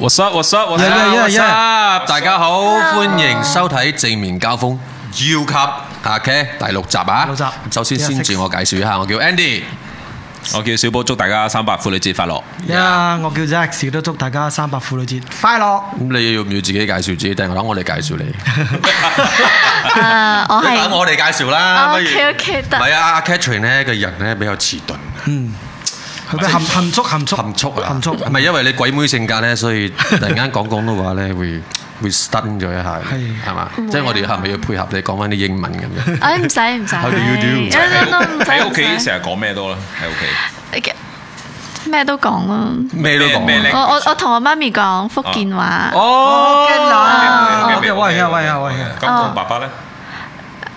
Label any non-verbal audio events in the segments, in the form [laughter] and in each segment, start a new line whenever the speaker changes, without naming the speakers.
What's up? What's up? What's
Yeah, yeah,
up?
yeah,
What's
yeah.
up？
大家好，歡迎收睇正面交鋒 U 級下 K 第六集啊。
六集
首先
Yeah,
先
six
自我介紹一下，我叫 Andy。
我叫小寶，祝大家三八婦女節快樂。
啊，我叫 Zack，亦都祝大家三八婦女節快樂。
咁你要唔要自己介紹自己？定係等我哋介紹你？
啊，我係
等我哋介紹啦。
哦
不如
OK，OK，得
唔係啊，阿 Catherine 咧個人咧比較遲鈍，
佢咪含含蓄含蓄
含蓄啊，
含蓄，
唔係因為你鬼妹性格咧，所以突然間講廣東話咧會。會 stun 咗一下，
係
係嘛？即係我哋係咪要配合你講翻啲英文咁樣？
唉哎唔使唔使
How do you do？
哎，no，no，唔使
喺
唔
屋企
使
成日講咩多啦？喺屋企
咩都講啦。
咩都講啊。
咩咩
我我我同我媽咪講福建話，
哦，
驚
咩
啦！
咩咩
嘅喂啊喂啊喂啊！
咁同爸爸咧，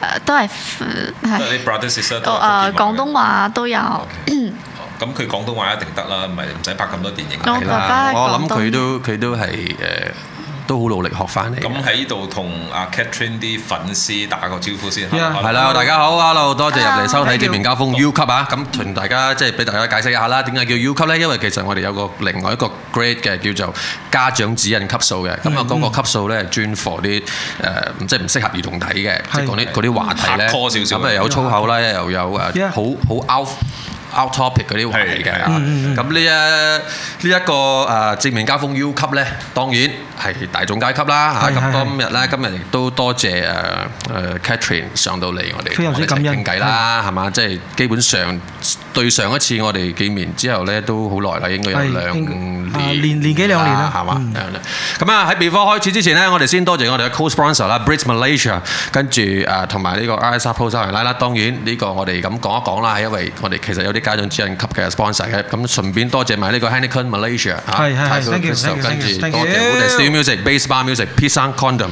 誒都係誒
即係
係
你 brother sister 都
我誒哦啊廣東話都有。哦
哦咁佢廣東話一定得啦，唔係唔使拍咁多電影。啊
我
係
咁
爸
啦
爸，係
我諗
廣東
佢都佢都係誒、都好努力學翻嚟嘅。
啊
喺呢度同阿 Catherine 啲粉絲打個招呼先。
Yeah，
係
啊
啦，大家好，hello，多謝入嚟
Hello，
收睇
thank
《
you
正面交鋒 U 級啊！咁同大家即係俾大家解釋一下啦，點解叫 U 級呢？因為其實我哋有個另外一個 grade 嘅叫做家長指引級數嘅，咁啊嗰個級數呢，係專 for 啲誒呃唔即係唔適合兒童睇嘅，即係
係
嗰啲嗰啲話題呢，
Hardcore 少少
咁啊有粗口啦，又有誒
Yeah
好好 out。out topic 嗰啲話題嘅
係係
嗯
啊，咁呢一呢一個誒正面交鋒 U 級呢，當然係大眾階級啦嚇。
係係
咁
係
今日咧，今日亦都多謝誒誒 Catherine 上到嚟我哋，
非常
我哋
之
一齊
感
傾
恩
偈啦，係嘛？即係基本上對上一次我哋見面之後咧，都好耐啦，應該有
係
兩
應
年啊
啊年年幾兩年啦
係嘛
嗯？
兩年咁啊喺 before 開始之前咧，我哋先多謝我哋嘅 co-sponsor 啦，Bridge Malaysia，跟住誒同埋呢個 RSR Pro 三零拉啦。當然呢個我哋咁講一講啦，係因為我哋其實有啲家長指引級嘅 sponsor 嘅，咁順便多謝埋呢個 Heineken Malaysia 嚇
係係係
Tiger
thank you，
Crystal，
thank
跟
you，
住多謝
thank you，thank
好
you
哋 Steel Music、Bass Bar Music、Peace and Condom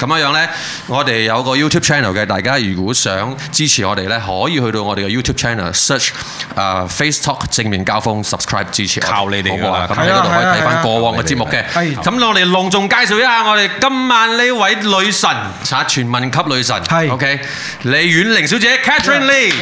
咁樣樣咧，我哋有個 YouTube channel 嘅，大家如果想支持我哋咧，可以去到我哋嘅 YouTube channel search 誒 Face Talk 正面交鋒 subscribe 支持我，
靠你哋㗎
好唔好
啦
啊！咁喺嗰度可以睇翻過往嘅節目嘅。
係
咁我哋隆重介紹一下我哋今晚呢位女神嚇全民級女神，
係
OK 李婉玲小姐 Catherine Lee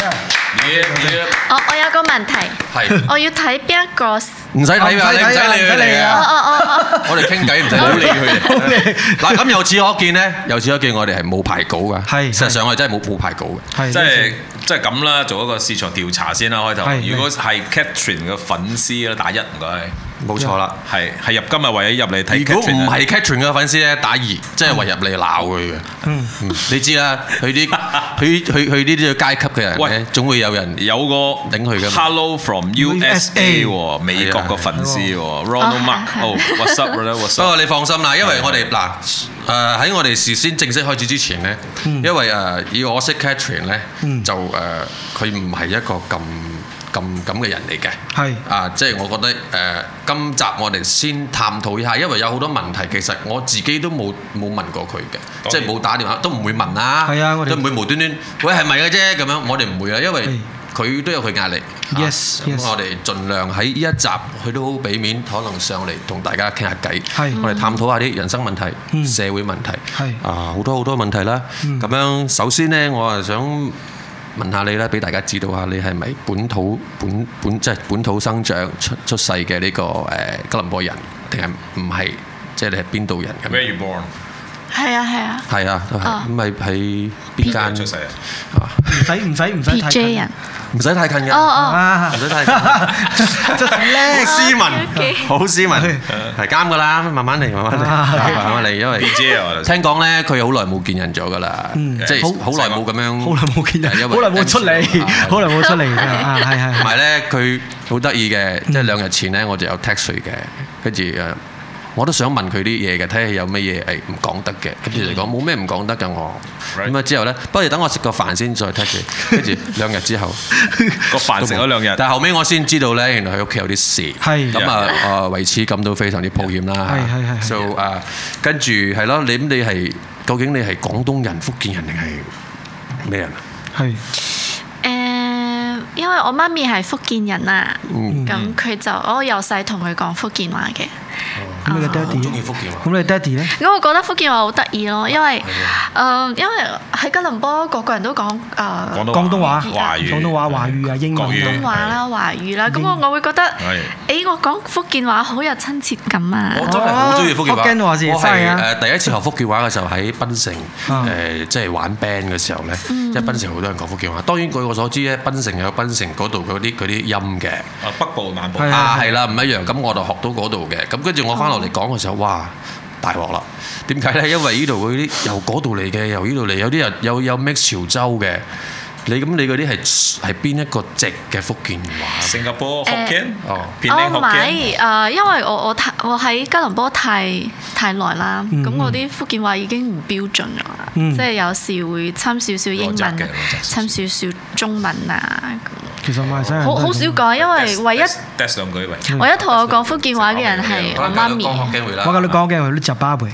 我我有個問題，
係
我要睇邊一個？
唔使睇㗎，你唔使理佢哋
我
啊！
我我
我哋傾偈唔使理 [laughs] 佢哋。嗱，咁由此可見咧，由此可見我哋係冇排稿㗎。
係
實際上我哋真係冇冇排稿嘅。
係
即係即係咁啦，做一個市場調查先啦，開頭。
係
如果係 Catherine 嘅粉絲咧，打一唔該，
冇錯啦。
係係入今日為咗入嚟睇
如果
Catherine
唔
啊。
係 Catherine 嘅粉絲咧，打二，即係為入嚟鬧佢嘅。嗯，你知啦，佢啲佢佢佢呢啲階級嘅人咧
喂，
總會有人
有個
頂佢㗎嘛
Hello from USA 喎，美國個粉絲喎，Ronald
係
Mark，
係
哦，What's up，Ronald，What's
不 [laughs]
up？
過你放心啦，因為
係
我哋嗱誒喺我哋事先正式開始之前咧，因為誒以我識 Catherine 咧，就誒佢唔係一個咁咁咁嘅人嚟嘅。
係
啊，即係我覺得誒、呃今集我哋先探討一下，因為有好多問題其實我自己都冇冇問過佢嘅，
然
即係冇打電話都唔會問啦。
係啊我哋
都唔會無端端，喂係咪嘅啫咁樣，我哋唔會啊，因為
係
佢都有佢壓力。啊
Yes，
咁
yes
我哋盡量喺呢一集，佢都好俾面，可能上嚟同大家傾下偈。
係
我哋探討下啲人生問題、
嗯
社會問題，
係
啊好多好多問題啦。咁樣首先呢，我係想問下你啦，俾大家知道下你係咪本土本本即係本土生長出出世嘅呢個誒吉隆坡人，定係唔係？即係你係邊度人咁
Where
樣？
you born？
係啊係啊
係啊，都係
啊
咁咪喺邊間
出世啊？
啊
唔使唔使唔使太
，PJ
近
人。
唔使太近
哦
嘅，
哦，
啊
唔！使太近。
真係叻
斯文
OK，OK
好斯文，係啱噶啦，慢慢嚟，慢慢嚟，慢慢嚟，因為
BJ 啊我哋
聽講咧，佢好耐冇見人咗噶啦，即係好
好
耐冇咁樣，
嗯好耐冇見人，
係因為
好耐冇出嚟
MC 啊，
好耐冇出嚟㗎啊！係係
同
係
埋咧，佢好得意嘅，即
嗯
係兩日前咧，我就有 text 佢嘅，跟住誒，我都想問佢啲嘢嘅，睇下有乜嘢係唔講得嘅，跟住就
嗯
講冇咩唔講得嘅我，
Right
咁啊之後咧，不如等我食個飯先再 text 佢，
[laughs]
跟住兩日之後。
個飯食咗兩日。
但後尾我先知道咧，原來佢屋企有啲事，
係
咁啊，誒為此感到非常之抱歉啦。
係係係
So 誒，跟住係咯，你咁你係究竟你係廣東人、福建人定係咩人啊？
係
誒，呃因為我媽咪係福建人啊，
嗯
咁佢就我由細同佢講福建話嘅。
咁你嘅爹
中意
哋，
福建話。
咁你爹哋咧？
咁我覺得福建話好得意咯，因為誒、呃因為喺吉隆坡個個人都講誒、
廣東
廣東話、
華語、
廣東話、華語啊、英文
國語
東話啦、華語啦，咁我我會覺得誒、我講福建話好有親切感啊！
我真係好都要福建話。
福建話先
我
真係
係
啊
誒第一次學福建話嘅時候喺檳城
啊
誒，即係玩 band 嘅時候咧，即係檳城好多人講福建話。當然據我所知咧，檳城有檳城嗰度嗰啲嗰啲音嘅。
啊北部南部
係
啊，係啦，唔一樣。咁我就學到嗰度嘅。咁跟住我翻落嚟講嘅時候，哇！大鑊啦！點解呢？因為呢度嗰啲由嗰度嚟嘅，由呢度嚟，有啲人有有 mix 潮州嘅。你咁你嗰啲係係邊一個籍嘅福建話？
新加坡福建
誒哦，
偏
哦，
靚
唔
福建。
係，誒，因為我我太我喺吉隆坡太太耐啦，
嗯
咁我啲福建話已經唔標準咗啦，
嗯
即係有時會掺少少英文
攞
啊
雜嘅攞雜，少
掺少少中文啊，
其實馬來西亞人都
好
係
好
咁
少講，因為唯一
嗯
test 兩句喂，
唯一同我講福建話嘅人
嗯
係我媽咪，
機會啦
我教你講嘅，你就巴背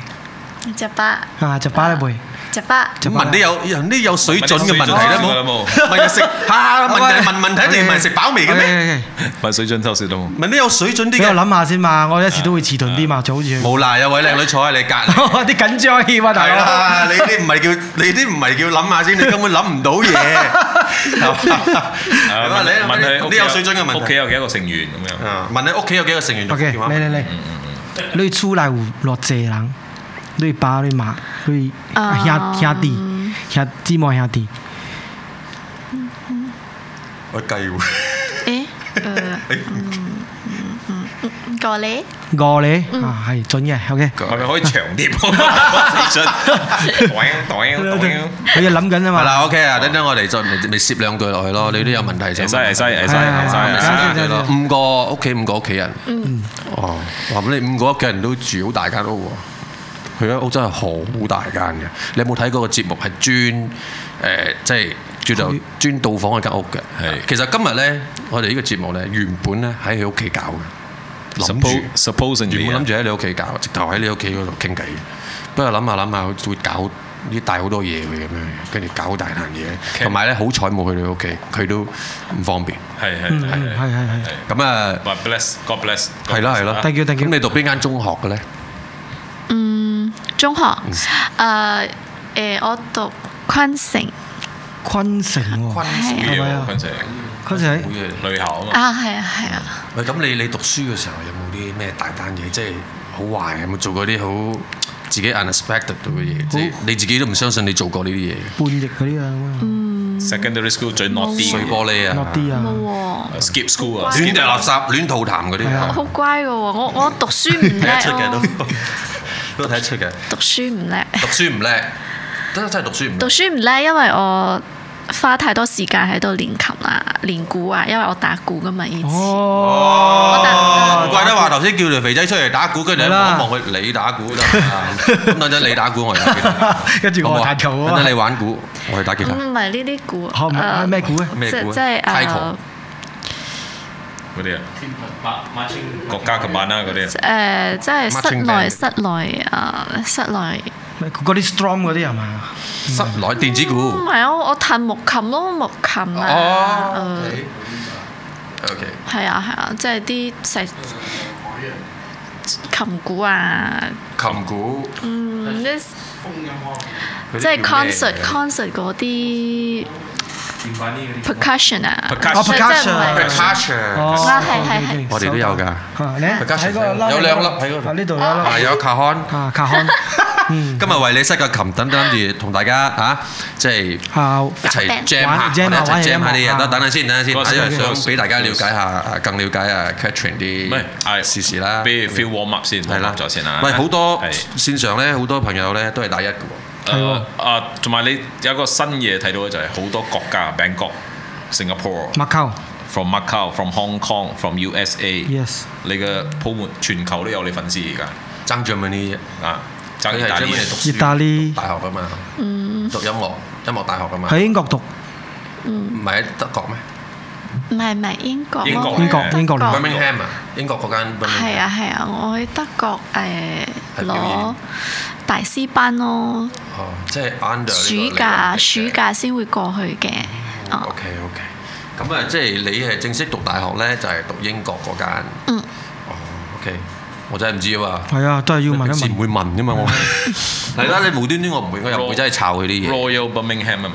只巴
啊，就巴咧背。
只巴，
咁問
à?
啲有人啲有水準嘅
問啲水
問題
準嘅
啦，冇
冇
[laughs] 問人食嚇問人問問題，你唔係食飽未嘅咩？
咩？
問水準偷笑都冇。
問啲有水準啲
俾我
嘅。
諗下先嘛，我有時都會遲鈍啲嘛，就好似 [laughs]
冇啦，有位靚女坐喺你隔離。
啲緊張氣嘛，大
係
佬。
啦，你啲唔係叫你啲唔係叫諗下
[laughs]
先，你根本諗唔到嘢。係嘛？你
問佢
你你有水準嘅問
屋企
題。
有幾多個成員咁樣？
啊問你屋企有幾個成員
OK，嚟嚟嚟，你出來落謝人，你爸你媽你兄兄弟兄姊妹兄弟，
我計喎，
[laughs] 誒誒，嗯過嚟，
我咧啊係準嘅，OK。
係咪可以長啲？水準，當當當。
佢就諗緊啊
係
嘛。
啦，OK 啊，等等我哋再咪咪攝兩句落去咯。你都有問題就
嗯係犀利犀利犀利
係
犀利
啊係係
係
五個屋企五個屋企人。哦，哇！咁你五個屋企人都住好大間屋喎。佢間屋真係好大間嘅。你有冇睇過個節目係專誒，即係叫做專到訪嗰間屋嘅？
係
其實今日咧，我哋呢個節目咧，原本咧喺佢屋企搞嘅，諗住
Suppose
啊
à. supposing
原本諗
諗
住喺你屋企搞，直頭喺你屋企嗰度傾偈。不過諗下諗下，會搞啲帶好多嘢佢咁樣，跟住搞大壇嘢。同埋咧，好彩冇去你屋企，佢都唔方便。
係
Ừ,
係係
係係係。
咁啊，
God bless God bless。
係啦係啦。
Thank you, thank you
咁你讀邊間中學嘅咧？
嗯中學，誒誒，我讀昆城，
昆城喎，
係
係啊，昆城
昆城
好
喺
嘢嚟。
女校啊
哦
嘛。
啊，係啊，係啊。
喂，咁你你讀書嘅時候有冇啲咩大單嘢？即係好壞，有冇做過啲好自己 unexpected 到嘅嘢？即係你自己都唔相信你做過呢啲嘢。
半翼嗰啲啊，
Secondary school 最 not 啲
碎玻璃
落
啊，
啲
冇
啊，
喎，
À, ，skip school 啊，
亂掉垃圾、亂吐痰嗰啲
係啊
我好乖嘅喎，我我讀書
[laughs]
唔
睇得出嘅
叻
都嗯
咯，
都睇得出嘅。
讀書唔叻，
讀書唔叻，真真係讀書唔
讀
叻。
書唔叻，因為我花太多時間喺度練琴啦、練鼓啊，因為我打鼓噶嘛以前，
Ờ.
哦，
唔怪得話頭先叫條肥仔出嚟打鼓，跟住你一
係啦
望一望佢，你打鼓得唔得啊咁等陣你打鼓，我又打吉他
跟住我
好唔好啊
彈球啊嘛
等陣你玩鼓，我去打吉
咁
他。
唔係呢啲鼓，
學唔
誒
咩鼓咧？
咩
即呃
鼓啊
即係
Taiko
誒
嗰啲啊，國家嘅版啦嗰啲啊，
誒，即係室
Marching
內
band
室內誒室內，
嗰啲 strong à 嗰啲係嘛？
室內電子
唔
鼓。
係啊，我我彈木琴咯，木琴啊，
哦哦
誒。
，OK。
係啊係啊，即係啲細琴鼓啊，
琴鼓，
嗯，啲
嗰啲
即係
叫咩
concert concert 嗰啲 percussion 啊
Percussion
即係即係唔係
哦
Ờ.
percussion，
啊係係係，
我哋都有㗎。
啊，你喺嗰個拉
有兩粒喺嗰度
啊呢度有一粒
啊有 c a r o
啊，卡康嗯，
今日為你塞個琴，等諗住同大家啊，即係。
好，
一齊 jam 下，
玩
我哋
jam 啊
一齊 jam 下
玩
啲
嘢
嘢。
啊
等等陣先，等陣
嗰個
先，因為
嗰個
想俾大家了解下，啊更了解啊 Catherine
唔係
啲，
係
事事啦。
俾 feel warm up 先，
係啦，
咗先
啊
啦。
喂，好多
係
線上咧，好多朋友咧都係大一嘅喎。
誒啊，同埋你有一個新嘢睇到嘅就係好多國家，Bangkok、Singapore、
麥溝
from Macau、from Hong Kong、from USA，
，yes，
你嘅鋪滿全球都有你粉絲而家
爭 Germany 啫，
啊，
佢
爭意
係
大
Germany
利
讀
意
書
大利
大學噶嘛，
嗯
讀音樂音樂大學噶嘛，
喺英國讀，
唔係喺德國咩
唔係唔係英國，
英國
我
英國
德
英國嚟嘅
？Birmingham 啊，英國嗰間 Birmingham
哦係啊係啊，我喺德國誒
係表
攞
演
大師班咯，
哦，即係 under 呢個
暑假
Leonard 嘅
暑假先會過去嘅，啊
OK OK，咁啊，即係你係正式讀大學咧，就係讀英國嗰間。
嗯。
哦，OK，我真係唔知啊嘛。
係啊，都係要問一
平時唔
問。
會問噶嘛，我係啦，你無端端我唔會，我又唔會真係抄佢啲嘢，
Royal Birmingham 啊嘛，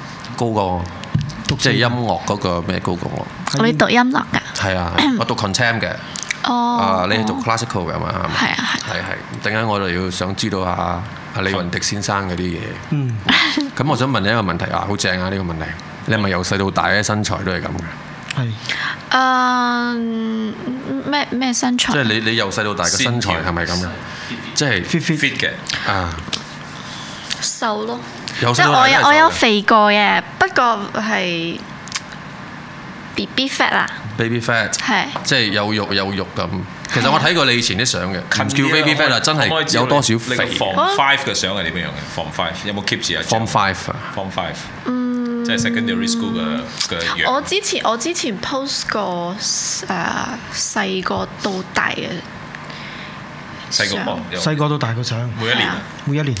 高過我
讀
即係
四
音
年
樂嗰個咩高過我？
我哋讀音樂㗎。
係啊，我讀 contem 嘅，啊
哦，
你係讀 classical 嘅嘛？係嘛
係啊係啊
係係，等間我哋要想知道下啊阿李雲迪先生嗰啲嘢。
[laughs]
嗯，
咁我想問你一個問題啊，好正啊呢個問題，你係咪由細到大嘅身材都係咁嘅？
哦
係
誒嗯咩咩身材
即？係你你由細到大嘅身材係咪咁嘅？即係
fit fit，
fit 嘅，
啊，
瘦咯，
由
即
細
係
到大
我有
都係
我有
瘦嘅
肥過嘅，不過係 B B fat 啊，
baby fat，
係啊
即係有肉有肉咁。其實我睇過你以前啲相嘅，
近
唔叫
啲啦啊
baby fat 啦，真
可唔可以
係
知道
有多少
你個
肥
form
好
five 嘅相係點樣樣嘅？form five 有冇 keep 住啊
form five 啊？
form five，即係 secondary school 嘅嘅
我
樣。
之前我之前 post 過誒細個到大嘅，
細個哦，有
細個到大個相，
每一年
係啊
啊
每一年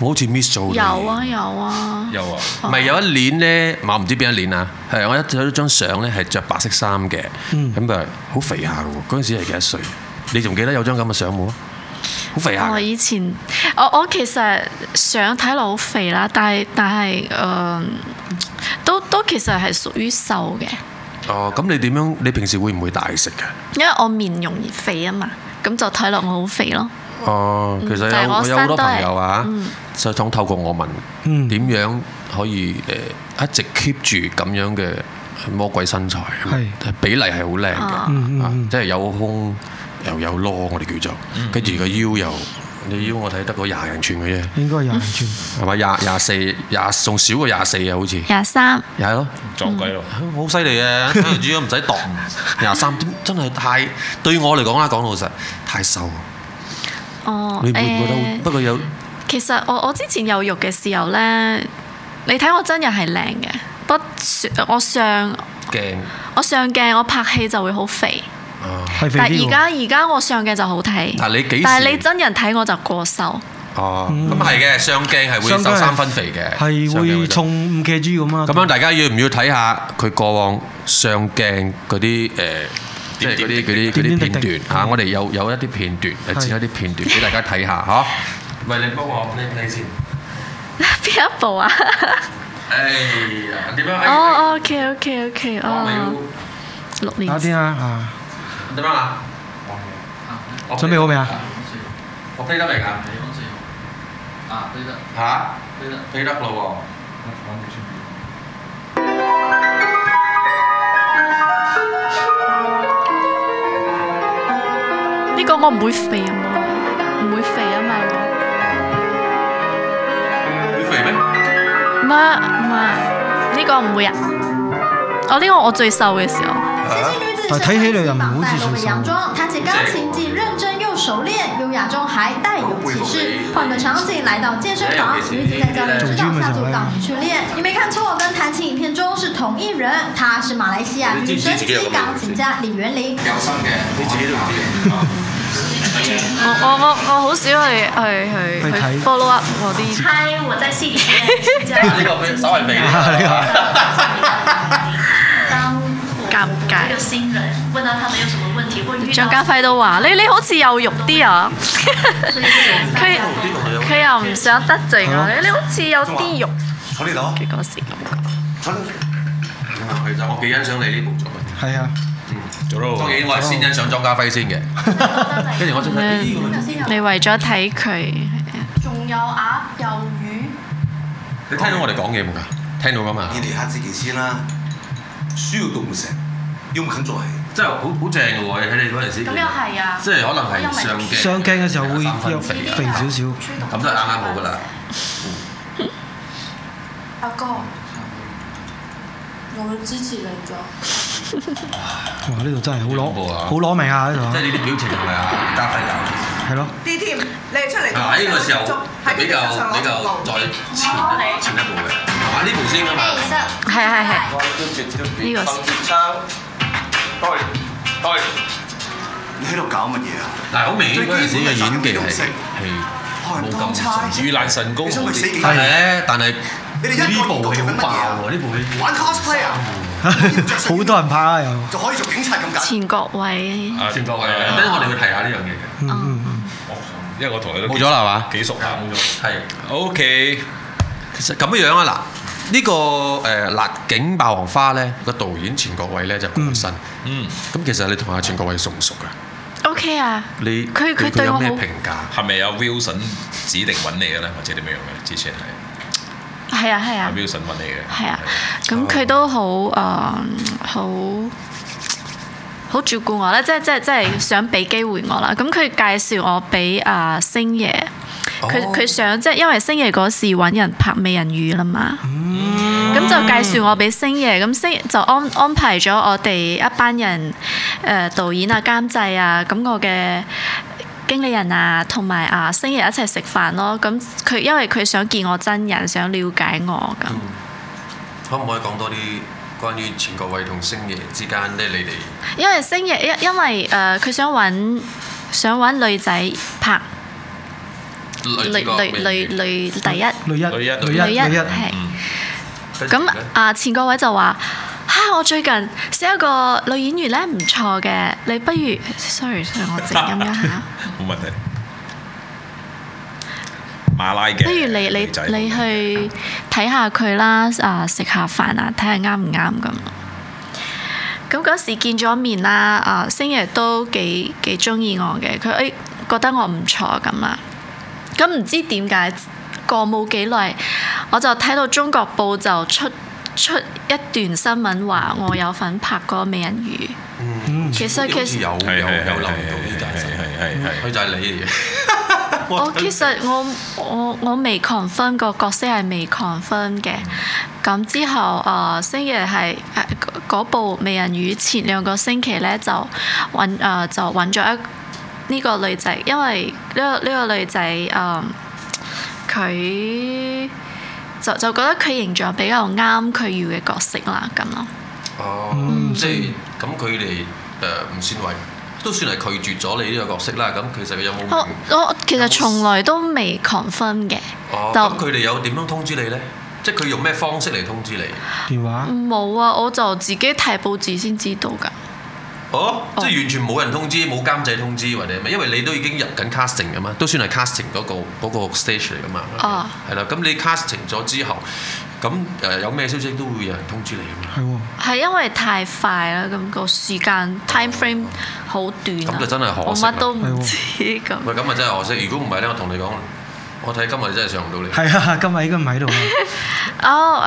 我好似 miss 咗你
有啊有啊，
有啊，
唔係有一年咧，我唔知邊一年啊，係我一睇到張相咧係着白色衫嘅，
嗯
咁就好肥下嘅喎。嗰陣時係幾多歲？你仲記得有張咁嘅相冇啊？好肥下
我
嘅，
哦以前我我其實想睇落好肥啦，但係但係誒、都都其實係屬於瘦嘅，
哦，咁你點樣？你平時會唔會大食嘅？
因為我面容而肥啊嘛，咁就睇落我好肥咯。
哦，其實
嗯但係
有
我
我有好多朋友啊
生都係嗯，
就想透過我問
嗯
點樣可以誒一直 keep 住咁樣嘅魔鬼身材，
係
比例係好靚
啊
嗯
嘅，
嗯
啊
嗯
即係有胸又有攞，我哋叫做，
嗯
跟住個腰又你腰我睇得個廿零寸嘅啫，
應該
嗯
有人轉，
係咪廿廿四廿仲少過廿四啊？好似
廿三，
又係咯。
撞鬼咯！
好犀利啊！睇住唔使度廿三，點真係太對我嚟講啦，講老實太瘦。
哦，
你會唔會覺得好
誒？
不過有
其實我我之前有肉嘅時候呢，你睇我真人係靚嘅，不過我上
鏡
我上鏡我拍戲就會好肥，
啊。
係肥
但
啲
係
喎
而家而家我上鏡就好睇，
但係你幾時
但係你真人睇我就過瘦，
哦，咁係嘅，上鏡係會收
上鏡係
三分肥嘅，
係
上鏡
會
收
重五 kg 咁啊，
咁樣大家要唔要睇下佢過往上鏡嗰啲誒？即係嗰啲嗰啲嗰啲
點點滴滴
片段嚇，我哋有有一啲片段，誒剪一啲片段俾大家睇下嚇。喂，你幫我你你先。
[laughs] 邊一部啊？
哎呀，點樣？哎
哦，OK OK OK，哦，六
打
年
啲啊啊，
點樣啊？我
準備好未啊？
我飛得嚟啊！
啊，对的，
嚇，
对的。
飛得咯
呢個我唔會肥啊嘛，唔會肥啊嘛，
喎。會肥咩？
唔係唔係，呢個唔會啊，我呢個我最瘦嘅時候。
但係睇起嚟又唔好似算瘦
洋装，弹起钢琴既认真又熟练，优雅中还带有气势。换个场景，来到健身房，女子在教练指导下做杠铃训练。你没看错，跟弹琴影片中是同一人，她是马来西亚女神级钢琴家李元玲。
我我我我好少去去去
去睇
去 follow up 我啲，
嗨，我在戏里面是这样
呢個比稍微肥啲。
啊
当
尷尬。
新人问到他们有什么问题或遇
張家輝都話：你你好似有肉啲啊！ [laughs] 佢佢又唔想得罪我，你你好似有啲肉。
坐呢度，
佢嗰時咁講
坐呢度。
其 [laughs] 實我幾欣賞你呢部作品。
係啊，
做咯，
當然我係先欣賞莊家輝先嘅，跟住我先睇咦咁樣
你為咗睇佢，
仲有鴨有魚。
你聽到我哋講嘢冇㗎？聽到㗎嘛
嗯
你？理下自己先啦，書要讀唔成，要唔肯做戲。
真係好好正嘅喎！睇你嗰陣時，
咁又係啊
即係可能係上鏡
上鏡嘅時候會
三分
有
肥啊
肥啊少少，
咁就啱啱好㗎啦。
阿哥，
我们支持人装。
哇！呢度真係好
恐怖
攞
啊
好攞命啊！呢度
即係
啊
你啲表情係咪啊？家輝搞
係咯，
啲添，你出嚟
嗱喺呢個時候
喺
比
邊
較
度上
比較
攞
再前一前一步嘅，係嘛？呢部先㗎嘛？
係係係，呢個
你喺度搞乜嘢啊？
嗱，好明顯嗰陣時嘅演技係
最基本嘅
係
韓
冇
當
咁
差
純，
遇難神功
你
好
想佢死
啲。
幾
但係
日？
咧，但係
你哋一
呢
個
部
月
戲
做
好
緊乜
爆
嘢
喎！呢部戲
玩 cosplay 啊？
好多人拍啊又，
就可以做警察咁解。
錢國偉，
Ờ.
啊
全國係，
係啊
等我哋會提下呢樣嘢嘅。
嗯
哦
嗯嗯，
因為我同佢都
冇咗啦係嘛
幾熟下冇咗。
係。
OK，
其實咁樣啊嗱，呢、個誒、呃辣警霸王花》咧個導演錢國偉咧就過身，咁、
嗯，
其實你同阿錢國偉熟唔熟㗎？
OK 啊，
你對
佢佢對
有
我
咩
好
評價？
係咪有 Wilson 指定揾你嘅咧，或者點樣嘅？之前係
係啊係
阿
啊
Wilson 揾你嘅。
係啊，咁佢都好誒好。好照顧我啦，即係即係即係想俾機會我啦。咁佢介紹我俾啊星爺，佢佢、想即係因為星爺嗰時揾人拍美人魚啦嘛，咁、就介紹我俾星爺，咁星爺就安安排咗我哋一班人誒、呃、導演啊、監製啊，咁我嘅。經理人啊，同埋啊星爺一齊食飯咯。咁佢因為佢想見我真人，想了解我咁。
可唔可以講多啲關於錢國偉同星爺之間咧？你哋
因為星爺因因為誒佢、想揾想揾女仔拍女
主角
女女
未
女第一
女一
女一
女
女
一
一
女一，嗯
跟
係
住
咁
咧
啊前個位就話。嚇！我最近識一個女演員咧，唔錯嘅，你不如，sorry，sorry，我靜音一下，
冇問題。馬拉嘅，
不如你
女
你
仔
你去睇下佢啦，啊食下飯啊，睇下啱唔啱咁。咁嗰時見咗面啦，啊星爺都幾幾中意我嘅，佢誒、哎、覺得我唔錯咁啦。咁唔知點解過冇幾耐，我就睇到中國報就出出一段新聞話我有份拍過美人魚。
嗯
其實
好
其
似
實
有有
係
有
係係
留意到呢單新聞，
係係係
佢就係你嚟嘅。
我其實我我我未 confirm 個角色係未 confirm 嘅，咁之後誒、呃星爺係誒嗰嗰部《美人魚》前兩個星期咧就揾誒、呃就揾咗一呢、個女仔，因為呢、個呢、個女仔誒佢就就覺得佢形象比較啱佢要嘅角色啦咁咯。
哦，即係咁佢哋誒吳善偉都算係拒絕咗你呢個角色啦。咁其實佢有冇
我
明？
我其實從來都未 confirm 嘅，
哦，咁佢哋有點樣通知你咧？即係佢用咩方式嚟通知你？
電話，
冇啊，我就自己睇報紙先知道㗎。
哦，
哦
即係完全冇人通知，冇監製通知或者咩，因為你都已經入緊 casting 噶嘛，都算係 casting 嗰、個嗰、個 stage 嚟噶嘛。
哦
係啦，咁你 casting 咗之後，咁誒、呃有咩消息都會有人通知你噶嘛。
係喎，
係因為太快啦，咁、個時間 time frame 好短啊
咁就真係可惜啦
我乜都唔知咁。
喂，咁啊真係可惜，如果唔係咧，我同你講，我睇今日真係上唔到嚟。
係啊，今日應該唔喺度
[laughs]
啊，
哦，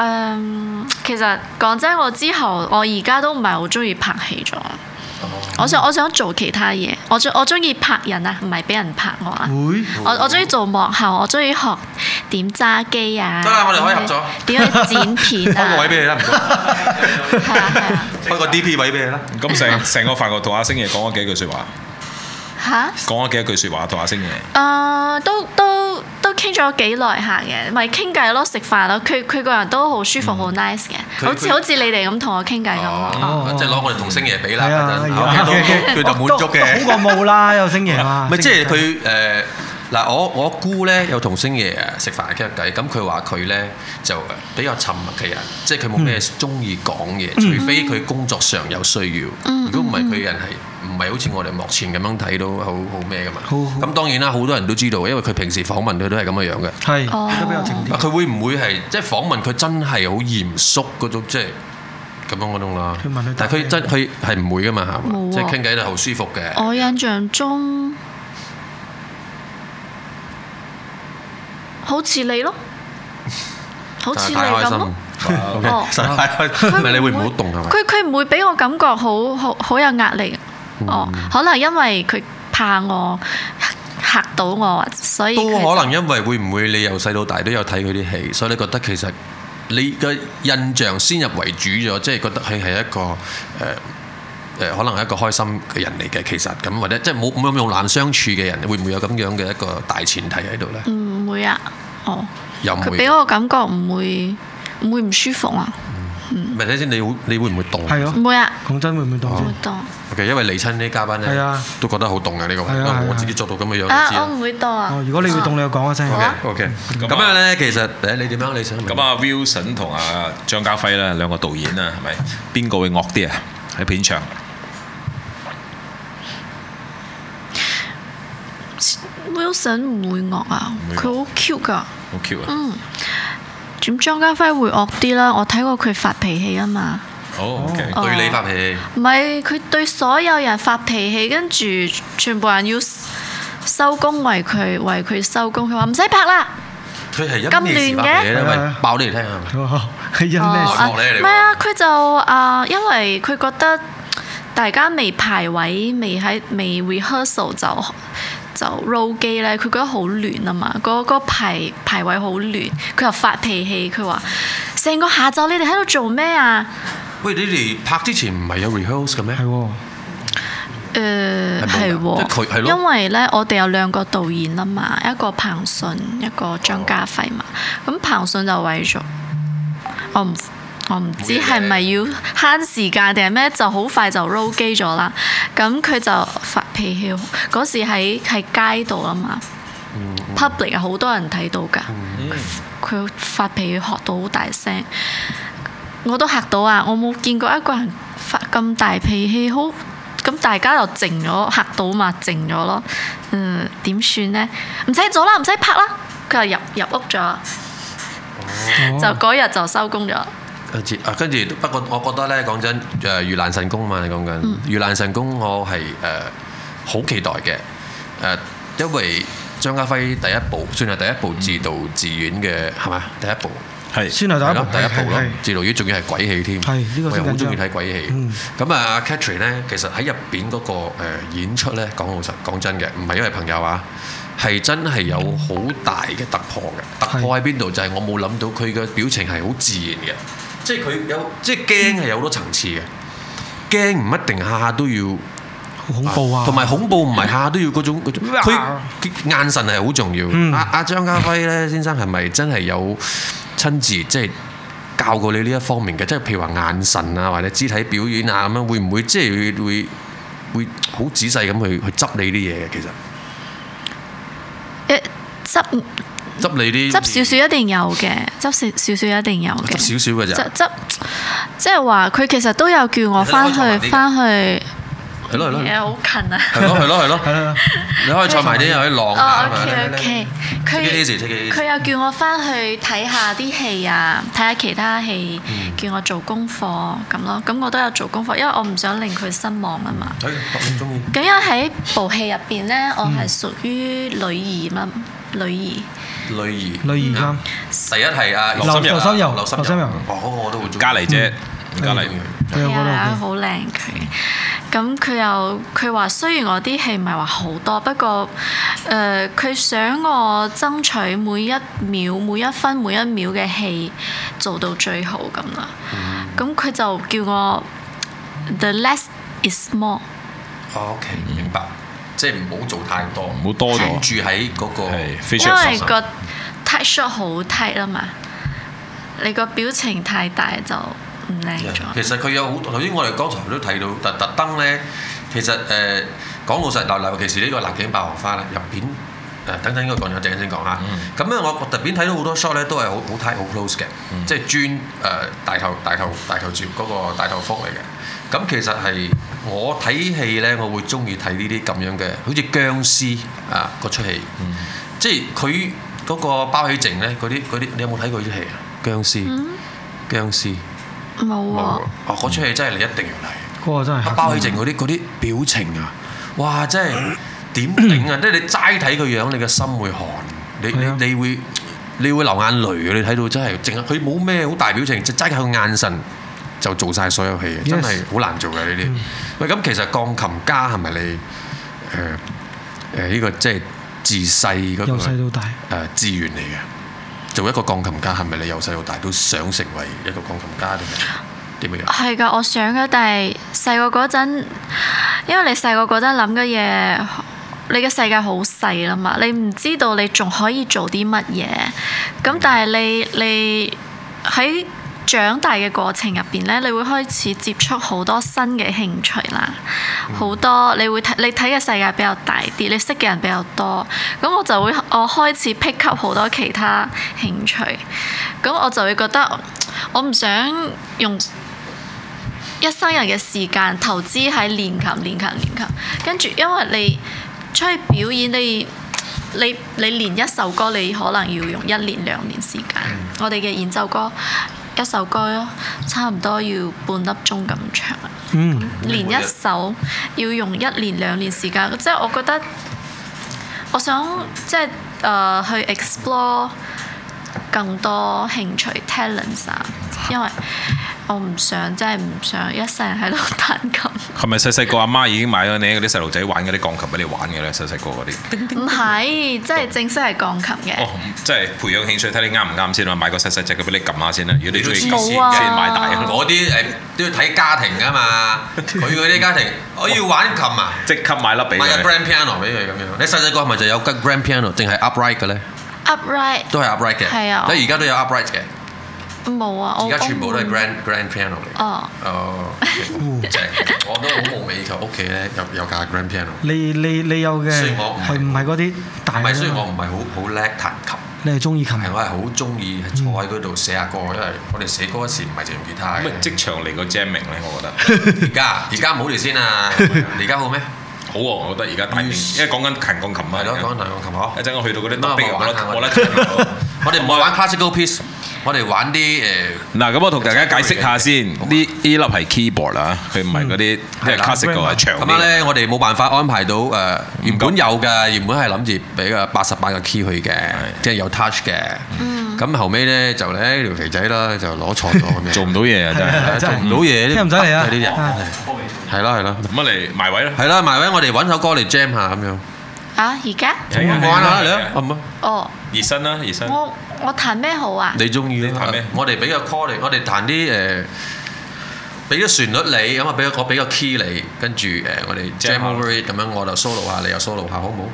誒，其實講真，我之後我而家都唔係好中意拍戲咗。
哦
我想我想做其他嘢，我中我中意拍人啊，唔係俾人拍我啊。
嗯
會
我我中意做幕後，我中意學點揸機啊。
得啦我哋可以合作
點去點去剪
[laughs]
片啊？
你啦，唔該，
[laughs] 係啊
[laughs]
係啊
開個 DP 位俾你啦。
咁成成個飯局同阿星爺講咗幾句説話，
嚇！
講咗幾句説話同阿星爺。
誒、啊都都都傾咗幾耐下嘅，咪傾偈咯，食飯咯。佢佢個人都好舒服，好 nice 嘅，
嗯佢
好似
佢
好似你哋咁同我傾偈咁咯。
哦，即係攞我哋同星爺比啦，
係啊，
嗰陣
而家
OK，都佢就滿足嘅。
哦
啊
好過冇啦，有星爺嘛，
唔係即係
星爺
佢誒嗱，我我姑咧有同星爺誒食飯傾偈，咁佢話佢咧就比較沉默嘅人，即係佢冇咩中意講嘢，除非佢工作上有需要。如果唔係，佢人係唔係好似我哋幕前咁樣睇到好好咩噶嘛？
好好
咁當然啦，好多人都知道，因為佢平時訪問佢都係咁嘅樣嘅。
係
哦
都比較靜
啊
啲，
佢會唔會係即係訪問佢真係好嚴肅嗰種，即係咁樣嗰種啦
佢問佢？
但係佢真佢係唔會噶嘛，係嘛？
冇啊
即係傾偈都係好舒服嘅。
我印象中好似
[laughs]
你咯，好似你
太開
咁
心
咯。
，OK，
哦
實在太開心， [laughs] 唔係你會唔好動係咪？
佢佢唔會俾我感覺好好好有壓力。
嗯
哦，可能因為佢怕我嚇到我，所以
都
佢
可能因為會唔會你由細到大都有睇佢啲戲，所以你覺得其實你嘅印象先入為主咗，即係覺得佢係一個誒。誒、可能係一個開心嘅人嚟嘅，其實咁或者即係冇冇咁難相處嘅人，會唔會有咁樣嘅一個大前提喺度呢？
就唔會啊。哦。
又唔
佢
會
俾我感覺唔會唔會唔舒服啊。
咪睇先，你會你會唔會凍？
係咯
唔會啊，
講真哦會唔會
Ờ.
凍
唔
先
會？凍
OK，因為嚟親啲嘉賓
係
咧
啊，
都覺得好凍嘅呢個位，
係啊
因
係啊
為我自己做到咁嘅樣
啊，我
都
唔會凍啊。
哦，如果你會凍，你就講一聲。
啊
知。OK，
咁啊
咁樣咧，其實誒你點樣？你想
咁啊，Wilson 同阿張家輝啦，兩個導演啊，係咪？邊個會惡啲啊？喺片場，
Wilson 唔會惡啊
唔會，惡
佢好 cute 噶。
好 cute 啊！
咁張家輝會惡啲啦，我睇過佢發脾氣啊嘛。
哦，OK，
哦
對你發脾氣，
唔係佢對所有人發脾氣，跟住全部人要 s- 收工為佢為佢收工。佢話唔使拍啦，
佢係因咩事發脾氣啊咧？
咁亂嘅
咪爆你嚟聽下。
[laughs] 哦係因咩
哦
事？
啊
惡咧你
唔係啊，佢就啊、因為佢覺得大家未排位、未喺未 rehearsal 就就 roll 機咧，佢覺得好亂啊嘛，嗰、嗰排排位好亂，佢又發脾氣，佢話成個下晝你哋喺度做咩啊？
喂，你哋拍之前唔係有 rehearse 嘅咩
係？喎，
誒
係
呃係
冇㗎即係佢係
喎，
咯
因為咧我哋有兩個導演啊嘛，一個彭順，一個張家輝嘛。咁彭順就為咗我唔我唔知係咪要慳時間定係咩，就好快就 roll 機咗啦。咁佢就發脾氣，嗰時喺喺街度啊嘛，public 啊好多人睇到㗎。佢發脾氣學到好大聲，我都嚇到啊！我冇見過一個人發咁大脾氣，好咁大家就靜咗，嚇到嘛，靜咗咯。嗯，點算呢？唔使咗啦，唔使拍啦。佢就入入屋咗，
哦
就嗰日就收工咗。
跟住啊，跟住不過我覺得咧，講真，誒盂蘭神功嘛，你講緊
嗯
盂蘭神功，我係誒好期待嘅誒、因為張家輝第一部算係第一部自導自演嘅係咪？第一部。
係
先係
係
第一
咯
部，，
第一
係
部咯
係，
自導演仲要係鬼戲添，
係呢
我
個
又
先
好
緊張
中意睇鬼戲
嗯。
咁啊，Catherine 咧，其實喺入邊嗰個誒呃演出咧，講老實講真嘅，唔係因為朋友啊，係真係有好大嘅突破
嗯
嘅。突破喺邊度？就係我冇諗到佢嘅表情係好自然嘅，即係佢有即係驚係有好多層次嘅。驚唔一定下下都要
好恐怖啊！
同埋恐怖唔係下下都要嗰種嗰種，佢佢眼神係好重要。
嗯
阿阿張家輝咧先生係咪真係有親自即係教過你呢一方面嘅？即係譬如話眼神啊，或者肢體表演啊咁樣，會唔會即係會會會好仔細咁去去執你啲嘢嘅？其實
誒呃執
執你啲嗯
執少少一定有嘅，執少少少一定有嘅。
執少少嘅咋
執，執即係話佢其實都有叫我翻
你可以坐埋啲
去
嘅
翻去，
係咯係咯
嘢好近啊！
係咯係咯係咯，
係啦，
你可以坐埋啲又可以浪下
哦
係咪
，OK
嚟嚟嚟
OK，
Take it
佢
easy, take it easy
佢又叫我翻去睇下啲戲啊，睇下其他戲，
嗯
叫我做功課咁咯。咁我都有做功課，因為我唔想令佢失望啊嘛。
哎我中意。
咁因為喺部戲入邊呢，我係屬於女二啦，女二
女兒，
女兒監
第一係阿
劉心悠
劉心悠
劉心
劉心悠
哦，我都會中意。
嘉麗姐，嘉麗，
佢有
係
嗰
啊，
度
好靚佢。咁佢又佢話雖然我啲戲唔係話好多，不過誒佢、想我爭取每一秒、每一分、每一秒嘅戲做到最好咁啦。咁佢、就叫我 the less is more。
哦，OK，明白，即係唔好做太
哦
多，唔
唔好多咗
住喺嗰個
係
因
facial
為
expression
個 tight shot 好 tight 啦嘛，你個表情太大就唔靚咗。
其實佢有好，頭先我哋剛才都提到，特特登咧，其實誒、呃、講老實，嗱嗱尤其是呢個《南京霸王花》啦，入邊誒等等應該講咗陣先講嚇。啊咁咧、我我特別睇到好多 shot 咧，都係好好 tight 好 close 嘅，即係專誒呃大頭大頭大頭照嗰個大頭幅嚟嘅。咁其實係我睇戲咧，我會中意睇呢啲咁樣嘅，好似僵屍啊嗰出戲，即係佢嗰個包起靜咧，嗰啲嗰啲，你有冇睇過呢出戲啊？僵屍，僵屍。
冇啊喎、
哦，嗰出戲真係你一定要
嗰啊個真係
睇，
嚇
包起靜嗰啲嗰啲表情啊，哇！真係點頂
[clears throat]
啊！即係你齋睇個樣，你嘅心會寒，你
係啊
你你會你會流眼淚嘅。你睇到真係淨係佢冇咩好大表情，就齋靠眼神就做晒所有戲，
Yes 嗯
真係好難做嘅呢啲。喂，咁其實鋼琴家係咪你誒誒呢個即係自細嗰個
由細到大。
誒志願嚟嘅？做一個鋼琴家係咪你由細到大都想成為一個鋼琴家定係點樣？
係噶，我想嘅，但係細個嗰陣，因為你細個嗰陣諗嘅嘢，你嘅世界好細啦嘛，你唔知道你仲可以做啲乜嘢。咁但係你你喺長大嘅過程入邊咧，你會開始接觸好多新嘅興趣啦，好多你會睇你睇嘅世界比較大啲，你識嘅人比較多，咁我就會我開始 pick up 好多其他興趣，咁我就會覺得我唔想用。一生人嘅時間投資喺練琴、練琴、練琴，跟住因為你出去表演，你你你練一首歌，你可能要用一年兩年時間。我哋嘅演奏歌一首歌差唔多要半粒鐘咁長，
嗯，
練一首要用一年兩年時間。即係我覺得，我想即係誒、呃去 explore 更多興趣 talents 啊，因為我唔想真係唔想一世人喺度 [laughs] 彈琴。
係咪細細個阿媽已經買咗你嗰啲細路仔玩嗰啲鋼琴俾你玩嘅咧？細細個
[laughs]
嗰啲，
唔係，即係正式係鋼琴嘅。
哦，即係培養興趣，睇你啱唔啱先啦。買個細細隻嘅俾你撳下先啦。如果你中意撳
冇啊
先
[laughs]
買大，我
冇
嗰啲誒都要睇家庭噶
[laughs]
嘛，佢嗰啲家庭，我要玩琴啊，
即刻買粒俾
買個
佢。
grand piano 俾佢咁樣。你細細個係咪就有個 grand piano 定係 upright 嘅咧？
Upright
都係 upright 嘅，
係啊
你而家都有 upright 嘅，
冇啊，我
而家全部都係
我
grand grand piano 嚟。
哦，
[laughs]
哦，正！我都好夢寐以求屋企咧有有架 grand piano。
你你你有嘅
雖然我唔係
係唔係嗰啲
唔
啊
大
係，
嘅
雖然我
咯？
唔係好好叻彈琴，
你係中意琴
嗯
但係我係好中意坐喺嗰度寫下歌，因為我哋寫歌嗰時唔係淨用吉他
咁
嘅
咪。即場嚟個 jamming 咧，
[laughs]
我覺得
而家而家唔好聊先啊！
[laughs]
而家好咩？
好喎，我覺得而家大面，
Yes
因為講緊彈鋼琴
係咯，講
啊。
彈琴嗬
一。陣我去到嗰啲
咁啊
特兵，我
玩下
得我得
我哋我哋唔係玩 classical piece，我哋玩啲誒。
[laughs] 嗱，咁我同大家解釋下先，呢呢粒係 keyboard 啦，佢唔係嗰啲，因為
係啦
classic 個係長
咁樣
啲。
咧，我哋冇辦法安排到誒、呃原本有嘅，原本係諗住俾個八十八個 key 去嘅，即係有 touch 嘅。咁、後尾咧就咧條肥仔啦，就攞錯咗咁樣，
做唔到嘢啊，真係。
係
做
真係
唔到嘢，
真係唔使嚟啊
呢啲人
啊
係啦係啦
咁啊嚟埋位啦。
係啦，埋位我哋揾首歌嚟 jam 下咁樣，
啊而家
係啊
我玩下
係
你
啊
啊，好唔好？
哦，
熱身啦，熱身。
我我彈咩好啊？
你中意
你
啦
彈咩
我哋俾個 call 你，我哋彈啲誒，俾咗旋律你，咁啊俾個我俾個 key 你，跟住誒我哋 jam
Jam 下
over it 咁樣，我就 solo 下，你又 solo 下，好唔好？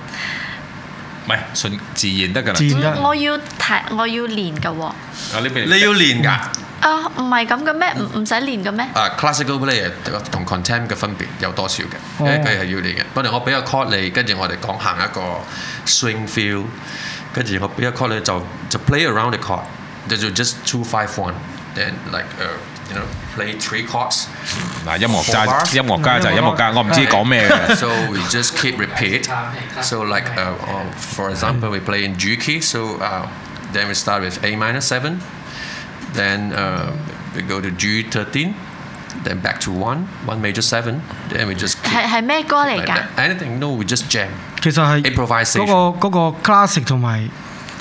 唔係順自然得㗎
自
啦。
然
嗯
得
我要彈，我要練㗎喎。
啊呢邊
你要練㗎。
啊，唔係咁嘅咩？唔唔使練嘅咩？
啊 classical player 同 contem 嘅分別有多少嘅？因
哦
為佢係要練嘅。不如我俾個 chord 你，跟住我哋講行一個 swing feel，跟住我俾個 chord 你就就 play around the chord，就就 just two five one，then like、uh, you know play three chords。
嗱音樂家
Bar？
音樂家就係音樂家，我唔
Ờ.
知講
[laughs]
咩嘅。
So we just keep repeat. So like uh, uh, for example, we play in G key. So uh, then we start with A minor seven, then uh, we go to G thirteen, then back to one, one major seven. Then we just keep
係係咩歌嚟
like
㗎
that.？Anything? No, we just jam.
其實係
Improvisation
嗰個嗰個 classic 同埋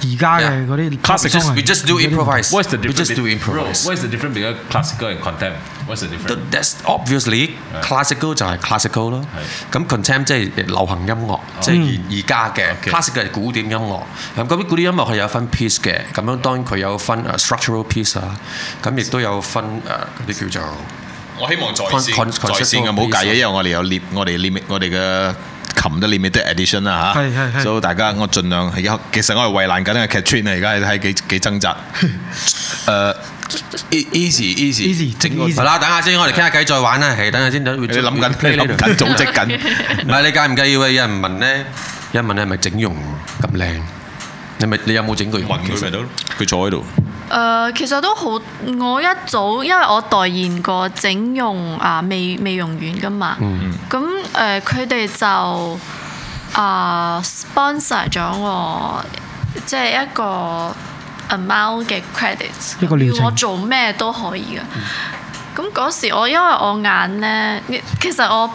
而家嘅
Yeah.
嗰啲
Classic
pop song 係
We just do
有啲唔同
improvise.
What's the
We
difference?
just do improvise.
What's the difference between classical and contempt? What's the difference?
Th- That's obviously classical 就係 classical 咯。咁 contem 即係流行音樂，即係而而家嘅 classical 係古典音樂。咁咁啲古典音樂係有分 piece 嘅，咁樣當然佢有分誒 structural piece 啊，咁亦都有分誒嗰啲叫做
我希望在
Con-
線
con-
在線嘅，
conceptual
唔好介
piece
意，因為我哋有 lim 我哋 limit 我哋嘅琴都 limited edition à, 啦
係係
嚇。
係
所以大家我盡量而家其實我係為難緊嘅 Catherine 啊，而家係睇幾幾
[laughs]
掙扎。誒 easy easy
Easy，
即係我
easy
係啦。等下先，我哋傾下偈再玩啦。係，等下先，等你
你諗緊 [laughs] 你諗緊組
[laughs]
織緊。
唔係你介唔介意啊？有人問咧，有人問你係咪整容咁靚？你咪你有冇整過容？
問佢咪得咯，佢坐喺度。
誒、呃其實都好，我一早因為我代言過整容啊美美容院噶嘛，
嗯
咁誒佢哋就啊、sponsor 咗我，即係一個 amount 嘅 credits，
一個療程嗯
要我做咩都可以嘅。咁嗰、時我因為我眼咧，其實我。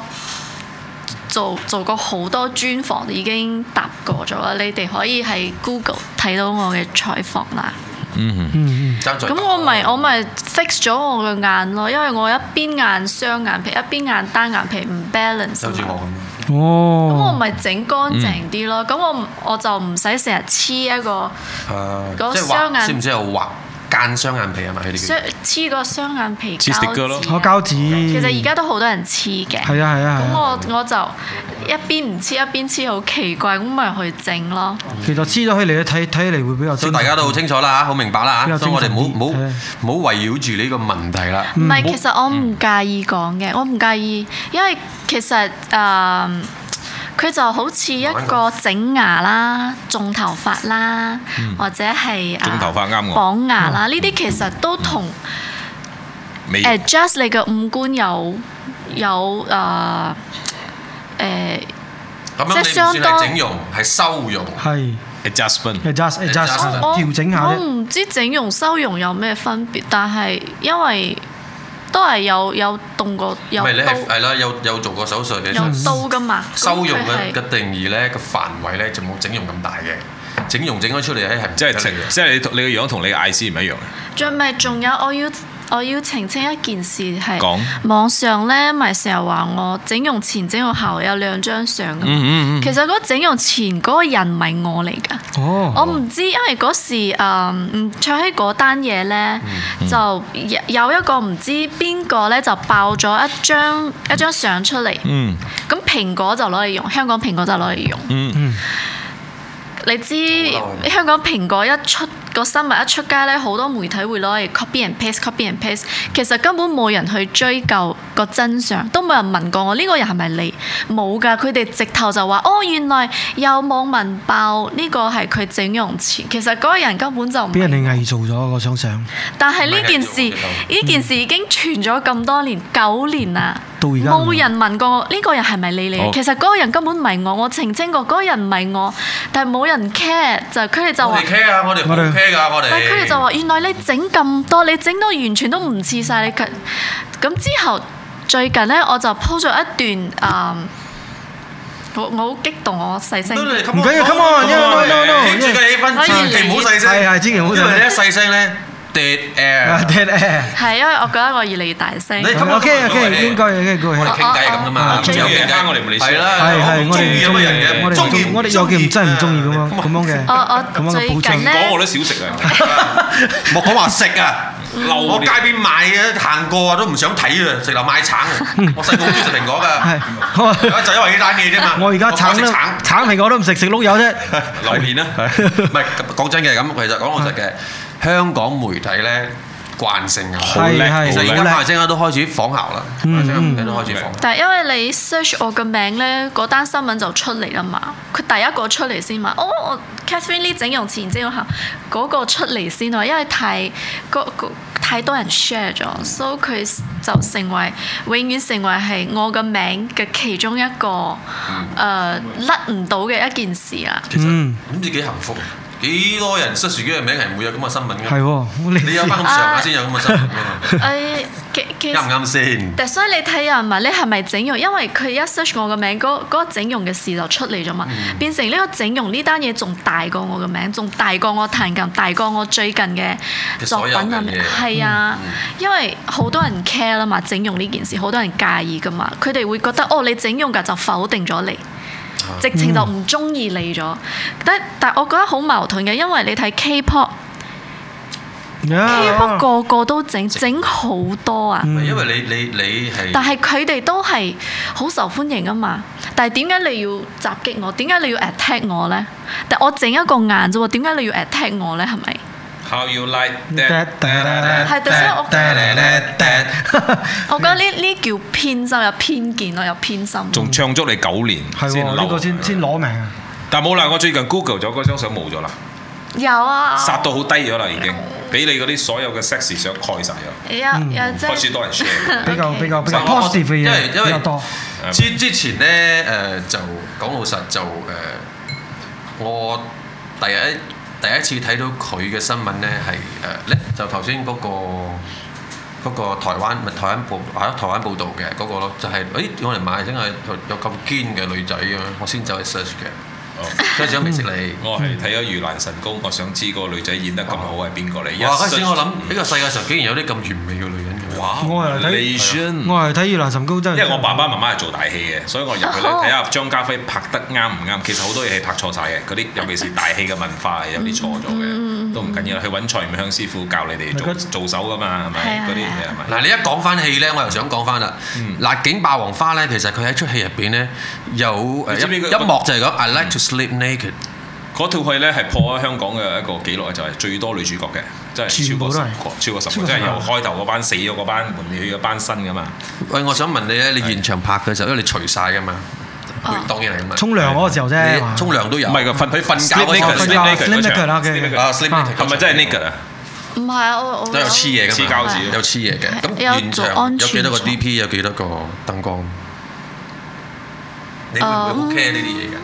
做做過好多專訪，已經答過咗啦。你哋可以喺 Google 睇到我嘅採訪啦。
Ừ.
Ừ.
嗯嗯
爭在
咁我咪我咪 fix 咗我個眼咯，因為我一邊眼雙眼皮，一邊眼單眼皮唔 balance 啊
收住我
嘛。
咁。
咁我
哦，
咪整乾淨啲咯，咁我唔我就唔使成日黐一個
誒，
嗰
即係
雙眼
畫，需唔需要畫間雙眼皮係咪佢哋
雙
叫？
黐個雙眼皮
黐 sticker 咯
我
膠紙啊。
膠紙。
其實而家都好多人黐嘅。
係啊係啊
咁
係啊。
我我就一邊唔黐一邊黐，好奇怪，咁咪去整咯。
其實黐咗起嚟咧，睇睇起嚟會比較
所
精
以
神。
大家都好清楚啦嚇，好明白啦
比
嚇，
較
所以我哋唔好
精神啲
唔好
係啊
唔好圍繞住呢個問題啦。
唔係，
唔好
其實我
嗯
唔介意講嘅，我唔介意，因為其實誒，呃佢、就好似一個整牙啦、種頭髮啦，
嗯
或者係呃
種頭髮啱我
綁牙啦，呢啲其實都同
美
嗯
adjust 你嘅五官有有誒誒、呃
咁樣
即係
你唔
相
算係
當
整容，係修容。
係
adjustment
adjust adjust
我
調整下
我
啫。
唔知整容修容有咩分別，但係因為都係有有動過
唔
有
係你
刀
係係啦，有有做過手術嘅。
有刀噶嘛，咁
修容
佢
嘅
係
嘅定義咧，個範圍咧就冇整容咁大嘅。整容整咗出嚟咧係唔
即係
得
情
嘅
即係你同你個樣同你嘅 IC 唔一樣嘅。
仲咪仲有，我要我要澄清一件事係
講
網上咧，咪成日話我整容前、整容後有兩張相嘅。
嗯
嗯
其實嗰整容前嗰個人唔係我嚟㗎。我
哦，
唔知，因為嗰時誒吳卓羲嗰單嘢咧，
嗯
就有有一個唔知邊個咧就爆咗一張一張相出嚟，
嗯
咁蘋果就攞嚟用，香港蘋果就攞嚟用。
嗯，
你知香港蘋果一出個新聞一出街咧，好多媒體會攞嚟 copy and paste，copy and paste。其實根本冇人去追究個真相，都冇人問過我呢、個人係咪你？冇㗎，佢哋直頭就話：哦，原來有網民爆呢、個係佢整容前，其實嗰個人根本就唔
俾人
係。
哋偽造咗個張相，
但係呢件事，
唔係偽造
呢件事已經傳咗咁多年，九年啦，
到而家哦都
冇人問過我呢個人係咪你嚟
好
嘅？其實嗰個人根本唔係我，我澄清過嗰個人唔係我，但係冇人 care，就佢哋就
我
話
哋。care 啊，我哋好
我哋
care 㗎，我哋。
但係佢哋就話：原來你整咁多，你整到完全都唔似晒你嘅。咁之後最近呢，我就 po 咗一段啊、我我好激動，我細聲
都
啲。
嚟
唔緊要，come on，no, no, no,
牽住個氣氛，千祈唔好細聲。
係係千祈唔好細聲
因為你一細聲咧，dead
啊
air。
dead air。
係因為我覺得我越嚟越大聲。
你 come on，
OK
come on，
OK，應該應該
我哋
過
傾
去。
偈係咁噶嘛，
啊傾偈
有傾偈
我哋唔理
係啦，
係係，我
中
哋
意咁
中
嘅
意
人嘅，
我哋
中意啊
我哋有件真係唔中意咁樣
[laughs]
咁樣嘅，
我我
咁樣嘅
最
保
近
障
呢。
講我都少食啊，
[laughs]
莫講話食啊！
嬲
我街邊買嘅行過啊，都唔想睇啊！直頭買橙
[laughs]
啊，我細個好中意食蘋果㗎， [laughs] 啊
係。
就因為呢單嘢啫嘛。
我而家橙
食
[laughs] 都
橙
橙蘋果都唔食，食碌柚啫。
榴蓮啦，
[laughs] 唔係講真嘅，咁其實講老實嘅，香港媒體咧慣性啊，
好叻
係係嗯
其實
好
而家
叻
馬來西亞都開始仿效啦，馬來西亞媒體都開始仿效。
但係因為你 search 我嘅名咧，嗰單新聞就出嚟啦嘛。佢第一個出嚟先嘛。哦，我 Catherine Lee 整容前整容後嗰、個出嚟先啊，因為太個個太多人 share 咗，所以佢就成為永遠成為係我嘅名嘅其中一個誒、呃甩唔到嘅一件事啊啦。
其實
嗯
咁自己幸福，幾多人失自己嘅名係唔會有咁嘅新聞
係
嘅。
喎，
你有翻咁上下先有咁嘅新聞㗎
誒、
嘛？
哎其
[laughs]
其
啱唔啱先？
但所以你睇人問你係咪整容，因為佢一 search 我個名，嗰、嗰個整容嘅事就出嚟咗嘛，
嗯
變成呢個整容呢單嘢仲大過我個名，仲大過我彈琴，大過我最近嘅作
所
品
有
啊
嘅嘢，嗯
係啊，因為好多人 care 啦嘛，整容呢件事好多人介意噶嘛，佢哋會覺得哦你整容㗎就否定咗你。
啊
直情就唔中意你咗，但但我覺得好矛盾嘅，因為你睇 K-pop。K-pop
啊，
個個都整整好多啊，
唔係因為你你你係，
但係佢哋都係好受歡迎啊嘛。但係點解你要襲擊我？點解你要 attack 我呢？但我整一個眼啫喎，點解你要 attack 我呢？係咪？
How you like
係，但所以我
[laughs]
我覺得呢呢叫偏心，有偏見咯，有偏心。
仲唱足你九年
係
先
喎，呢個
留，
先先攞命啊！
但冇啦，我最近 Google 咗嗰張相冇咗啦，
有啊，
殺到好低咗啦已經，俾你嗰啲所有嘅 sexy 相蓋晒咗，
有有即
開始
係
多人 share。
[laughs] 比較
Okay
比較比較
我
positive ờ, 嘅
因為
嘢
因
比
為
較多。
之之前咧誒、就講老實就誒、我第一第一次睇到佢嘅新聞咧係誒咧就頭先嗰個嗰、個台灣咪台灣報啊台灣報道嘅嗰個咯，就係、誒我嚟買真係有有咁堅嘅女仔咁樣，我先走去 search 嘅，
哦
跟住想未識你。
我係睇咗《盂蘭神功》，我想知個女仔演得咁好係邊個嚟。
哇！嗰陣時我諗呢個世界上竟然有啲咁完美嘅女人嘅，哇！
我係睇，
Ừ.
我係睇《越南神高》真
[laughs] 因
係。
為我爸爸媽媽係做大戲嘅，所以我入去咧
哦
睇下張家
嗯
輝拍得啱唔啱。其實好多嘢係拍錯晒嘅，嗰啲尤其是大戲嘅文化係有啲錯咗嘅。都唔緊要，去揾蔡明香師傅教你哋做
咪佢
做手噶嘛，係
係啊
咪？嗰啲
係啊
嘢係咪？
嗱，你一講翻戲咧，我又想講翻啦。
嗯
辣警霸王花咧，其實佢喺出戲入邊咧有誒
你知唔知
一
佢
一幕就係講 I like to sleep naked。
嗰套戲咧係破咗香港嘅一個紀錄，就係最多女主角嘅，即係超過十個，超過十個，即係由開頭嗰班死咗嗰班換去嗰班新噶嘛。
喂，我想問你咧，你現場拍嘅時候，因為你除晒噶嘛
哦，
當然係咁啊。
沖涼嗰個時候啫
你
嘛
沖涼都有。
唔係㗎瞓
佢瞓覺
sleep
嗰時候
naked，
先
sleep naked 嗰場
naked 啦，OK，OK
sleep naked
啊，sleep naked
係咪真係 naked 啊？
唔係啊，我我
都有黐嘢㗎
黐
嘛
膠紙
有黐嘢嘅。咁
有
現
做
場
安
有
全
幾多個
措
DP，有幾多個燈光？
嗯
你會唔會好 care 呢啲嘢㗎？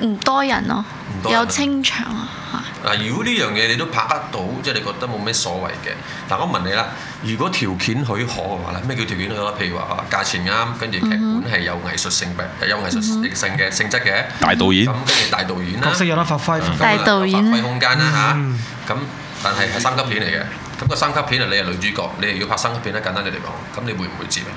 唔多人咯
唔，多人啊
有清場啊，係
嗱，如果呢樣嘢你都拍得到，即係你覺得冇咩所謂嘅。嗱，我問你啦，如果條件許可嘅話咧，咩叫條件許可呢？譬如話啊，價錢啱，跟住劇本係有藝術性嘅，有藝術
嗯
性嘅性質嘅。
大導演
咁跟住大導演啦
角，色有得發揮，
咁
大導演
有
啊
發揮空間啦
嗯
嚇。咁但係係三級片嚟嘅，咁個三級片啊，你係女主角，你係要拍三級片咧，簡單你嚟講，咁你會唔會接啊？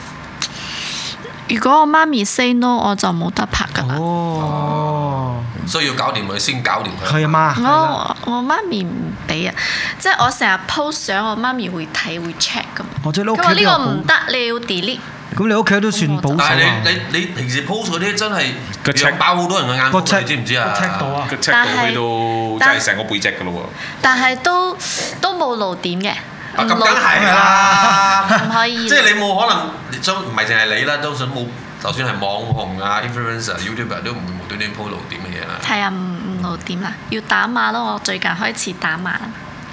如果我媽咪 say no，我就冇得拍㗎啦。
哦，
所以要搞掂佢先搞掂佢。
佢阿媽係啊啦，
我我媽咪唔俾啊，即係我成日 post 相，我媽咪會睇會 check 㗎嘛。
我最你屋
佢話
企都
呢
有
個
保，
唔得，你要 delete。
咁你屋企都算保守
但係
啊
你你你平時 post 嗰啲真係
個尺
養爆好多人嘅眼
個
福㗎，你知唔知啊？
個 check 到啊
個尺度去到
但係
真係成個背脊噶咯
但係都都冇露點嘅，
啊，
唔
咁
露
梗係啦，
[laughs] 唔可
[laughs]
以
即係你冇可能，你將唔係淨係你啦，都想冇，就算係網紅啊、influencer、YouTuber 都唔會無端端 po 露點嘅
[laughs]
嘢啦。
係啊，唔唔露點啦，要打碼咯。我最近開始打碼啦，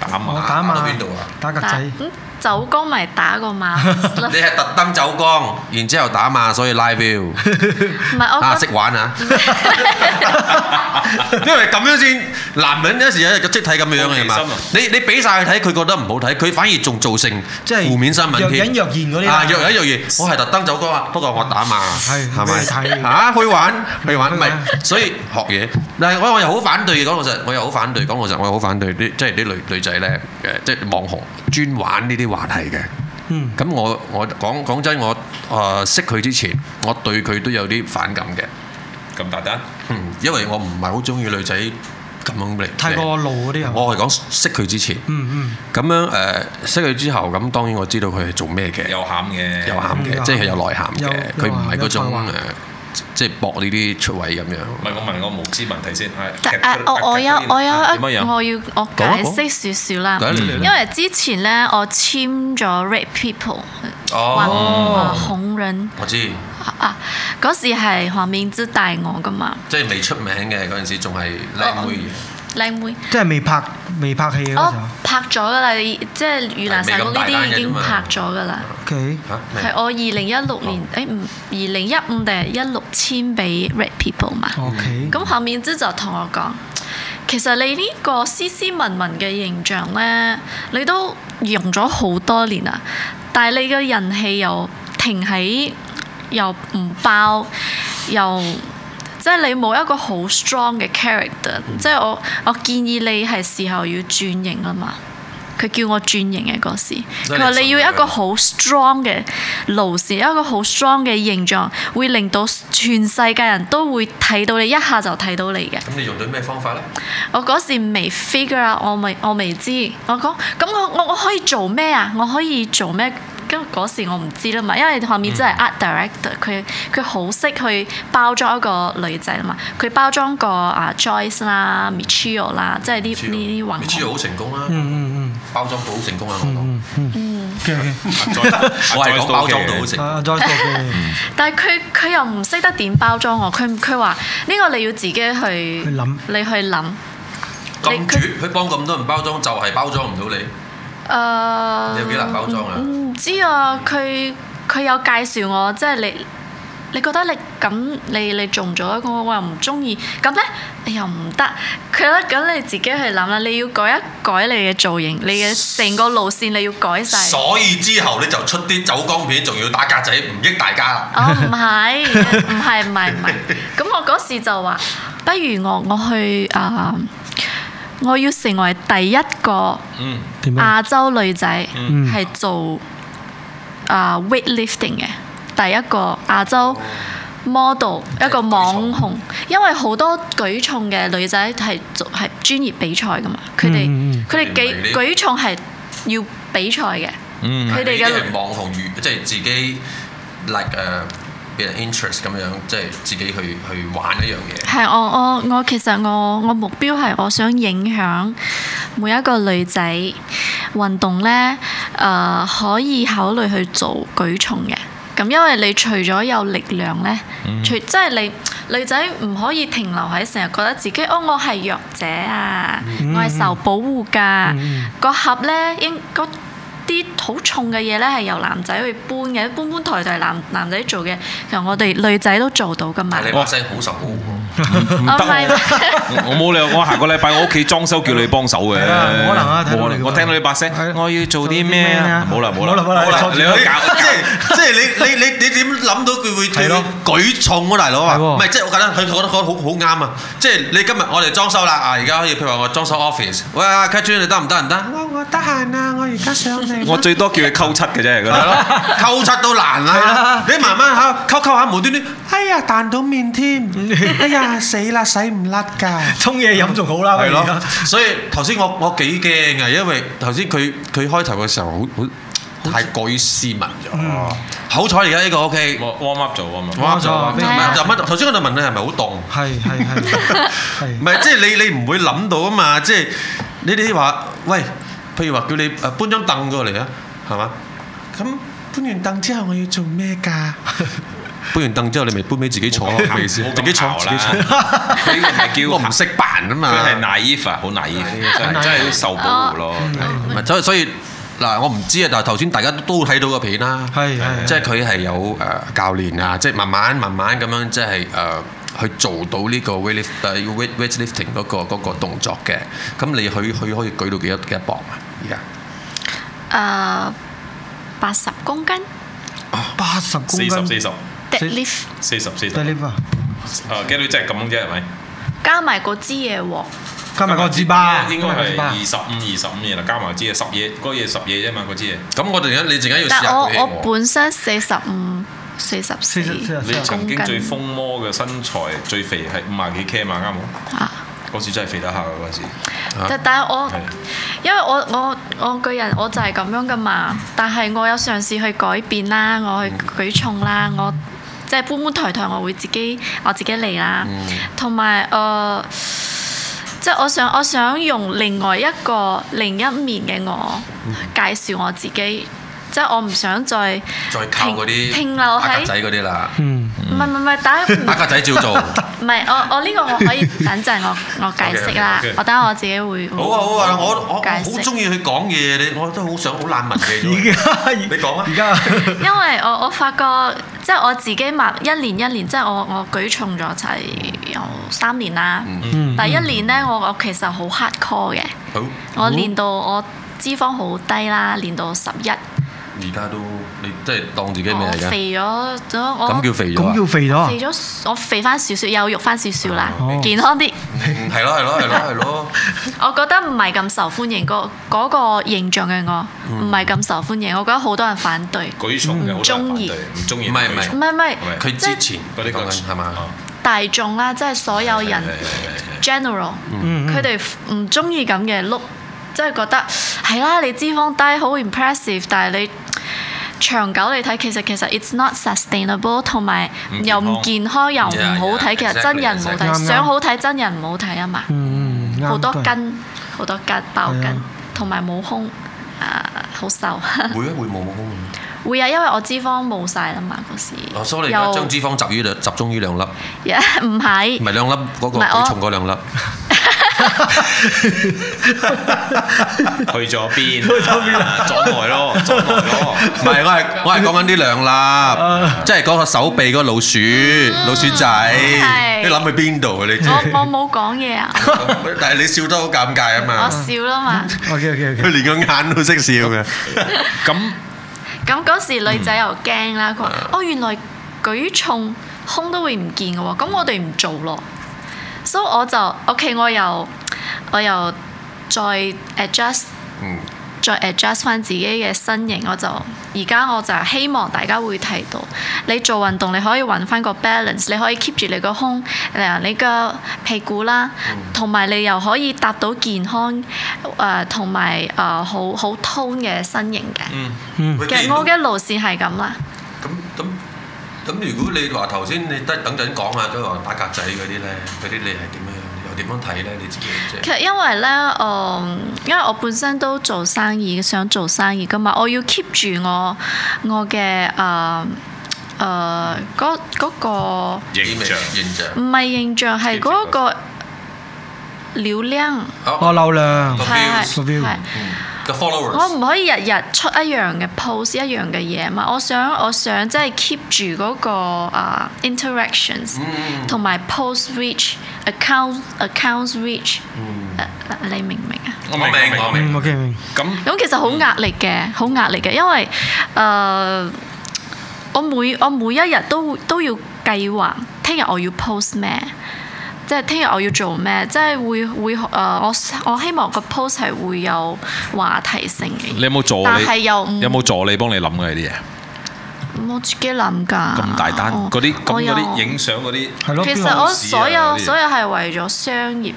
喎，打
我
馬
打
打到
馬
邊度啊
打格
打
仔，
嗯走光咪打個碼
[laughs]
咯
你係特登走光，然之後打罵，所以 live view
唔係
啊，
[laughs] 我覺
識玩啊！因為咁樣先，男人有時有個即睇咁樣嘅嘛
好奇心啊。
你你俾晒佢睇，佢覺得唔好睇，佢反而仲造成
即係
負面新聞添。
若隱若現嗰啲
啊
啊，
若隱若現，我係特登走光啊，不過我打罵，
係俾
咪
你睇
嚇？去玩去玩，唔
去
係
玩，
所以學嘢。但係我我又好反對嘅，講老實，我又好反對，講老實，我又好反對啲即係啲女女仔咧，誒即係網紅專玩呢啲話題嘅。
嗯，
咁我我講講真，我誒、呃、識佢之前，我對佢都有啲反感嘅，
咁大單，
嗯，因為我唔係好中意女仔咁樣嚟。
太過露嗰啲啊，
我係講識佢之前，
嗯
咁樣誒、呃、識佢之後，咁當然我知道佢係做咩嘅，
有餡嘅，
有涵
嗯有
嘅，
涵
即係有內涵
有
嘅，佢唔係嗰種
有涵
誒
有才華，
即係搏呢啲出位咁樣。
唔係我問我無知問題先，係
得啊，
[laughs]
我我有我
啊
有
點
一
樣樣？
我要我解釋少少啦
講啊講嚟嚟，嚟
因為之前咧我簽咗 Red People，話
哦，
話紅人
我知，
啊，嗰時係黃面之帶我噶嘛，
即係未出名嘅嗰陣時，仲係靚妹嘅，
靚妹。
嗯，即係未拍未拍戲嗰
我
時候
哦拍咗噶啦，即係《盂蘭神功》呢啲已經拍咗噶啦。
，OK，
嚇咩
係我二零一六年，誒唔二零一五定係一六簽俾 Red People 嘛。
哦 OK，
咁後面之就同我講，其實你呢個斯斯文文嘅形象呢，你都用咗好多年啦，但係你嘅人氣又停喺又唔爆又。即係你冇一個好 strong 嘅 character，即
嗯
係我我建議你係時候要轉型啦嘛。佢叫我轉型嘅嗰時，
真係
佢話你
信
要一
佢
個好 strong 嘅路線，一個好 strong 嘅形象，會令到全世界人都會睇到你，一下就睇到你嘅。
咁你用到咩方法咧？
我嗰時未 figure out，我未我未知。我講咁我我我可以做咩啊？我可以做咩？咁嗰時我唔知啦嘛，因為後面真
嗯
係 art director，佢佢好識去包裝一個女仔啦嘛。佢包裝個啊 Joyce 啦、Michio 啦，即係呢呢啲
你
混
知道好
紅。
成功
Ừ,
啦，
嗯嗯
包裝到好成功啊！我講。
嗯，OK OK，
我係講包裝到好食。
啊再做嘅，
但係佢佢又唔識得點包裝我，佢佢話呢個你要自己去
去諗
你去諗。
咁絕，佢幫咁多人包裝，就係包裝唔到你。
誒、呃
你有幾難包裝啊
唔知啊，佢佢有介紹我，即係你，你覺得你咁你你中咗，我我又唔中意，咁咧你又唔得，佢咧咁你自己去諗啦，你要改一改你嘅造型，你嘅成個路線你要改晒。
所以之後你就出啲走光片，仲要打格仔，唔益大家啦。
哦，唔係，唔係，唔係，唔係。咁我嗰時就話，不如我我去啊、我要成為第一個
嗯，
點啊？
亞洲女仔
嗯
係做啊 weightlifting 嘅，第一個亞洲 model
嗯
一個網紅，因為好多舉重嘅女仔係做係專業比賽噶嘛，佢哋
嗯嗯
佢
佢哋
哋
唔
幾
係呢
舉重係要比賽嘅，
嗯
佢哋
呢啲
嘅
係網紅語，即係自己 like 誒
呃
俾人 interest 咁樣，即係自己去去玩一樣嘢。
係我我我其實我我目標係我想影響每一個女仔運動呢，誒、可以考慮去做舉重嘅。咁因為你除咗有力量呢，
嗯
除即係你女仔唔可以停留喺成日覺得自己哦我係弱者啊，我係受保護㗎。
嗯
個盒咧應嗰啲好重嘅嘢咧係由男仔去搬嘅，搬搬抬抬男男仔做嘅，其實我哋女仔都做到噶嘛
但係。你把聲好受保護
哦
喎，
唔
啊
得
唔係
喎。我我冇理由，我下個禮拜我屋企裝修叫你幫手嘅。
係啦冇可能啊睇到
冇
你
可能
個
我聽到你把聲
係，
我要做啲咩
做啲咩
啊？冇啦
啊
冇啦
冇啦冇啦
你可以搞。
即係即係你你你你點諗到佢會
係咯
舉重啊，大佬啊？
係喎
唔係即係我覺得佢覺得好好啱啊！即係你今日我哋裝修啦啊，而家可以譬如話我裝修 office，喂啊 c a t r i n 你得唔得唔得？哇我得閒啊，我而家上嚟。
我最多叫佢溝七嘅啫，嗰
[laughs] 係
啲
咯，溝七都難啦。 [laughs] 你慢慢嚇溝溝下，無端端，哎呀彈到面 [laughs] 添，哎呀死啦，洗唔甩㗎。
沖嘢飲仲好啦，
係
不如
咯，所以頭先我我幾驚啊，因為頭先佢佢開頭嘅時候好好太過於斯文咗。好彩而家呢個 OK，
warm up 做 warm up。
哇！就
咗
唔
係啊
係就乜？頭先我哋問你係咪好凍？
係 [laughs] 係係係
唔。係，即係你你唔會諗到啊嘛！即係你哋話喂，譬如話叫你誒搬張凳過嚟啊，係嘛？咁搬完凳之後我要做咩㗎？ [laughs] 搬完凳之後你咪搬俾自己坐咯，係咪意思？
唔好咁
自己坐，
姣
自
啦
己坐。
佢唔 [laughs] 係叫
我唔識扮啊嘛。
佢係 naive 啊，好 naive，真係真係受保護咯。
[laughs] 唔係，所以所以嗱，我唔知啊，但係頭先大家都睇到個片啦，
係係
即係佢係有誒、呃教練啊，即係慢慢慢慢咁樣，即係誒。呃去做到呢個 weightlift 誒 weight weightlifting 嗰、個嗰、個動作嘅，咁你佢佢可以舉到幾多幾多磅啊？而家
誒呃八十公斤
八十公
四
斤
十四十
dead lift
四十四十，
Deadlift 啊，
啊幾女真係咁啫係咪？
加埋個支嘢喎，
加埋個支巴，
應該
支
係
巴
二十五二十五嘢啦，加埋支嘢十嘢，嗰嘢十嘢啫嘛，嗰支嘢。
咁我突然間你陣間要試
但
下
我
舉起
我
我，
本身四十五、四十四
四十四十啊
你曾經
公斤
最瘋魔嘅身材最肥係五廿幾 K 嘛啱冇？
啊，
嗰時真係肥得下嘅嗰陣時，
但但係我
係
因為我我我個人我就係咁樣噶嘛，但係我有嘗試去改變啦，我去舉重啦，我即係搬搬抬抬，我會自己我自己嚟啦，同埋誒，即係我想我想用另外一個另一面嘅我介紹我自己，即係我唔想再
再靠嗰啲
停停留喺
阿格仔嗰啲啦，
嗯，
唔係唔係唔係，
[laughs]
但係唔
阿格仔照
[laughs]
做，好啊
唔係我我呢個我可以等陣我我解釋啦
OK，OK，OK，
我等下我自己會好
好啊，我我我
解
好
釋
中意佢講嘢，你我都好想好懶文嘅
[laughs] 而
啫，
家
你講啊
而，家
因為我我發覺即係我自己慢一年一年，即係我我舉重咗就係有三年啦。
嗯
第一年呢，我我其實好 hard core 嘅，
好，嗯
我練到我脂肪好低啦，練到十一，
而家都你即係當自己咩
我
嚟㗎？
肥咗咗我
咁叫肥咗啊
咁叫肥咗啊
肥咗，我肥翻少少，有肉翻少少啦
哦，
健康啲。
嗯係咯係咯係
[laughs]
咯係
[laughs]
咯，
我覺得唔係咁受歡迎，嗰嗰個形象嘅我唔係咁受歡迎，我覺得好多人反對。
舉重嘅好多人反對，唔中意。
唔係唔係
唔係唔係，
係
佢
即係
之前
嗰
嗰
啲
啲
叫哦
講緊係
哦
嘛？
大眾啦，即係所有人
係係係
general，
嗯
佢哋唔中意咁嘅 look，即係覺得係啦，你脂肪低好 impressive，但係你長久嚟睇，其實其實 it's not sustainable，同埋
唔健
又
康
唔健康又唔好
Yeah, yeah,
睇，其實真人唔好
exactly,
啱
睇，
啱
想好睇真人唔好睇啊嘛，
嗯嗯啱
好多
都係
筋，好多筋爆
係
筋
啊，
同埋冇胸，啊好瘦， [laughs]
會啊會冇空啊！
會啊，因為我脂肪冇晒啦嘛嗰時，
我所以你而家
又
將脂肪集於兩集中於兩粒，唔
[laughs] 唔係。
係兩粒嗰個
唔係我
舉重嗰兩粒。
去咗邊？去咗邊啊？左外咯，左外咯。
唔係
[laughs]
我係我係講緊呢兩粒，即係嗰個手臂嗰個老鼠老鼠仔，
係
你諗去邊度啊？你知
我 [laughs] 我 [laughs] 冇講嘢啊，
[laughs] 但係你笑得好尷尬啊
我
嘛！
笑啦嘛。
OK OK OK，
佢連個眼都識笑嘅，
咁
咁嗰時女仔又驚啦，佢話：哦，原來舉重胸都會唔見嘅喎，咁我哋唔做咯。所以我就 OK，我又我又再 adjust
嗯
再 adjust 翻自己嘅身形，我就而家我就係希望大家會睇到，你做運動你可以揾翻個 balance，你可以 keep 住你個胸，誒你個屁股啦，同埋你又可以達到健康誒同埋誒呃好好 tone 嘅身形嘅。
嗯喂
其
既
實
然
我嘅路線係咁啦，
咁咁咁，如果你話頭先你得等陣講啊，都話打格仔嗰啲咧，嗰啲你係點樣？又點樣睇咧？你自己即
其
係
實因為咧，誒、因為我本身都做生意，想做生意噶嘛，我要 keep 住我我嘅誒誒嗰嗰個
形象
形象。
唔係形象，係嗰個呃流量，
我流量
個
係係
views
個 view
係。
個 followers。
我唔可以日日出一樣嘅 post 一樣嘅嘢嘛，我想我想即係 keep 住嗰個啊、interactions
嗯
同埋 post reach account accounts reach，、呃你明唔明啊？
我明我明我明。
嗯，OK 明。
咁
咁其實好壓力嘅，好壓力嘅，因為誒、呃我每我每一日都都要計劃，聽日我要 post 咩，即係聽日我要做咩，即係會會誒、呃我我希望個 post 係會有話題性嘅。
你有冇助理
但係嗯又唔
有冇助理幫你諗嘅呢啲嘢？
我自己諗㗎。
咁大單
我
嗰啲
哦我
咁嗰
有
啲影相嗰啲，
係咯，
其
邊
實
個
我
好事啊
所
嗰
有
啲
所有係為咗商業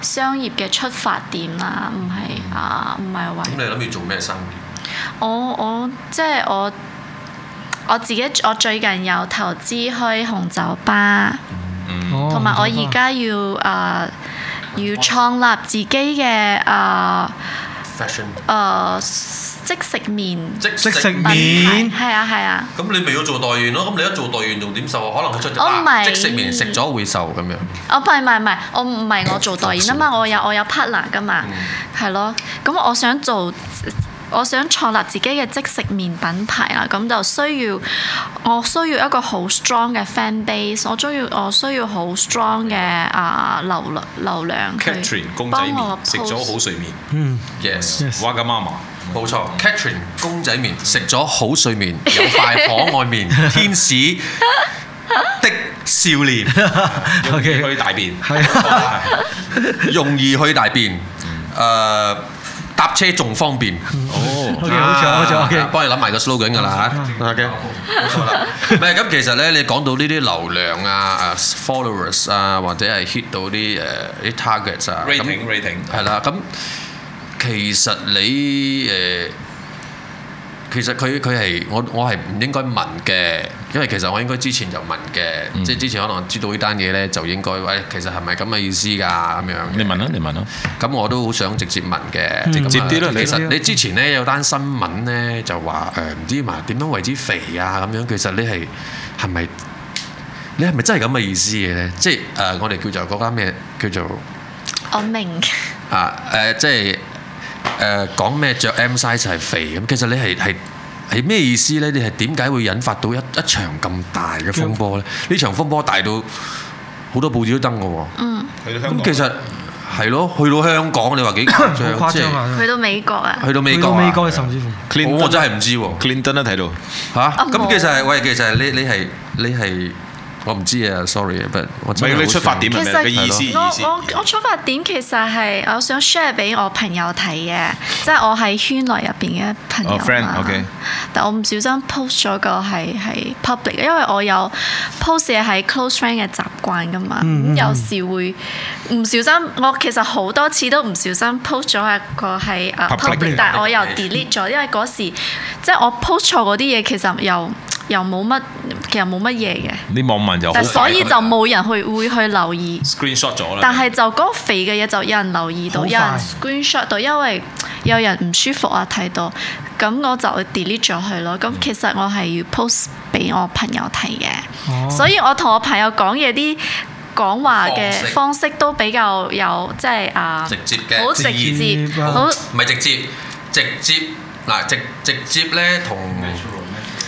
商業嘅出發點啦，唔係啊，唔係為
咁你諗住做咩生意？
嗯
我我即係我我自己，我最近有投資開紅酒吧，
哦
同埋我
明白
而家要誒、呃要創立自己嘅誒
fashion
誒即食麵
即
即食
食。
面
品牌，係啊係啊。
咁你咪要做代言咯？咁你一做代言仲點售啊？可能佢出咗
我
啊
唔係
即食麵食咗會售咁樣。
我哦唔係唔係唔係，我唔係我做代言啊嘛，我有我有 partner 噶嘛，
嗯
係咯。咁我想做，我想創立自己嘅即食麵品牌啦。咁就需要我需要一個好 strong 嘅 fan base，我中意我需要好 strong 嘅啊流量流量去
Catherine 公仔
幫我
麵食咗好
post
睡眠
嗯
Yes，
yes，
哇噶媽媽
冇錯。Catherine 公仔麵食咗好睡眠，有塊可
[laughs]
愛面，天使的少 [laughs] 年。
要去大便，
係啊，
容易去大便，誒、搭車仲方便。哦
OK，好似好似 OK
幫你諗埋個 slogan 㗎啦嚇。OK，冇錯啦。唔係咁，其實咧，你講到呢啲流量啊、誒 followers 啊，或者係 hit 到啲誒啲 targets 啊，咁
rating rating
係啦，咁其實你誒、呃其實佢佢係我我係唔應該問嘅，因為其實我應該之前就問嘅，即係之前可能知道呢單嘢咧，就應該喂，其實係咪咁嘅意思㗎咁樣？
你問啦，你問啦。
咁我都好想直接問嘅，即係咁啊
直接啲啦你
其實
啦
你之前咧有單新聞咧就話誒唔知嘛點樣為之肥啊咁樣，其實你係係咪你係咪真係咁嘅意思嘅咧？即係誒、呃我哋叫做嗰間咩叫做？
我明，
啊誒、即係誒、講咩着 M size 係肥咁，其實你係係係咩意思咧？你係點解會引發到一一場咁大嘅風波咧？呢場風波大到好多報紙都登嘅喎。
去到香
咁
港，
其實係咯，去到香港你話幾誇張？
好誇
即係
張
嗯
啊！
去到美國啊，
去到美
去
國
到
啊
美國甚至乎，
我我真係唔知喎。
Clinton 都睇到，
嚇！
冇
咁其實係喂，其實係你你係你係我唔知啊，sorry，but 我真係
咪
好
你出發點
其
係
實
咩嘅意思？意
我
思。
我我出發點其實係我想 share 俾我朋友睇嘅，即係我喺圈內入邊嘅朋友
哦，friend，
嘛
OK
但我唔小心 post 咗個係係 public，因為我有 post 嘢係 close friend 嘅習慣噶嘛，咁、有時會唔小心，我其實好多次都唔小心 post 咗一個係啊
Public
public，但係我又 delete 咗，因為嗰時即係我 post 錯嗰啲嘢，其實又又冇乜，其實冇乜嘢嘅，
啲網民哦就好
但所以
快
就冇人去會去留意。
screenshot 咗啦。
但係就嗰個肥嘅嘢就有人留意到，
好
有
快
人 screenshot 到，因為有人唔舒服啊睇到，咁我就 delete 咗佢咯。咁其實我係要 post 俾我朋友睇嘅，
哦
所以我同我朋友講嘢啲講話嘅方式都比較有即係啊，
直接嘅
好直接，
直接啊
好
唔係直接，直接嗱直直接咧同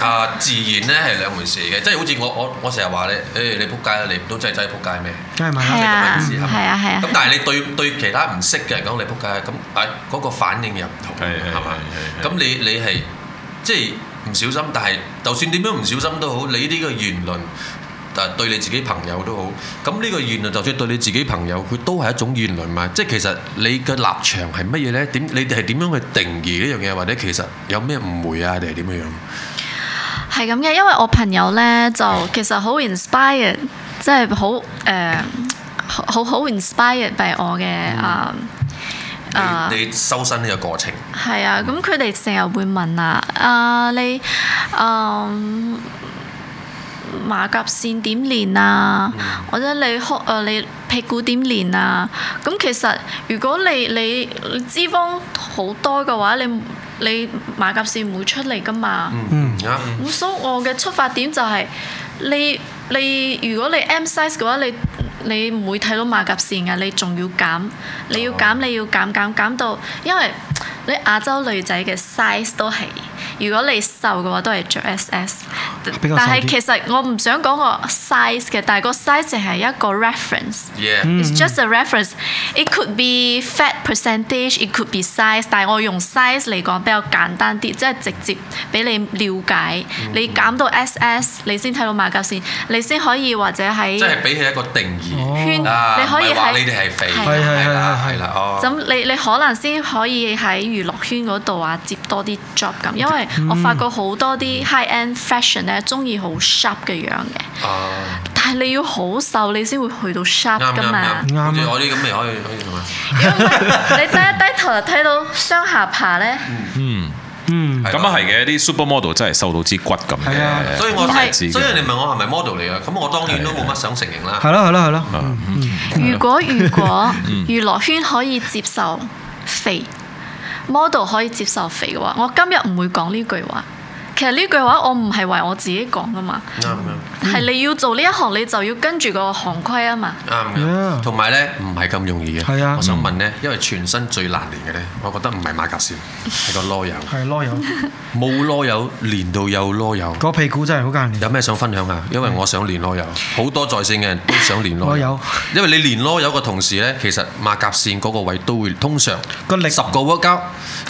啊自然咧係兩回事嘅，即係好似我我我成日話咧，誒、你撲街啦，你唔通真係真係撲街咩？
梗係咪
係
啦？
即係咁嘅
啊，
意思係咪
係啊，係啊
咁。但係你對對其他唔識嘅人講你撲街，咁啊嗰個反應又唔同，
係係
係嘛？
係係
咁你你係即係唔小心，但係就算點樣唔小心都好，你呢個言論誒對你自己朋友都好，咁呢個言論就算對你自己朋友，佢都係一種言論嘛。即係其實你嘅立場係乜嘢呢？點你哋係點樣去定義呢樣嘢，或者其實有咩誤會啊？定係點樣樣？
係咁嘅，因為我朋友呢，就其實好 inspired，即係好誒好好 inspired by 我嘅啊。啊
嗯你你修身呢個過程，
係啊，咁佢哋成日會問啊，啊你啊馬甲線點練啊，或者你胸啊你屁股點練啊？咁其實如果你你你脂肪好多嘅話，你你馬甲線唔會出嚟噶嘛。
嗯啱。
咁所以我嘅出發點就係、你你如果你 M size 嘅話，你你唔會睇到馬甲線嘅，你仲要減，你
哦
要減，你要減減減到，因為你亞洲女仔嘅 size 都係，如果你瘦嘅話都係着 SS，
比較瘦啲
但係其實我唔想講個 size 嘅，但係個 size 淨係一個 reference。
Yeah，
It's just a reference. It could be fat percentage, it could be size，但係我用 size 嚟講比較簡單啲，即係直接俾你了解。
嗯
你減到 SS，你先睇到馬甲線，你先可以或者喺
即係俾佢一個定義
圈，
啊，
你可以
唔係話
喺
你哋係啊肥，
係啊
係係
係啦
係係
係啦，哦。
咁你你可能先可以喺娛樂圈嗰度啊接多啲 job 咁，因為
嗯
我發覺好多啲 high end fashion 咧，中意好 sharp 嘅樣嘅，
啊
但係你要好瘦你先會去到 sharp
啱
噶
啱
嘛。
啱，
啱啊
好似我啲咁咪可以可以係嘛？
如果唔係你低一低頭就睇到雙下巴咧，
嗯，
嗯，
咁啊係嘅，啲 supermodel 真係瘦到支骨咁
係啊
嘅。
所以我
唔係
所以人哋問我係咪 model 嚟啊？咁我當然都冇乜想承認啦。
係咯係咯係咯，
[laughs] 如果如果娛樂圈可以接受肥，model 可以接受肥嘅話，我今日唔會講呢句話。其實呢句話我唔係為我自己講噶嘛，
啱啱
係你要做呢一行你就要跟住個行規啊嘛。
啱嘅，
Yeah
同埋咧唔係咁容易嘅。
係啊
我想問咧，因為全身最難練嘅咧，我覺得唔係馬甲線，係個啰柚，
係咯 [laughs] 有
冇啰柚練到有啰柚。
個屁股真係好艱難。
有咩想分享啊？因為我想練啰柚，好多在線嘅人都想練啰
我
柚
有。
因為你練啰柚嘅同時呢，其實馬甲線嗰個位都會通常
個力
十個 workout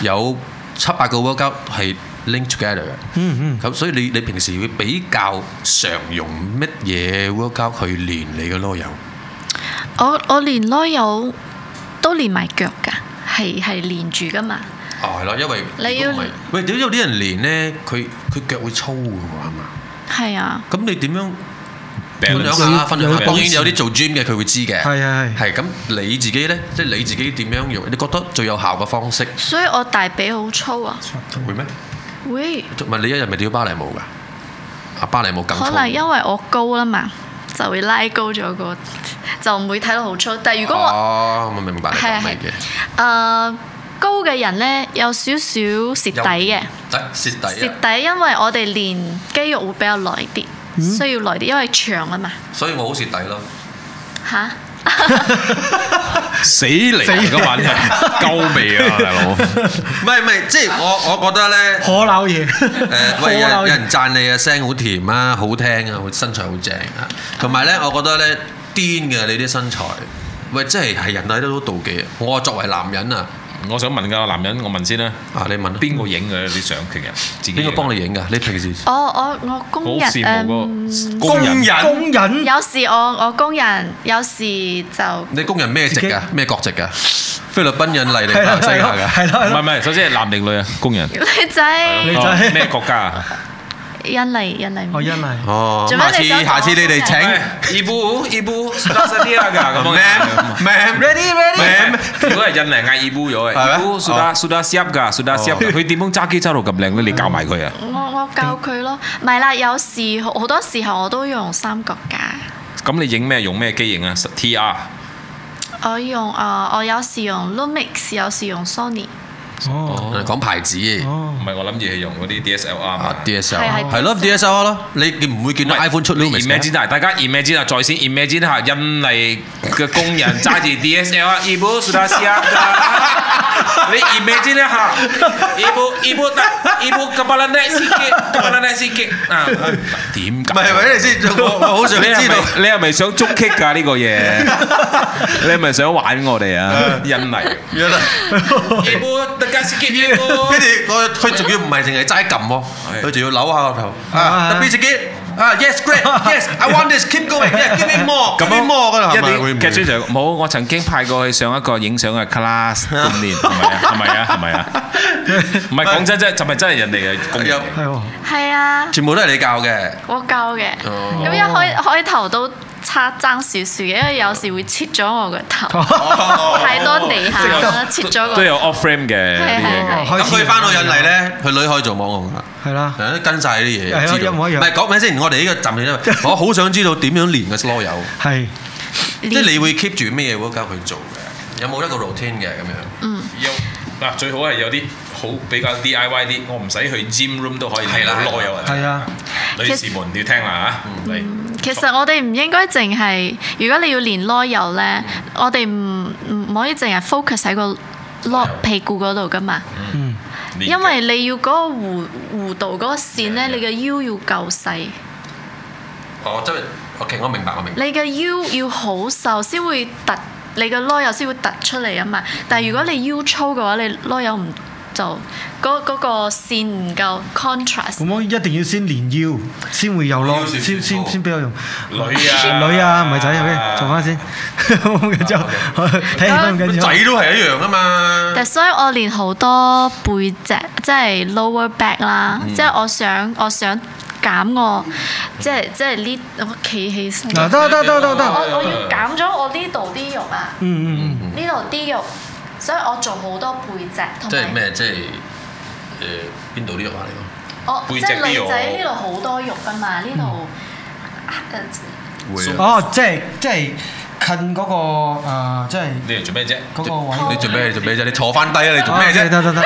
有七八個 workout 係 link together 嘅。
嗯嗯，
咁所以你你平時會比較常用乜嘢 workout 去練你嘅啰柚？
我我連攞有都連埋腳㗎，係係連住㗎嘛。
哦，係咯，因為
你
如果唔
要
係喂，點解有啲人練呢？佢佢腳會粗嘅喎，係嘛？
係啊，
咁你點樣分享
balance
下啦？分享
有
下，
啲
當然有啲做 gym 嘅佢會知嘅。
係係係，
係咁，你自己呢？即係你自己點樣用？你覺得最有效嘅方式
所以我大髀好粗啊。
會咩？
喂，
唔係你一日咪跳芭蕾舞㗎？啊，芭蕾舞更粗
可能因為我高啦嘛，就會拉高咗個，就唔會睇到好粗。但係如果我
哦，我明白你
係
講
係
咩嘅。
誒、啊高嘅人呢，有少少蝕底嘅，
得蝕底啊
蝕！底因為我哋練肌肉會比較耐啲，需要耐啲，因為長啊嘛
所以我好蝕底咯。
嚇。
死嚟嘅話咧，
[laughs]
夠味啊，大佬！
唔係唔係，即係我我覺得咧，
可扭 [laughs] 嘢。
誒
好
喂，有人有
有
人讚你啊，聲好甜啊，好聽啊，好身材好正啊，同埋咧，我覺得咧癲嘅你啲身材，喂，即係係人睇都妒忌啊！我作為男人啊，
我想問㗎，男人我問先啦，
啊你問啊
邊個影嘅啲相決人？自己
邊個幫
你？
你影㗎？你平時
我我我工
好
人
羨慕
誒
嗰個工人。
工人
有時我我工人，有時就 [laughs]
你工人咩籍
自己
㗎？咩國籍㗎？菲律賓人嚟定
係
馬
啦
來西亞
係啦
㗎？
係啊啦係
唔係唔
啦，
係，首先係男定女啊？工人。
女仔
女仔
哦咩國家啊？
印尼印尼。
哦因為
哦，
做
咁下
咩
次
你想
下次你哋請
伊布伊布斯拉沙啲啊㗎咁
ma'am ma'am
ready ready，
如果係印尼嗌伊布咗
係
嘅，
咩
伊布蘇達蘇達斯入㗎，蘇達斯入㗎，佢點樣揸機揸到咁靚咧？你教埋佢啊！
我我教佢咯，唔係啦，有時好好多時候我都用三角架，
咁你影咩用咩機影啊？T R
我用誒、呃我有時用 Lumix，有時用 Sony，
哦
講牌子
唔
哦，
係我諗住係用嗰啲 D S L R
啊
嘛。
係係
DSLR 係咯 DSLR 咯，你你唔會見到 iPhone 出 Lumix 嘅
imagine 下，大家 imagine 啊下，在線 imagine 下，印尼嘅工
[laughs]
人揸住 DSL 啊，伊布蘇達斯啊，你 imagine 一下，伊布伊布達伊布吉巴拉奈斯基，吉巴拉奈斯基啊，點解？
唔係係咪你先？我我好想
你係
知道。
咪你係咪想捉棘㗎呢個嘢？
[laughs]
你係咪想玩我哋啊？印尼。
原來
伊布特加斯基伊布
À, 跟住我佢仲要唔係淨係齋撳喎，佢仲要扭下個頭啊！特別自己啊，yes À, great，yes，I want this，keep going，yeah，give me
啊
more，give me more 噶啦，
Dạ,
係咪？會唔會？
劇就冇，我曾經派過去上一個影相嘅 [laughs] class 鍛鍊，係咪啊？係咪啊？係咪啊？唔係講真真，就咪真係人哋嘅
Dạ,
工人嚟
[laughs]
嘅。
係喎，
係啊，
全部都係你教嘅。
我教嘅。
哦
咁一開開頭都差爭少少嘅，因為有時會切咗我個頭，太多地下
哦
啦，切咗個
都。有 off frame 嘅啲
係
嘢嘅。
係係。
咁佢翻到印尼咧，佢女可以做網紅啦，
係啦，
係跟晒啲嘢，
係啊
知道
一模一樣
唔係講咩先？我哋呢個暫停因為我好想知道點樣練嘅 slow 友，
係
即係你會 keep 住咩嘢 work 佢做嘅？有冇一個 routine 嘅咁樣？
有嗱，最好係有啲好比較 DIY 啲，我唔使去 gym room 都可以
係啦
好耐有人。
係啊，
女士們要聽啊啦嚇，嚟
其實我哋唔應該淨係，如果你要練攞油咧，
嗯
我哋唔唔可以淨係 focus 喺個
啊
攞屁股嗰度噶嘛，
嗯，
練
因為你要嗰個弧弧度嗰個線
啊
咧，你嘅腰要夠細，
哦，即係 OK，我明白，我明白。
你嘅腰要好瘦先會突，你嘅攞油先會突出嚟啊嘛。但係如果你腰粗嘅話，你攞油唔就嗰嗰個線唔夠 contrast
嗯
咁。我一定要先練腰，先會有咯，
腰先
先先
好
先俾我用。
女啊
女啊，唔係仔，OK，做
[laughs]
翻先，好緊張， [laughs] 睇氣氛唔緊要。
仔都係一樣啊嘛。
但所以我練好多背脊，即係 lower back 啦，
嗯
即係我想我想減我，即係即係呢我企起身，
嗱，得得得得
我
得，
我要減咗我呢度啲肉啊，
嗯嗯嗯，
呢度啲肉，所以我做好多背脊
即係
同埋
咩？即係誒邊度啲肉啊？你
我哦即
背脊
係
啲肉
女仔呢度好多肉噶嘛，呢度呃
講會啊？
哦，即係即係近嗰個誒，即係
你嚟做咩啫？
嗰個位。
你做咩？你做咩啫？你坐翻低啊！你做咩
哦
啫？
得得得，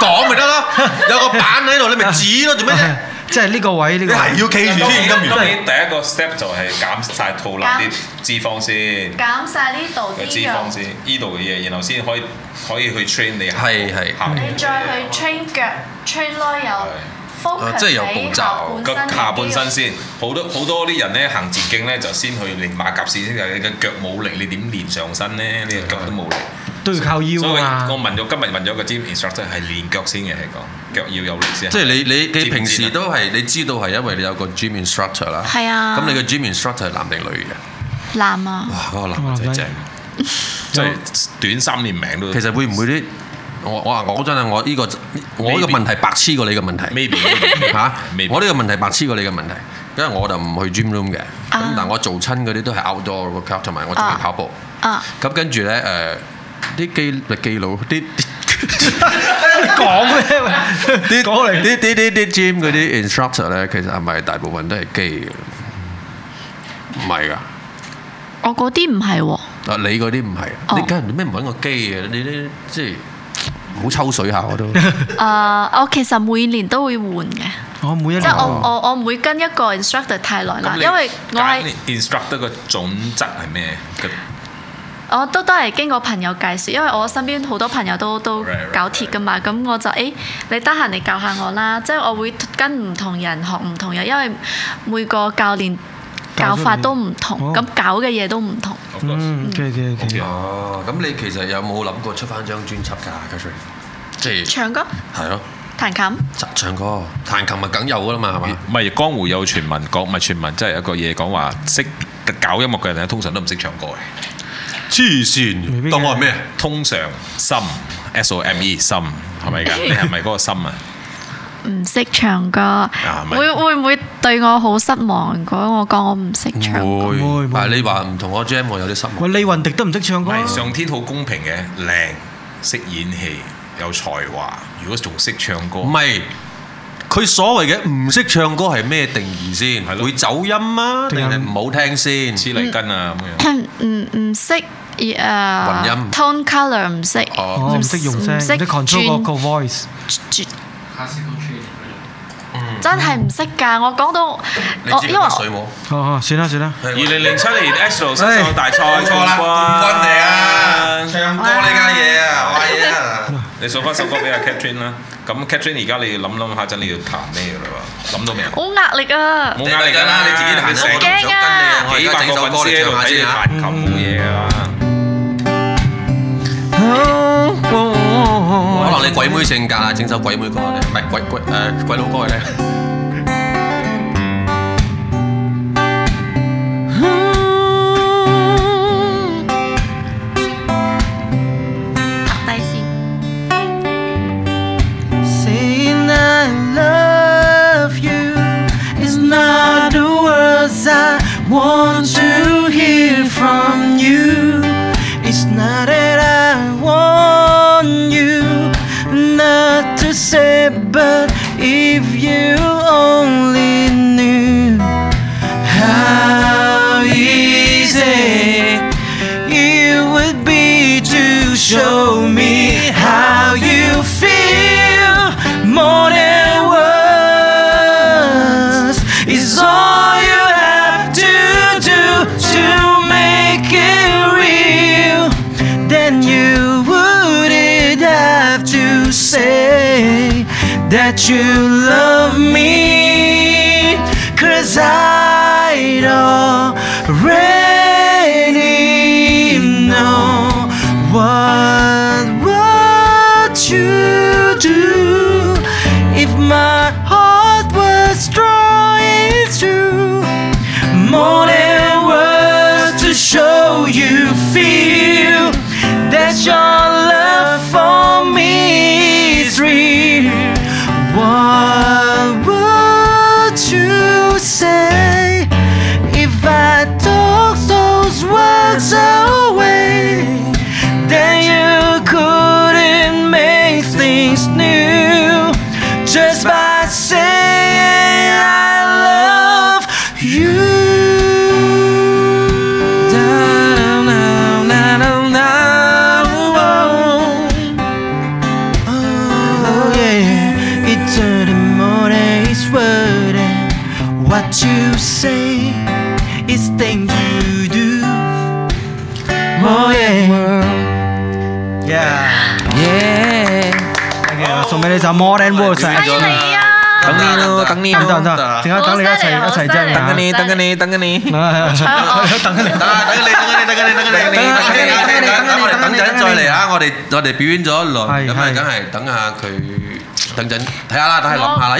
講咪得咯，有個板喺度，你咪指咯，做咩啫？
哦即係哦呢個位呢
你
個
係
位。
要企住先咁
當
完。
然第一個 step 就係減晒肚腩啲脂肪先，
減晒呢度
嘅脂
啲
肪
肉，
先，呢度嘅嘢，然後先可以可以去 train 你下
係係
下面
你再去 train 腳 train 內有
啊
focus
即係有
喺
步驟
個
下半身嘅
下半
肌肉
身先，好多好多啲人咧行捷徑咧就先去練馬甲線先，但係你嘅腳冇力，你點練上身咧？你個腳都冇力。
都要靠腰
所
[laughs]
以
啊
我
嘛。
問咗今日問咗個 gym instructor 係練腳先嘅，係講腳要有力先。
即係你你你
知唔知啊
平時都係你知道係因為你有個 gym instructor 啦。
係啊
咁你個 gym instructor 係男定女嘅？
男啊。
哇！嗰個男仔正。
即係短三年命都
其實會唔會啲？我我話我真係我呢個我呢個
Maybe
問題白痴過你嘅問題。
maybe
嚇
Maybe
我呢個問題白痴過你嘅問題，因為我就唔去 gym room 嘅，咁但係我做親嗰啲都係 outdoor workout，同埋我仲係
啊
跑步。
啊，
咁跟住咧誒，啲基咪基佬
[laughs]
啲
你講咩？
啲
講嚟
啲啲啲啲 gym 嗰啲 instructor 咧，其實係咪大部分都係基嘅？唔係㗎，啊
我嗰啲唔 [laughs] 係喎，
你嗰啲唔係，
哦
你梗係咩唔揾個基嘅？你啲即係唔好抽水下我都。
誒，呃我其實每年都會換嘅，
我每一
即
年
係我我我唔會跟一個 instructor 太耐啦，因為我係
instructor 個準則係咩？個
我都都係經過朋友介紹，因為我身邊好多朋友都都
Right, right,
搞鐵噶嘛，咁我就誒、欸你得閒嚟教下我啦，即係我會跟唔同人學唔同嘢，因為每個教練
教
教
出
法
嚟
都唔同，
哦
咁搞嘅嘢都唔同。
of course
嗯，OK OK
어.
OK，
哦，咁你其實有冇諗過出翻張專輯㗎？Catherine，即係
唱歌、
係咯，
彈琴，
唱唱歌、彈琴咪梗有㗎啦嘛，係嘛？
唔係江湖有傳聞講，唔係傳聞，即係有一個嘢講話識搞音樂嘅人咧，通常都唔識唱歌嘅。
黐
未
線，
必嘅
當我係咩？
通常心 S O M E 心係
[laughs]
咪㗎？你係咪嗰個心啊？
唔識唱歌，
啊
咪
會會唔會對我好失望？如果我講我唔識唱歌，
會
會會
但係你話唔同我 jam，我有啲失望。
喂，李雲迪都唔識唱
唔
歌啊，
係上天好公平嘅，靚識演戲有才華，如果仲識唱歌
唔，係，佢所謂嘅唔識唱歌係咩定義先？
係咯
會走音啊，定
定係
係唔好聽先？
黐脷根啊咁樣。
唔唔識誒
音
tone color 唔識，
哦，
我唔識用聲，
唔
唔
識
識 control
轉
個個 voice，
絕
classical training 嗰種
嗯
真係唔識㗎。我講到
你
我
知唔
因
知
為我
水母？
哦哦，算啦算啦，
二零零七年 EXO 新
哎
秀大賽
錯啦，冠軍嚟啊！
冠軍
唱歌呢家嘢啊，玩嘢啊！
你送翻首歌俾阿 Catherine 啦。咁 Catherine 而家你要諗諗下陣你要彈咩㗎啦喎？諗到未啊？
好壓力啊！
冇壓力㗎啦，你自己彈
我
成
都唔想跟你啊！我而
幾
家
百
整
個
首
粉
歌
絲
嚟
喺度
唱下
睇你
先嚇。
彈琴冇嘢㗎啦。
어,
可能你鬼妹性格啊，整首鬼妹歌咧，唔係鬼鬼誒鬼佬歌咧。
want to hear from you. It's not that I want you not to say, but if you only knew how easy it would be to show me how you feel more than words is all you have to do to make it real then you wouldn't have to say that you love me cause I already know what would you do if my heart was drawing through more than words to show you feel that your love for me is real. What would you say if I took those words away? Then you couldn't make things new just by saying I love you. Na, na, na, na, na, oh. Oh, yeah. It's early morning, it's worth it. What you say is things you do. Oh yeah. Yeah. Yeah.
送俾你就 More Than Words 啊
犀利啊！
等你咯，等你
得唔得唔
咯，
得？陣間等你一齊一齊
好犀利啊
等緊
啫
你，等緊你，等緊你，等緊你，
啊！啊，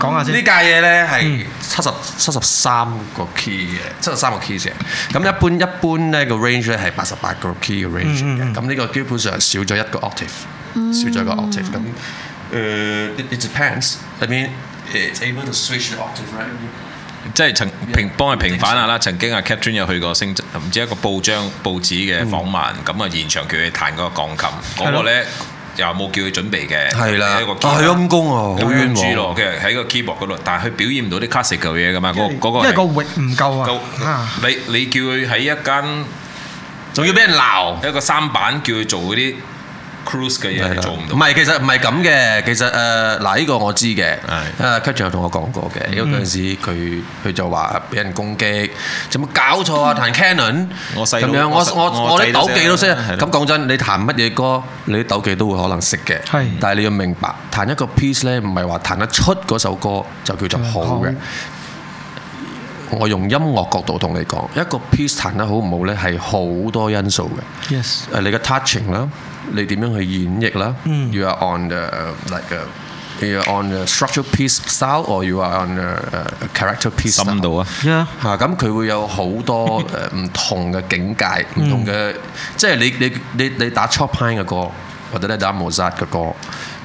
講下
呢
先。
架嘢咧係七十七十三個 key 嘅，七十三個 key 嘅。咁一般一般咧個 range 咧係八十八個 key 嘅 range 嘅。咁呢個基本上係少咗一個 octave，少咗一個 octave。咁誒，it it depends。I mean it's able to switch the octave right。
即係曾平幫佢平反下啦。曾經阿 Catherine 有去過星，唔知一個報章報紙嘅訪問，咁啊現場叫佢彈嗰個鋼琴，嗰個咧又冇叫佢準備嘅，
係啦
一個，
啊係陰公啊，好冤
咁樣
枉
煮。落嘅喺個 keyboard 嗰度，但係佢表演唔到啲 classical 嘢噶嘛，嗰嗰個
因為個域唔夠
夠
À.
啊，
你你叫佢喺一間。
仲要俾人鬧。
一個三板叫佢做嗰啲 cruise 嘅嘢，係做唔
唔
到。
係，其實唔係咁嘅。其實誒嗱，呢個我知嘅。誒 Catch 有同我講過嘅，
嗯
因為嗰陣時佢佢就話俾人攻擊，有冇搞錯啊？彈 Canon
我細
咁
佬
樣，我
我細
我
我
我
仔
啲
都
鬥技都識
識
啊
啊。係
咁
咯
講真，你彈乜嘢歌，你啲鬥技都會可能識嘅。
係
但係你要明白，彈一個 piece 咧，唔係話彈得出嗰首歌就叫做好嘅
嗯。
我用音樂角度同你講，一個 piece 彈得好唔好咧，係好多因素嘅。
yes，
誒你嘅 Ờ, touching 啦，你點樣去演繹啦、
嗯
y o u are on the like a You are on the structural piece style, or you are on the、character uh, piece style。
深度啊！
yeah，
嚇
Dạ.
咁佢會有好多誒唔同嘅境界，唔同嘅即係你你你你打 Chopin 嘅歌，或者你打 Mozart 嘅歌，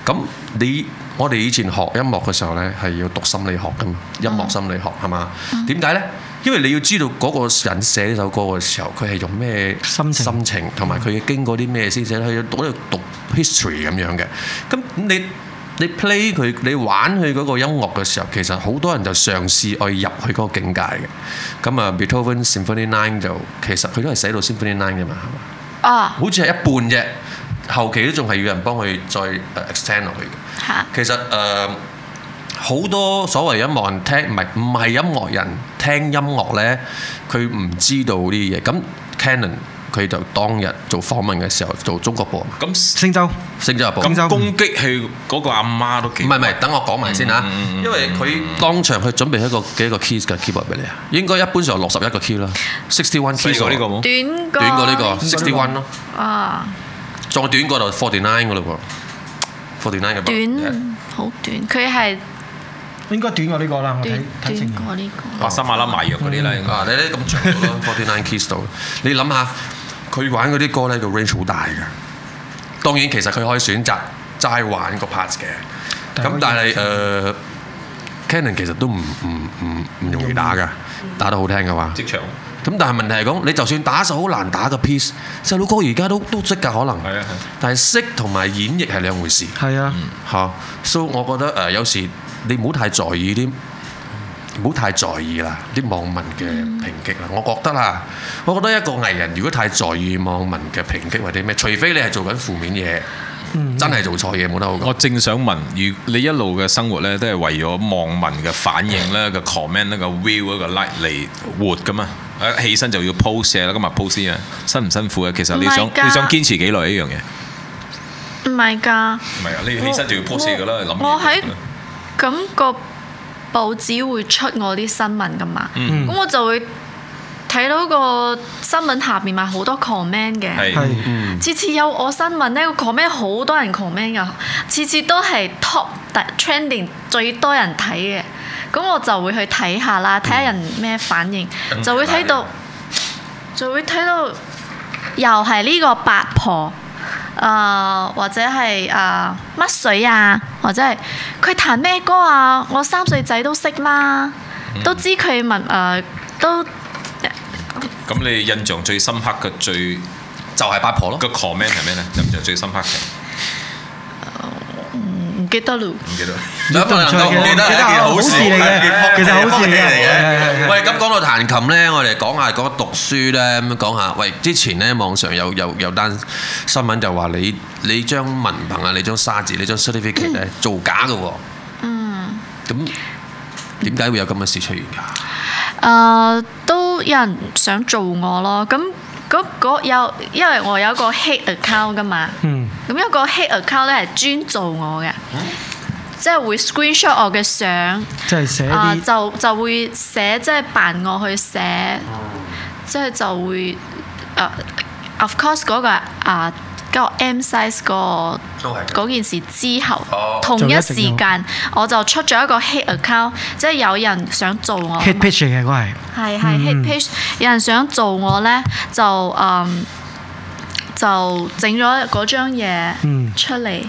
咁你我哋以前學音樂嘅時候呢，係要讀心理學噶嘛，音樂心理學係嘛？點解呢？因為你要知道嗰個人寫呢首歌嘅時候，佢係用咩
心情
心情同埋佢經過啲咩先寫，佢要讀喺度讀 history 咁樣嘅。咁你你 play 佢，你玩佢嗰個音樂嘅時候，其實好多人就嘗試去入去嗰個境界嘅。咁啊，Beethoven Symphony Nine 就其實佢都係寫到 Symphony Nine 嘅嘛，係嘛？
啊，
好似係一半啫，後期都仲係要人幫佢再誒 extend 落去嘅。
嚇，
其實誒好、多所謂音樂人聽唔係唔係音樂人聽音樂呢，佢唔知道呢啲嘢。咁 Canon 佢就當日做訪問嘅時候做中國部啊嘛，
咁
星洲
星洲日報。
中州
咁攻擊佢嗰個阿媽都幾
唔係唔係，等我講埋先嚇
嗯嗯，嗯
因為佢當場去準備一個幾個 keys 嘅 keyboard 俾你啊，應該一般上六十一個 key 啦，sixty one
細
keys
過呢個冇。
短過
短過呢個 sixty one 咯，
啊，
再短過就 forty nine 噶嘞喎，forty nine 嘅
短好短，佢係
應該短過呢個啦，我睇
短
睇情
短過呢個
八啊三馬啦埋藥嗰啲啦，應該
啊，你咧咁長到咯，forty nine keys 到，你諗下佢玩嗰啲歌咧個 range 好大嘅，當然其實佢可以選擇齋玩個 part 嘅，呃咁但係誒 Canon 其實都唔唔唔唔容易打㗎，嗯打得好聽嘅話。
職場
咁但係問題係講，你就算打手好難打嘅 piece，細佬哥而家都都識㗎可能。
係啊係。
但係識同埋演繹係兩回事
係啊，
嚇，所以我覺得誒、呃有時你唔好太在意啲，唔好太在意啦啲網民嘅抨擊啦。我覺得啦，我覺得一個藝人如果太在意網民嘅抨擊或者咩，除非你係做緊負面嘢，真係做錯嘢冇得好講。
我正想問，如你一路嘅生活咧，都係為咗網民嘅反應咧、個 comment 咧、個 view 個 like 嚟活噶嘛？誒起身就要 post 嘢啦，今日 post 先啊，辛唔辛苦啊？其實你想
唔係㗎
你想堅持幾耐呢樣嘢？
唔係㗎，
唔係啊，你起身就要 post 嘢噶啦，諗嘢㗎啦
我喺咁個報紙會出我啲新聞㗎嘛，咁、
Ừ.
嗯
我就會睇到個新聞下面咪好多 comment 嘅。
係
係
次次有我新聞呢個 comment 好多人 comment 噶，次次都係 top 第 trending 最多人睇嘅，咁我就會去睇下啦，睇下人咩反應，就會睇到，就會睇到又係呢個八婆，誒、或者係誒乜水啊，或者係佢彈咩歌啊，我三歲仔都識啦，都知佢文誒、都
咁你印象最深刻嘅最
就係八婆咯。
個 comment 係咩咧？印象最深刻嘅
唔記得咯。
唔記得。
兩個能夠記得係一件好事
記得係好
係一件
事嚟嘅其實好事嚟嘅
係一件
係係係
喂，咁講到彈琴咧，我哋講下講讀書咧，咁講下。喂，之前咧網上有有有單新聞就話你你張文憑啊，你張沙紙，你張 certificate 咧造假嘅喎。嗯。咁點解會有咁嘅事出現㗎？
誒、啊都有人想做我咯，咁嗰嗰有，因為我有一個 hate account 噶嘛，
嗯啊
咁一個 hate account 咧係專做我嘅，即係會 screenshot 我嘅相，
即係寫
啊、
啲
就就會寫即係扮我去寫，
哦
即係就會誒、o f course 嗰、個啊。嗰個 M size 嗰個嗰件事之後，同
就
一
一直
時
有
間我就出咗一個 hate account，即係有人想做我。
hit pitch 嚟嘅，嗰係
係
嗯
係 hit page，有人想做我咧，就嗯就整咗嗰張嘢
嗯
出嚟，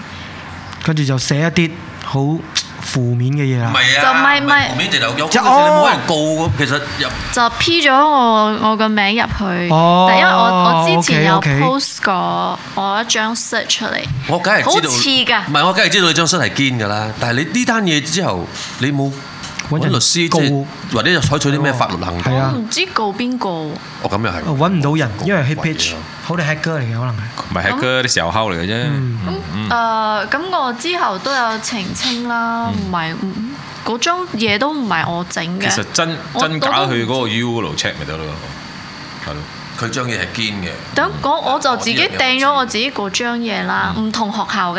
跟住就寫一啲好負面嘅嘢啦。
係
就咪咪
面直頭有
就
嗰陣時你冇人告咁，其實又
就 P 咗我我個名入去。
哦
但因為我我之前有
OK，OK
post 過我一張 search 出嚟，
我梗係知道。
好似㗎
唔係，我梗係知道你張身係堅㗎啦。但係你呢單嘢之後，你冇
揾
揾
人
律師即
告
係或者採取啲咩法律行動
係？啊
我唔知告邊個。
哦，咁又係。
揾唔到人，因為 hit pitch 好哋 hack 哥嚟嘅可能係。
唔係係哥啲時候敲嚟嘅啫。
咁
嗯
誒呃咁我之後都有澄清
嗯
啦，唔係唔嗰張嘢都唔係我整
其
嘅。
實真
我
真假
我都唔
去嗰個
知
U 嗰度 check 咪得咯，係咯。
佢張嘢係堅嘅。
等講我就自己訂咗我自己嗰張嘢啦，
嗯
唔同學校嘅，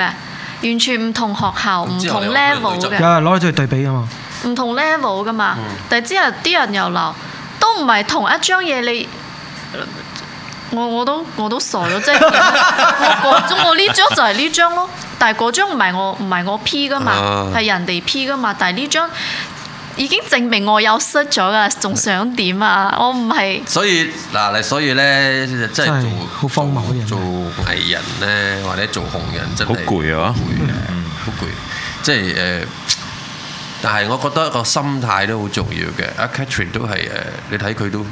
完全唔同學校、唔
咁之後
同
你有冇
level
去
有
嘅，
人攞咗去對比啊嘛，
唔同 level 噶
嗯
嘛。但係之後啲人又鬧，都唔係同一張嘢你。我我都我都傻咗，即
[laughs]
係我嗰張我呢張就係呢張咯，但係嗰張唔係我唔係我 P 噶嘛
啊，
係人哋 P 噶嘛，但係呢張已經證明我有失咗噶，仲想點啊？我唔係
所以嗱，你所以咧，真係做
真係好荒謬嘅人啊
做藝人咧，或者做紅人真係
好攰啊
好攰啊好攰。即係誒，但係我覺得個心態都好重要嘅。阿 Catherine 都係誒，你睇佢都。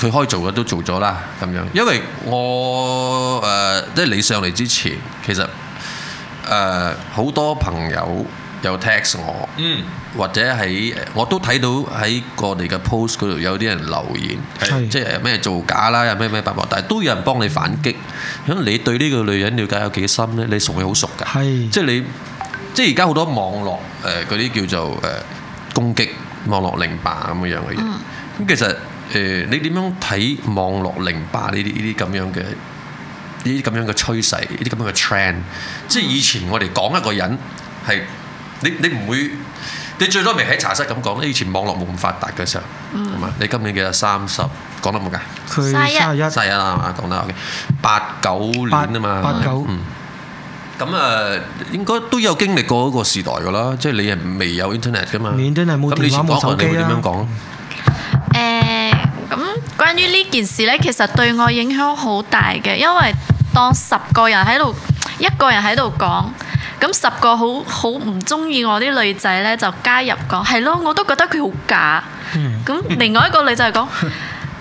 佢開做嘅都做咗啦，咁樣。因為我誒、呃即係你上嚟之前，其實誒呃好、多朋友有 text 我，
嗯，
或者喺呃我都睇到喺我哋嘅 post 嗰度有啲人留言，
係
即係呃咩造假啦，有咩咩八卦，但係都有人幫你反擊。咁你對呢個女人了解有幾深呢？你熟佢好熟㗎，
係
即係你即係而家好多網絡誒嗰啲叫做誒、呃攻擊網絡凌霸咁樣嘅嘢。咁、其實誒、呃你點樣睇網絡凌霸呢啲呢啲咁樣嘅？呢啲咁樣嘅趨勢，呢啲咁樣嘅 trend，即係以前我哋講一個人係你你唔會，你最多咪喺茶室咁講。以前網絡冇咁發達嘅時候，係嘛、你今年幾多？三十講得冇㗎？
佢
嘥一
三十一
細啊嘛，講得 OK，八九年
八
啊嘛，
八九
嗯咁誒應該都有經歷過嗰個時代㗎啦，即係你係未有 internet 㗎嘛。
年真係冇
咁你以
電
前
話冇
講
手
我
機
哋會點
啦
樣。講？
誒、呃咁關於呢件事呢，其實對我影響好大嘅，因為當十個人喺度，一個人喺度講，咁十個好好唔中意我啲女仔呢，就加入講，係咯，我都覺得佢好假，
Ừ.
咁另外一個你就係講。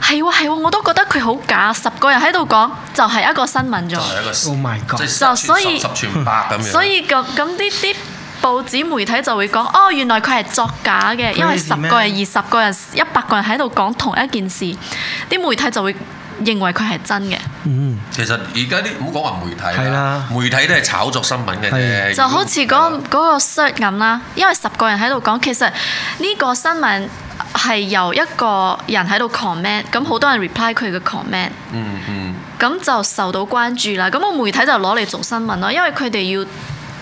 係喎係喎，我都覺得佢好假，十個人喺度講就係、一個新聞咗。
Oh my god！
就所以所以咁咁啲啲報紙媒體就會講，哦，原來佢係作假嘅，因為十
Crazy man
個人、二十個人、一百個人喺度講同一件事，啲媒體就會認為佢係真嘅，
嗯，
其實而家啲唔好講話媒體
係
啦
啦，
媒體都係炒作新聞嘅啫。
係
就好似嗰嗰個 shirt 咁啦，因為十個人喺度講，其實呢個新聞。係由一個人喺度 comment，咁好多人 reply 佢嘅 comment，
嗯嗯，
咁就受到關注啦。咁個媒體就攞嚟做新聞咯，因為佢哋要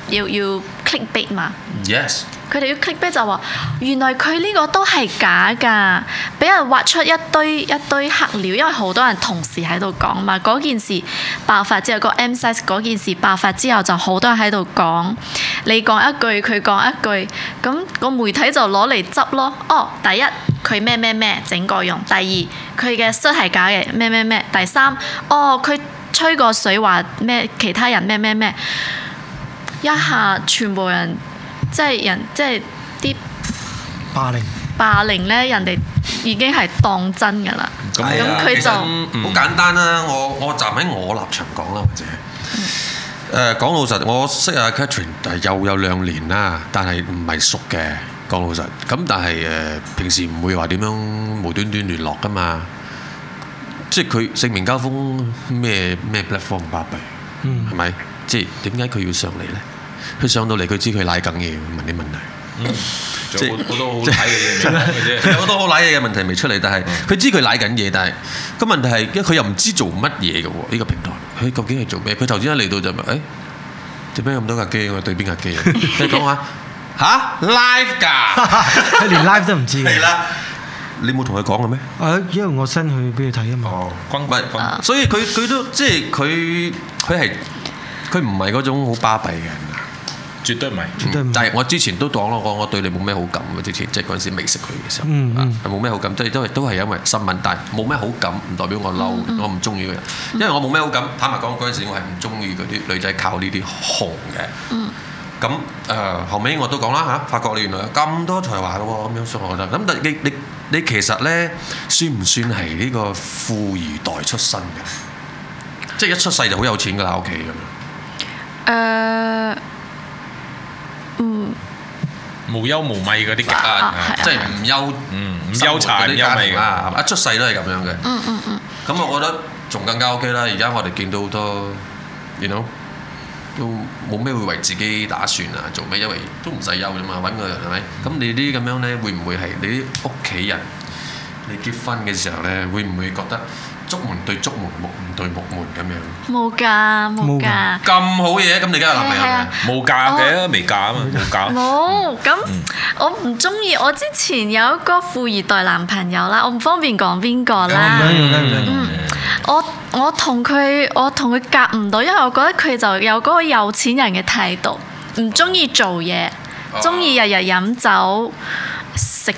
要要 click bait 嘛。
yes，
佢哋要 click back 就話，原來佢呢個都係假㗎，俾人挖出一堆一堆黑料，因為好多人同時喺度講嘛。嗰件事爆發之後，個 M size 嗰件事爆發之後，就好多人喺度講，你講一句，佢講一句，咁、個媒體就攞嚟執咯。哦，第一佢咩咩咩整過容，第二佢嘅恤係假嘅咩咩咩，第三哦佢吹過水話咩其他人咩咩咩，一下全部人。即係人即係啲
霸凌。
霸凌咧，人哋已經係當真㗎啦。
咁
係啊
咁佢
其實
就嗯
好簡單啦。我我站喺我立場講啦，或者。
嗯
誒講老實，我識阿 Catherine 誒又有兩年啦，但係唔係熟嘅。講老實，咁但係誒、平時唔會話點樣無端端聯絡噶嘛。即係佢四面交鋒咩咩 platform 巴閉，係咪、即係點解佢要上嚟咧？佢上到嚟，佢知佢奶緊嘢，問啲問題。
仲有好好多好睇 [laughs] 嘅嘢未講嘅啫。
有好多好賴嘢嘅問題未出嚟，但係佢知佢賴緊嘢，但係個問題係，因為佢又唔知做乜嘢嘅喎，呢個平台佢究竟係做咩？佢頭先一嚟到就問，誒做咩咁多架機？我對邊架機啊？你講下吓 live 㗎，
佢連 live Ờ, 都唔知
係
嘅。
啦，你冇同佢講嘅咩？
啊，因為我新去俾佢睇啊嘛。
軍
唔係
軍，
所以佢佢都即係佢佢係佢唔係嗰種好巴閉嘅人啊。
絕對唔係。
絕對唔
但係我之前都講咯，我我對你冇咩好感嘅，之前即係嗰陣時未識佢嘅時候，
嗯
啊
嗯
係冇咩好感，即係都係都係因為新聞，但係冇咩好感唔代表我嬲，我唔中意個人，因為我冇咩好感。坦白講，嗰陣時我係唔中意嗰啲女仔靠呢啲紅嘅。咁誒、後尾我都講啦嚇，發覺你原來有咁多才華嘅喎，咁樣所以我覺得咁但係你你你其實咧算唔算係呢個富二代出身嘅？即係一出世就好有錢㗎啦，屋企咁樣。
誒、嗯，
無憂無米嗰啲假。
啊
啊係啊
即係唔憂，
嗯唔
生活
憂柴
嗰啲家庭啦，
唔憂
係嘛一出世都係咁樣嘅。嗯嗯嗯。咁我覺得仲更加 OK 啦。而家我哋見到好多，you know，都冇咩會為自己打算啊，做咩？因為都唔使憂啫嘛，揾個人係咪？咁你啲咁樣咧，會唔會係你啲屋企人？你結婚嘅時候咧，會唔會覺得竹門對竹門，木門對木門咁樣？
冇㗎冇
冇
㗎
㗎。
咁好嘢，咁你而家有男朋友
係
未
啊
啊？
冇嫁嘅，未嫁啊嘛，冇嫁。
冇，咁我唔中意。我之前有一個富二代男朋友啦，我唔方便講邊個啦。我我同佢我同佢夾唔到，因為我覺得佢就有嗰個有錢人嘅態度，唔中意做嘢，
哦
中意日日飲酒食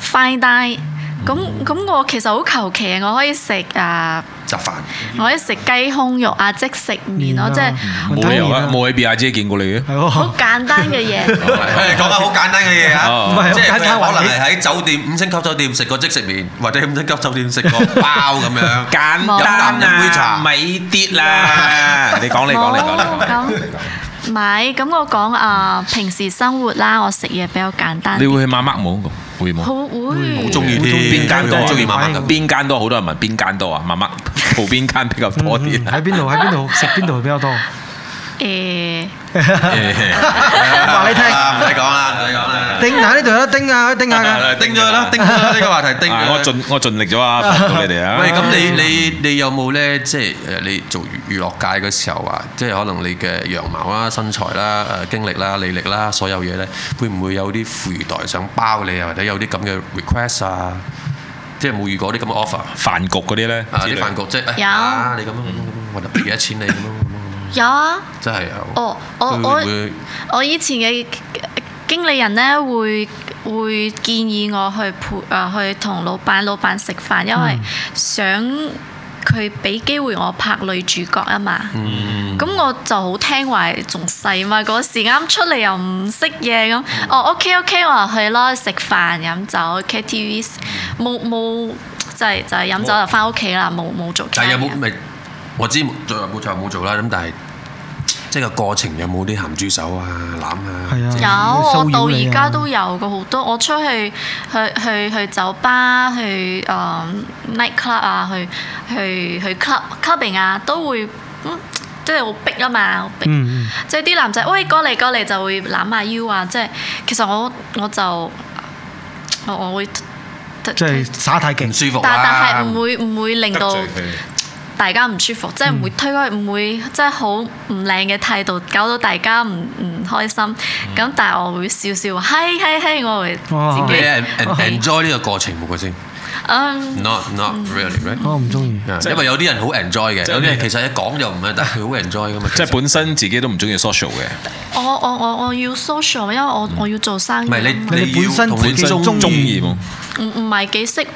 fine dine。咁咁我其實好求其嘅，我可以食啊，
雜飯。
我可以食雞胸肉啊，哦即食麵咯，即係
冇理由啊！冇喺 B I 姐見過你嘅。
係喎
好。簡單嘅嘢。
誒講下好簡單嘅嘢啊，
唔
哦
係
即係佢
好簡單
可能係喺酒店五星級酒店食過即食麵，或者五星級酒店食過包咁樣。
Cán
Một.
tan
Một buổi
à,
trà.
mấy tiết là.
[laughs] [laughs] 你講你講
[laughs]
你講你
冇
講。
咁，唔係咁我講啊，平時生活啦，我食嘢比較簡單
你
啲，
會去媽媽冇會冇？
好會
好中意添，
邊間多
好
啊？
中意慢慢
Ừ.
咁。
邊間多好多人問邊間多啊？媽 [laughs] 媽蒲邊間比較多
嗯
啲
嗯
[laughs]
喺邊度？喺邊度？食邊度比較多？
誒。
嗯啊
話你聽，
啊唔使講啦，唔使講啦。
丁下呢度有得丁啊，有得丁下
[laughs]
㗎。
叮咗佢啦，叮咗佢啦呢個話題，叮咗佢啦。
我盡我盡力咗 [laughs] 啊，幫到你哋啊！
喂，咁你你你有冇咧？即係誒，你做娛樂界嘅時候啊，即係可能你嘅樣貌啦、身材啦、誒經歷啦、履歷啦，所有嘢咧，會唔會有啲富二代想包你啊，或者有啲咁嘅 request à. 啊？即係冇遇過啲咁嘅 offer
飯局嗰啲咧，
啊？啲飯局即係
有
啊，你咁樣咁樣咁樣，我就俾幾多錢你咁樣咁樣，
有啊，
真係有。
我哦我啊
佢會唔
我
會
我以前嘅經理人咧會會建呃議我去陪啊、去同老闆老闆食飯，因為想佢俾機會我拍女主角啊嘛。
嗯
咁、我就好聽話，仲細嘛，嗰時啱出嚟又唔識嘢咁。
嗯
哦，OK OK，我話去啦，食飯飲酒 KTV，冇冇就係、就係、飲酒就翻屋企啦，冇冇做啊其
但
他
係有冇
嘢
咪？我知最後冇最後冇做啦，咁但係即係個過程有冇啲鹹豬手啊、攬啊？
係啊，
有，
騷擾
我到
你
而
啊
家都有個好多，我出去去去去酒吧、去誒、嗯 night club 啊、去去去 club clubbing 啊，都會嗯，即係好逼啊嘛，好逼。
嗯嗯
即係啲男仔，喂過嚟過嚟就會攬下腰啊！即係其實我我就我我會，
即係耍太
唔
勁，
[laughs]
舒服
但但係
啊
唔！會唔會令到大家唔舒服，即係唔會
嗯
推開，唔會即係好唔靚嘅態度，搞到大家唔唔開心。
嗯
咁但係我會笑笑，係係係，我會
哦
自
你
己
en- en- enjoy 呢個過程冇嘅先
嗯
，not not really right。
我唔中意。
因為有啲人好 enjoy 嘅，有啲人其實一講就唔係，但
[laughs]
係佢好 enjoy 噶嘛。
即
其
係
實
本身自己都唔中意 social 嘅，
我我我我要 social，因為我我要做生意
嗯唔
啊
係你
嘛，
你本身
要同你
自己
中
中
中意冇？
唔唔係幾識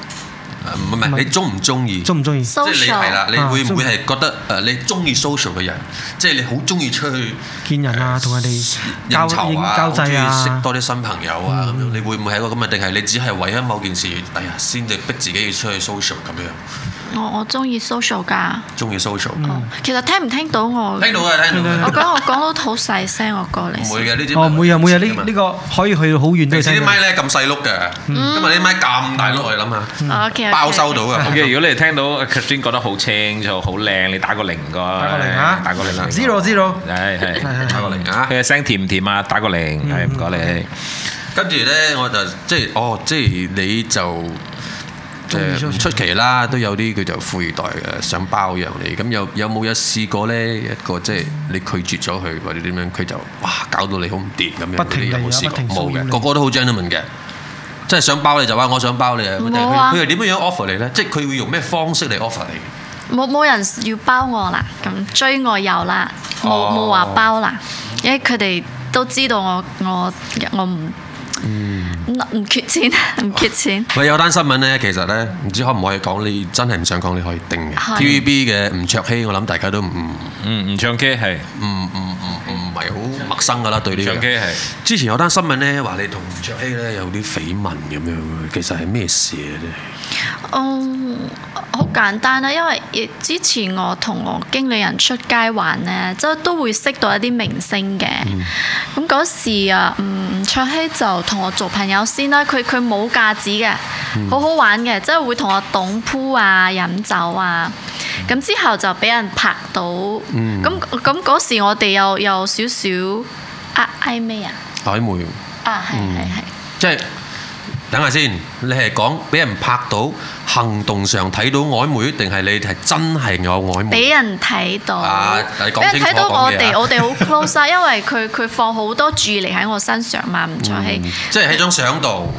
唔係唔係你中唔中意？
中唔中意？
即係你係
social
啦，你
啊
會唔會係覺得誒你中意 social 嘅人，即係你好中意出去
見人啊，同人哋交
應酬
應
啊，
交
好中
際
意識
啊，
多啲新朋友啊咁樣，你會唔會係一個咁嘅？定係你只係為咗某件事，哎呀先至逼自己要出去 social 咁樣，
我我中意 social 㗎。
中意 social？
嗯
其實聽唔聽到我？
聽到嘅，聽到
我
嘅，
講我講到好細聲，我過
唔
嚟。
會嘅呢啲。
哦，每日每日呢呢個可以去到好遠
平
都
時
要
啲
聽到。嗯
咪咧咁細碌嘅，今日啲咪咁大碌，你諗
哦，OK，OK
下，包收到啊嘅。
OK，如果你哋聽到阿 Christine 覺得好清楚、好靚，你打個零個，打
個零啊
打個零
Zero zero，
係係。
打個零啊！
[laughs] 佢嘅聲甜唔甜啊？打個零，係唔該你。
跟住咧，我就即係哦，即係你就誒唔出奇啦，都有啲叫做富二代嘅想包養你。咁有有冇有試過咧一個即係你拒絕咗佢或者點樣，佢就哇搞到你好唔掂咁樣
不
嗰啲
停
有
地
冇試
不
過？
停
冇
騷擾
嘅，
你
個個都好 gentleman 嘅。即係想包你就話我想包你啊！但係
冇啊
佢佢又點樣樣 offer 你咧？即係佢會用咩方式嚟 offer 你？
冇冇人要包我啦，咁追我有啦，冇
哦
冇話包啦，因為佢哋都知道我我我唔唔唔缺錢，唔缺錢。
喂，有單新聞咧，其實咧唔知可唔可以講？你真係唔想講，你可以定嘅。
係
TVB 嘅吳卓羲，我諗大家都唔唔
嗯，唔唱 K 係，
唔唔唔係好陌生噶啦，對呢
唱
樣。
K 係。
之前有單新聞咧，話你同吳卓羲咧有啲緋聞咁樣，其實係咩事咧？
嗯，好簡單啦，因為亦之前我同我經理人出街玩呢，即係都會識到一啲明星嘅。咁嗰、時啊，嗯，吳卓羲就同我做朋友先啦。佢佢冇架子嘅，好好玩嘅，即係會同我懂鋪啊、飲酒啊。咁之後就俾人拍到，咁咁嗰時我哋又有少少啊嗌咩啊？
曖昧，
啊係係係。
即係等下先，你係講俾人拍到行動上睇到曖昧，定係你係真係有曖昧？
俾人睇到，
嗯啊你講
俾人
清楚
睇到
講
我
嘢
哋
啊
我哋好 close 啊，因為佢佢放好多注意力喺我身上嘛，吳卓羲。
即係喺張相度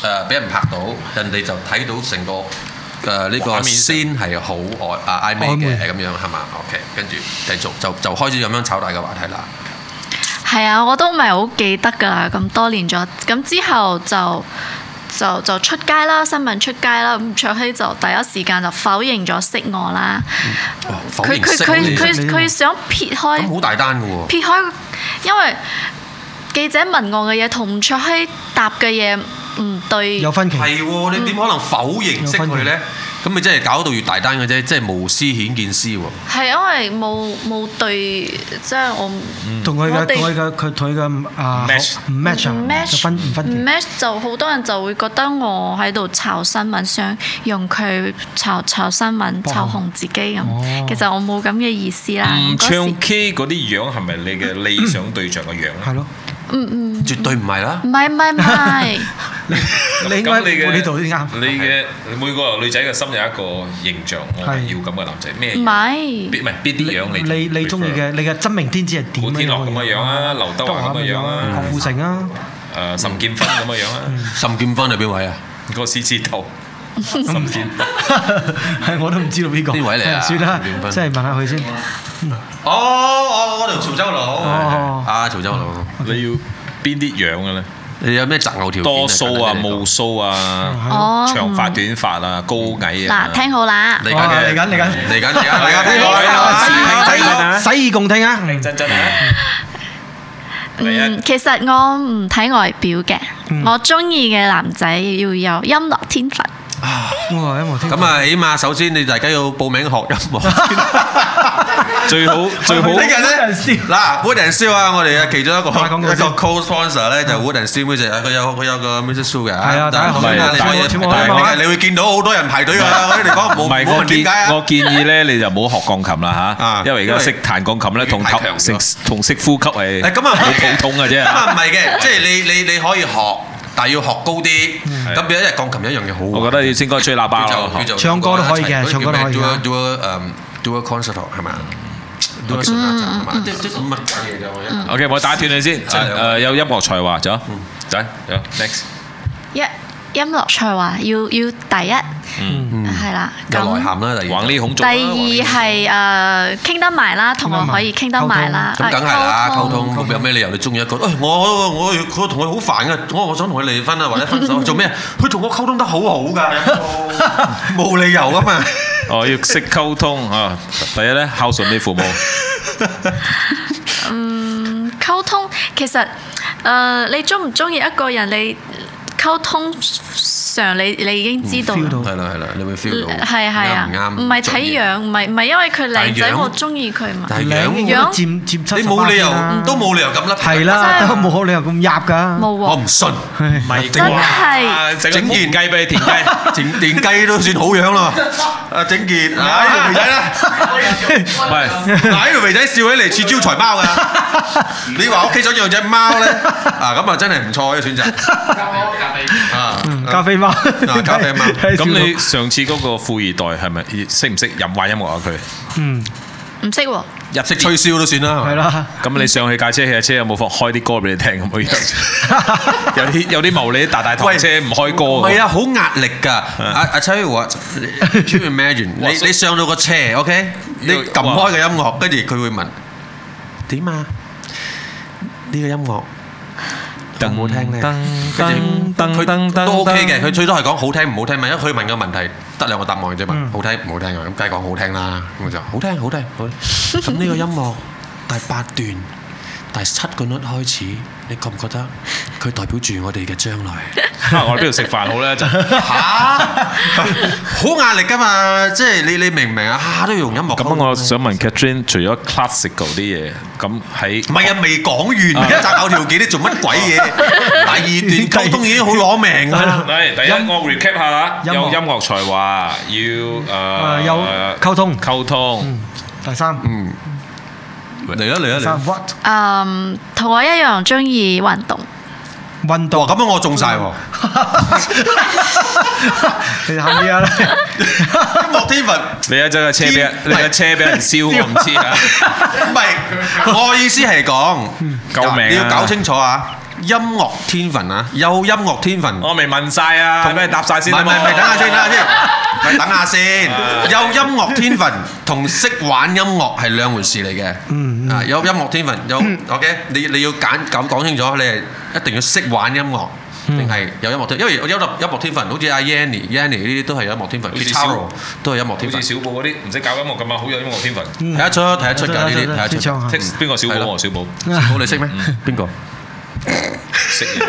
誒俾人拍到，人哋就睇到成個誒呢個
畫面上
先係好曖啊曖昧嘅咁樣係嘛？OK，跟住繼續就就開始咁樣炒大嘅話題啦。
係啊，我都唔係好記得㗎啦，咁多年咗。咁之後就就就出街啦，新聞出街啦，吳卓羲就第一時間就否認咗識我啦。
哦否
佢
認
佢
識你
佢
咁
佢佢想撇開。
好大單嘅喎。
撇開，因為記者問我嘅嘢同吳卓羲答嘅嘢唔對。
有分歧，
係喎，你點可能否認識佢咧？咁咪真係搞到越大單嘅啫，即係無私顯見私喎。
係因為冇冇對，即係我唔
同佢
我
嘅
哋
同佢嘅佢同佢嘅啊
match
唔 match 啊
唔
有
match
分唔分
唔
歧。
match 就好多人就會覺得我喺度炒新聞，想用佢炒炒新聞、
爆哦
炒紅自己咁。其實我冇咁嘅意思啦。
唔
嗯嗰時
唱 K 嗰啲樣係咪你嘅理想對象嘅樣啊咧？
係咯，
絕對唔係啦
唔。係唔係唔係，
[laughs]
你應該呢度先啱。
你嘅每個女仔嘅心有一個形象，我係要咁嘅男仔 [laughs] 咩樣？
唔係
邊唔係邊啲樣你
你你中意嘅，你嘅真名天子係點
古
樣
天樂咁嘅樣啊，劉德華咁嘅樣
啊，郭
啊，
富城啊，
誒岑建勳咁嘅樣啊，
岑建勳係邊位啊？
個獅子頭，
[laughs]
岑建勳
係我都唔知道邊個。
邊位嚟啊
算啦
吳建，勳
即係問下佢先。
哦哦，我條潮州佬
哦
啊，潮州佬。
你要邊啲樣嘅咧？
你有咩擇偶條件？
多須啊，冇須啊，
哦，
長髮短髮啊，高矮啊。
嗱，聽好啦，
嚟緊嘅，
嚟緊嚟緊
嚟緊嚟緊嚟
[laughs]
緊，
洗洗耳恭聽啊！
真真啊！
嗯，其實我唔睇外表嘅，
嗯
我中意嘅男仔要有音樂天分。
哇！音樂聽
咁啊，起碼首先你大家要報名學音樂。
最好最好
聽日
人笑
咧，嗱 Wood and Seal 啊，我哋嘅其中一個
賣廣告
一個
先
co-sponsor 咧就 Wood and Seal Music，佢有佢有個 music show 嘅。
係啊大家
唔
可以
係
大家
你
全部
可以
可以
你
買
係你會見到好多人排隊㗎啦。我哋講
唔
冇
係
冇
我
問點解
建我
啊？
建議咧，你就唔好學鋼琴啦
啊
嚇，因為而
因為
家識彈鋼琴咧，同
太強
頭識同識呼吸係
誒咁啊
好普通嘅啫
咁。啊唔係嘅，即係你你你可以學，但係要學高啲。咁變咗一日鋼琴一樣嘢好。
我覺得要先該吹喇叭
叫
咯
做叫做
唱歌都可以嘅
嗰個
唱歌都可以嘅
叫咩 Dual Dual 誒 Dual Concert 係咪啊？Dual Concert 係嘛？即即乜鬼嘢啫？我一
OK，我打斷你先。
真係
誒誒有音樂才華咗，仔有 next。
一音樂才華要要第一，
嗯
係啦。
有內
咁
涵啦，第二
橫呢孔
第
做啦。
二係誒呃傾得埋啦，同我可以傾得埋啦，
咁梗係啦，
啊
溝通咁有咩理由你中意一個？誒，我我我我同佢好煩嘅，我我想同佢離婚啊，或者
[laughs]
分手做咩？佢同我溝通得好好㗎，冇理由啊嘛。
哦，要識溝通啊！第一咧，孝順你父母。
溝通其實誒、呃你中唔中意一個人，你溝通上你你已經知道啦
feel 到
係啦係啦，你會 feel 到
係係啊
嗯啱唔，啱？
唔係睇樣，唔係唔係因為佢
但係
靚仔
樣
我中意佢嘛。
但係
靚
樣，
我都佔佔七
你
十
冇理由
啦，
都冇理由咁笠。
係啦，
真
都
係
冇理由咁入㗎。
冇
我
喎，
唔信。
係
真係
啊整完雞俾你田雞。
[laughs] 整連雞都算好樣啦，阿整傑，
[laughs]
嗱呢條肥仔咧，
喂，
嗱呢條肥仔笑起嚟似招財貓 [laughs] 噶，你話屋企想養只貓咧，啊咁啊真係唔錯嘅選 [laughs] 擇，啊
咖啡貓，
咖啡
[laughs]
貓
咁你上次嗰個富二代係咪識唔識飲玩音樂啊？佢
嗯
唔識喎。
入式吹簫都算啦，
係
係嘛
啦，
咁你上去架車、汽車有冇放開啲歌俾你聽咁樣？有啲有啲無理，大大堂車唔開歌
唔
㗎
係啊，好壓力㗎。阿阿 Terry 話，Can you imagine？你
哇所以
你上到個車，OK，你
呢個
撳開個音樂，跟住佢會問點啊？呢個音樂。好唔好聽咧？跟住佢都 OK 嘅，佢最多係講好聽唔好聽嘛，因為佢問個問題得兩個答案嘅啫嘛，好聽唔好聽啊，咁梗係講好聽啦，咁就好聽好聽好聽。咁呢個音樂第八段第七個 note 開始，你覺唔覺得佢代表住我哋嘅將來？
啊我哋邊度食飯好咧？就
嚇， [laughs] 好壓力㗎嘛，即係你你明唔明啊？啊都要用音樂溝
咁
通。
我想問 Catherine，除咗 classical 啲嘢，咁喺
唔係啊，未講完，而家擇偶條件你做乜鬼嘢？第二段溝通已經好攞命㗎啦。
嚟第一我 recap 下啦，
音樂
有音樂才華，要誒
誒有溝通
溝通，
第三
嚟啦嚟啦
第
嚟啦
三！what
嗯，同我一樣中意運動。
運
哇，
動，
咁樣我中晒喎！
你行啲啊！
莫天文
你一揸架車俾人，你架車俾人燒，我唔知啊。
唔係，我意思係講，
救命啊
你要搞清楚啊！音樂天分啊，有音樂天分。
我未問晒啊，係咪答晒先
唔
啊
係唔
嘛？
係，唔係等下先，等下先，唔係等下先。有音樂天分同識玩音樂係兩回事嚟嘅。
嗯嗯
啊，有音樂天分，有 OK，你你要揀咁講清楚，你係一定要識玩音樂。定係有音樂天，因為有音樂音樂天分，好似阿 Yanny、Yanny 呢啲都係有音樂天分
好似
，Guitar
小
都係音樂
好
天分
似。小寶嗰啲唔識搞音樂咁啊，好有音樂天分。
睇得出，睇得出㗎呢啲，睇得出。
唱下
Text 邊個小
係
寶
咯
啊？小寶
好，你識咩？邊個？
識嘢。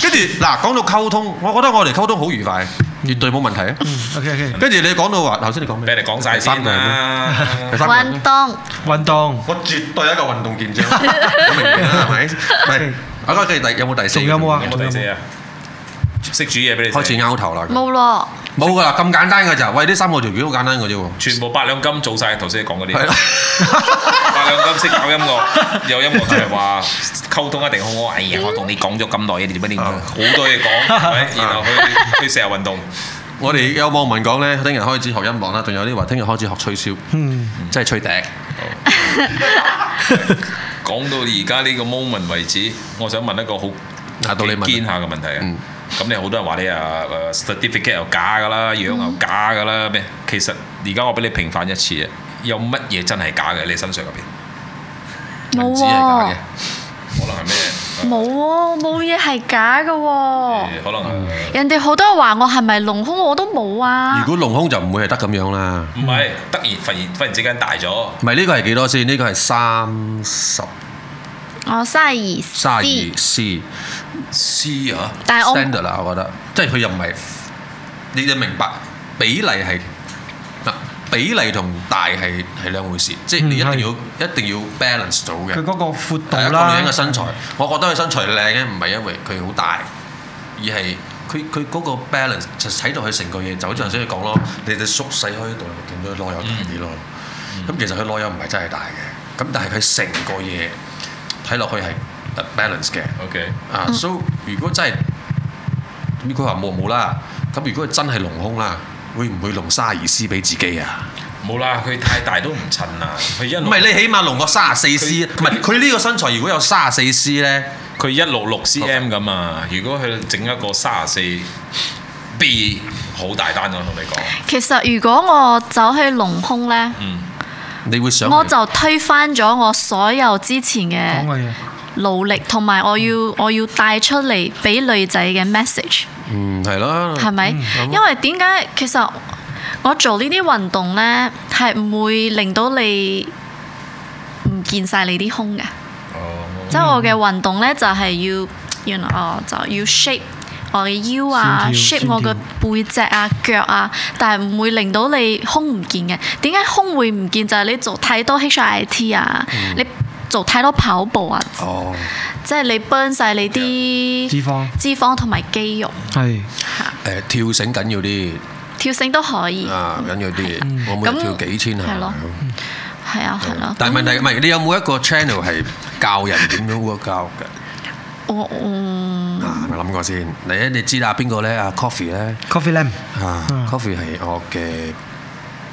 跟住嗱，講到溝通，我覺得我哋溝通好愉快，絕對冇問題啊。
Ừ, ，OK OK，
跟住你講到話，頭先你講
俾
咩？
你講晒
第三
先
個係咩
啦。
第三個係咩
運動
運動，
我絕對係一個運動健將，我明啦，係咪？係。啊，跟住第有冇第四？
仲有冇啊
有冇第四啊？識煮嘢俾你食。
開始拗頭啦。
冇咯，
冇㗎啦，咁簡單㗎咋？喂，呢三個條件好簡單㗎啫喎。
全部八兩金做晒頭先你講嗰
係
啲
[laughs] 啦。，
八兩金識搞音樂， [laughs] 有音樂就係話溝通一定好好。哎呀，我同你講咗咁耐嘢，你點解你唔
啊
好多
[laughs]
嘢講？係咪然後去去成日運動。
我哋有網民講咧，聽日開始學音樂啦，仲有啲話聽日開始學吹簫，
嗯，
即係吹笛。
講到而家呢個 moment 為止，我想問一個好
啊到你問
堅下嘅問題啊
嗯！
咁你好多人話你啊誒 certificate 又假㗎啦，樣
嗯
又假㗎啦咩？其實而家我俾你平反一次啊！有乜嘢真係假嘅？你身上入邊
冇
紙係假
喎
嘅。
可能係咩
冇喎，冇嘢係假嘅喎。
嗯
呃可能
人哋好多人話我係咪隆胸，我都冇啊。
如果隆胸就唔會係得咁樣啦。
唔係，突然忽然忽然之間大咗，
唔係，呢個係幾多先？呢個係30
我三十二，
32 C
絲啊！
但係我
standard 啦，我覺得。即係佢又唔係-你-你明白，比例係-嗱，比例同大係-係兩回事。即係你一定要-一定要balance到嘅。
佢嗰個闊度
係一個
啦
女人嘅，身材，我覺得佢身材靚咧，唔係因為佢好大，而係佢佢嗰個 balance 就睇到佢成個嘢，就好似頭先佢講咯，你隻縮細開度，見到佢內有大啲咯。咁、其實佢內有唔係真係大嘅，咁但係佢成個嘢睇落去係呃 balance 嘅。
OK，
啊，所以如果真係，咁佢話冇冇啦，咁如果佢真係隆胸啦，會唔會隆沙二 C 俾自己啊？
冇啦，佢太大都唔襯啦，佢一
唔
路
係你起碼隆個三十四 C，唔係佢呢個身材如果有三十四 C 咧。
佢一六六 cm 咁啊！如果佢整一個三十四 B，好大單啊！同你講，
其實如果我走去隆胸呢，
你會想
我就推翻咗我所有之前
講啊
嘅
嘅嘢。
努力，同埋我要我要帶出嚟俾女仔嘅 message。
嗯係啦，
係咪？
嗯
因為點解其實我做呢啲運動呢，係唔會令到你唔見晒你啲胸嘅。
哦
即係我嘅運動呢，就係、要，原來哦，就要 shape 我嘅腰啊
線
，shape
條
我嘅背脊啊、腳啊，但係唔會令到你胸唔見嘅。點解胸會唔見？就係、你做太多 HIIT 啊，
嗯
你做太多跑步啊，
哦，
即係你 burn 晒你啲
脂肪
脂肪同埋肌肉。
係
誒跳繩緊要啲
跳繩都可以，
啊，緊要啲，我每
嗯咁
日跳幾千
係
下
咯。係啊係咯。
但係問
咁
題唔係，你有冇一個 channel 係教人點樣 work out 嘅？
我嗯
啊，有冇諗過先？你咧，你知啦，邊個咧？阿 Coffee 咧，
coffee lamp，
啊
嗯
，Coffee 係我嘅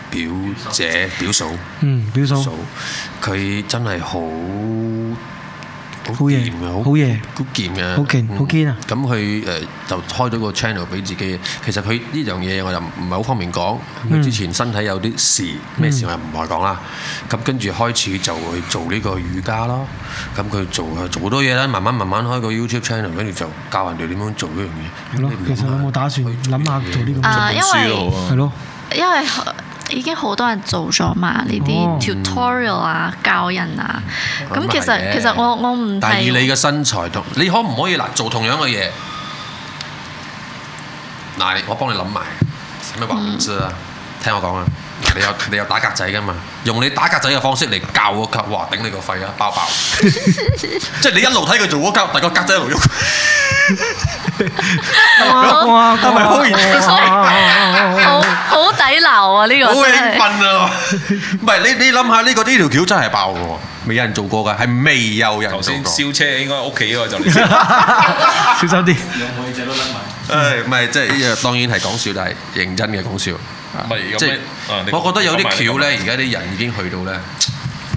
表姐表嫂
嗯，表嫂
嫂，佢真係好
好嘢
掂嘅，
好嘢
好健嘅，
好健
嗯
好堅啊
咁佢誒就開咗個 channel 俾自己。其實佢呢樣嘢我又唔係好方便講。佢之前身體有啲事，咩事我又唔外講啦。咁跟住開始就去做呢個瑜伽咯。咁佢做做好多嘢啦，慢慢慢慢開個 YouTube channel，跟住就教人哋點樣做呢樣嘢。
係咯
你唔。
其實有冇打算諗下做呢個運
啊，因為
動？係咯，
啊
因為已經好多人做咗嘛，呢
哦
啲 tutorial 啊、教人啊。咁
咁
其
係
實
嘅
其實我我唔
但係以你 [laughs]
嗯係
嘅身材同，你可唔可以嗱做同樣嘅嘢？嗱，你我幫你諗埋，使咩話唔知
嗯
啊？聽我講啊！你有你有打格仔噶嘛？用你打格仔嘅方式嚟教個格，哇！頂你個肺啊！爆
[laughs]
爆！即係你一路睇佢做嗰格，但個格仔一路喐。
哇
哦
哇，係咪好
[laughs] 好好抵鬧啊！呢
好
哦個
興
真係
奮啊！唔係你你諗下呢個呢條橋真係爆嘅喎，未有人做過㗎，係未有人
頭
做
先
過。
燒車應該屋企嗰個就
[laughs]
嚟燒，
小心啲，
兩個隻都甩埋。
誒唔係即係呢樣當然係講笑，但係認真嘅講笑。
唔係有
即係
咩啊你講
我覺得有啲橋
講埋
咧，而家啲人已經去到咧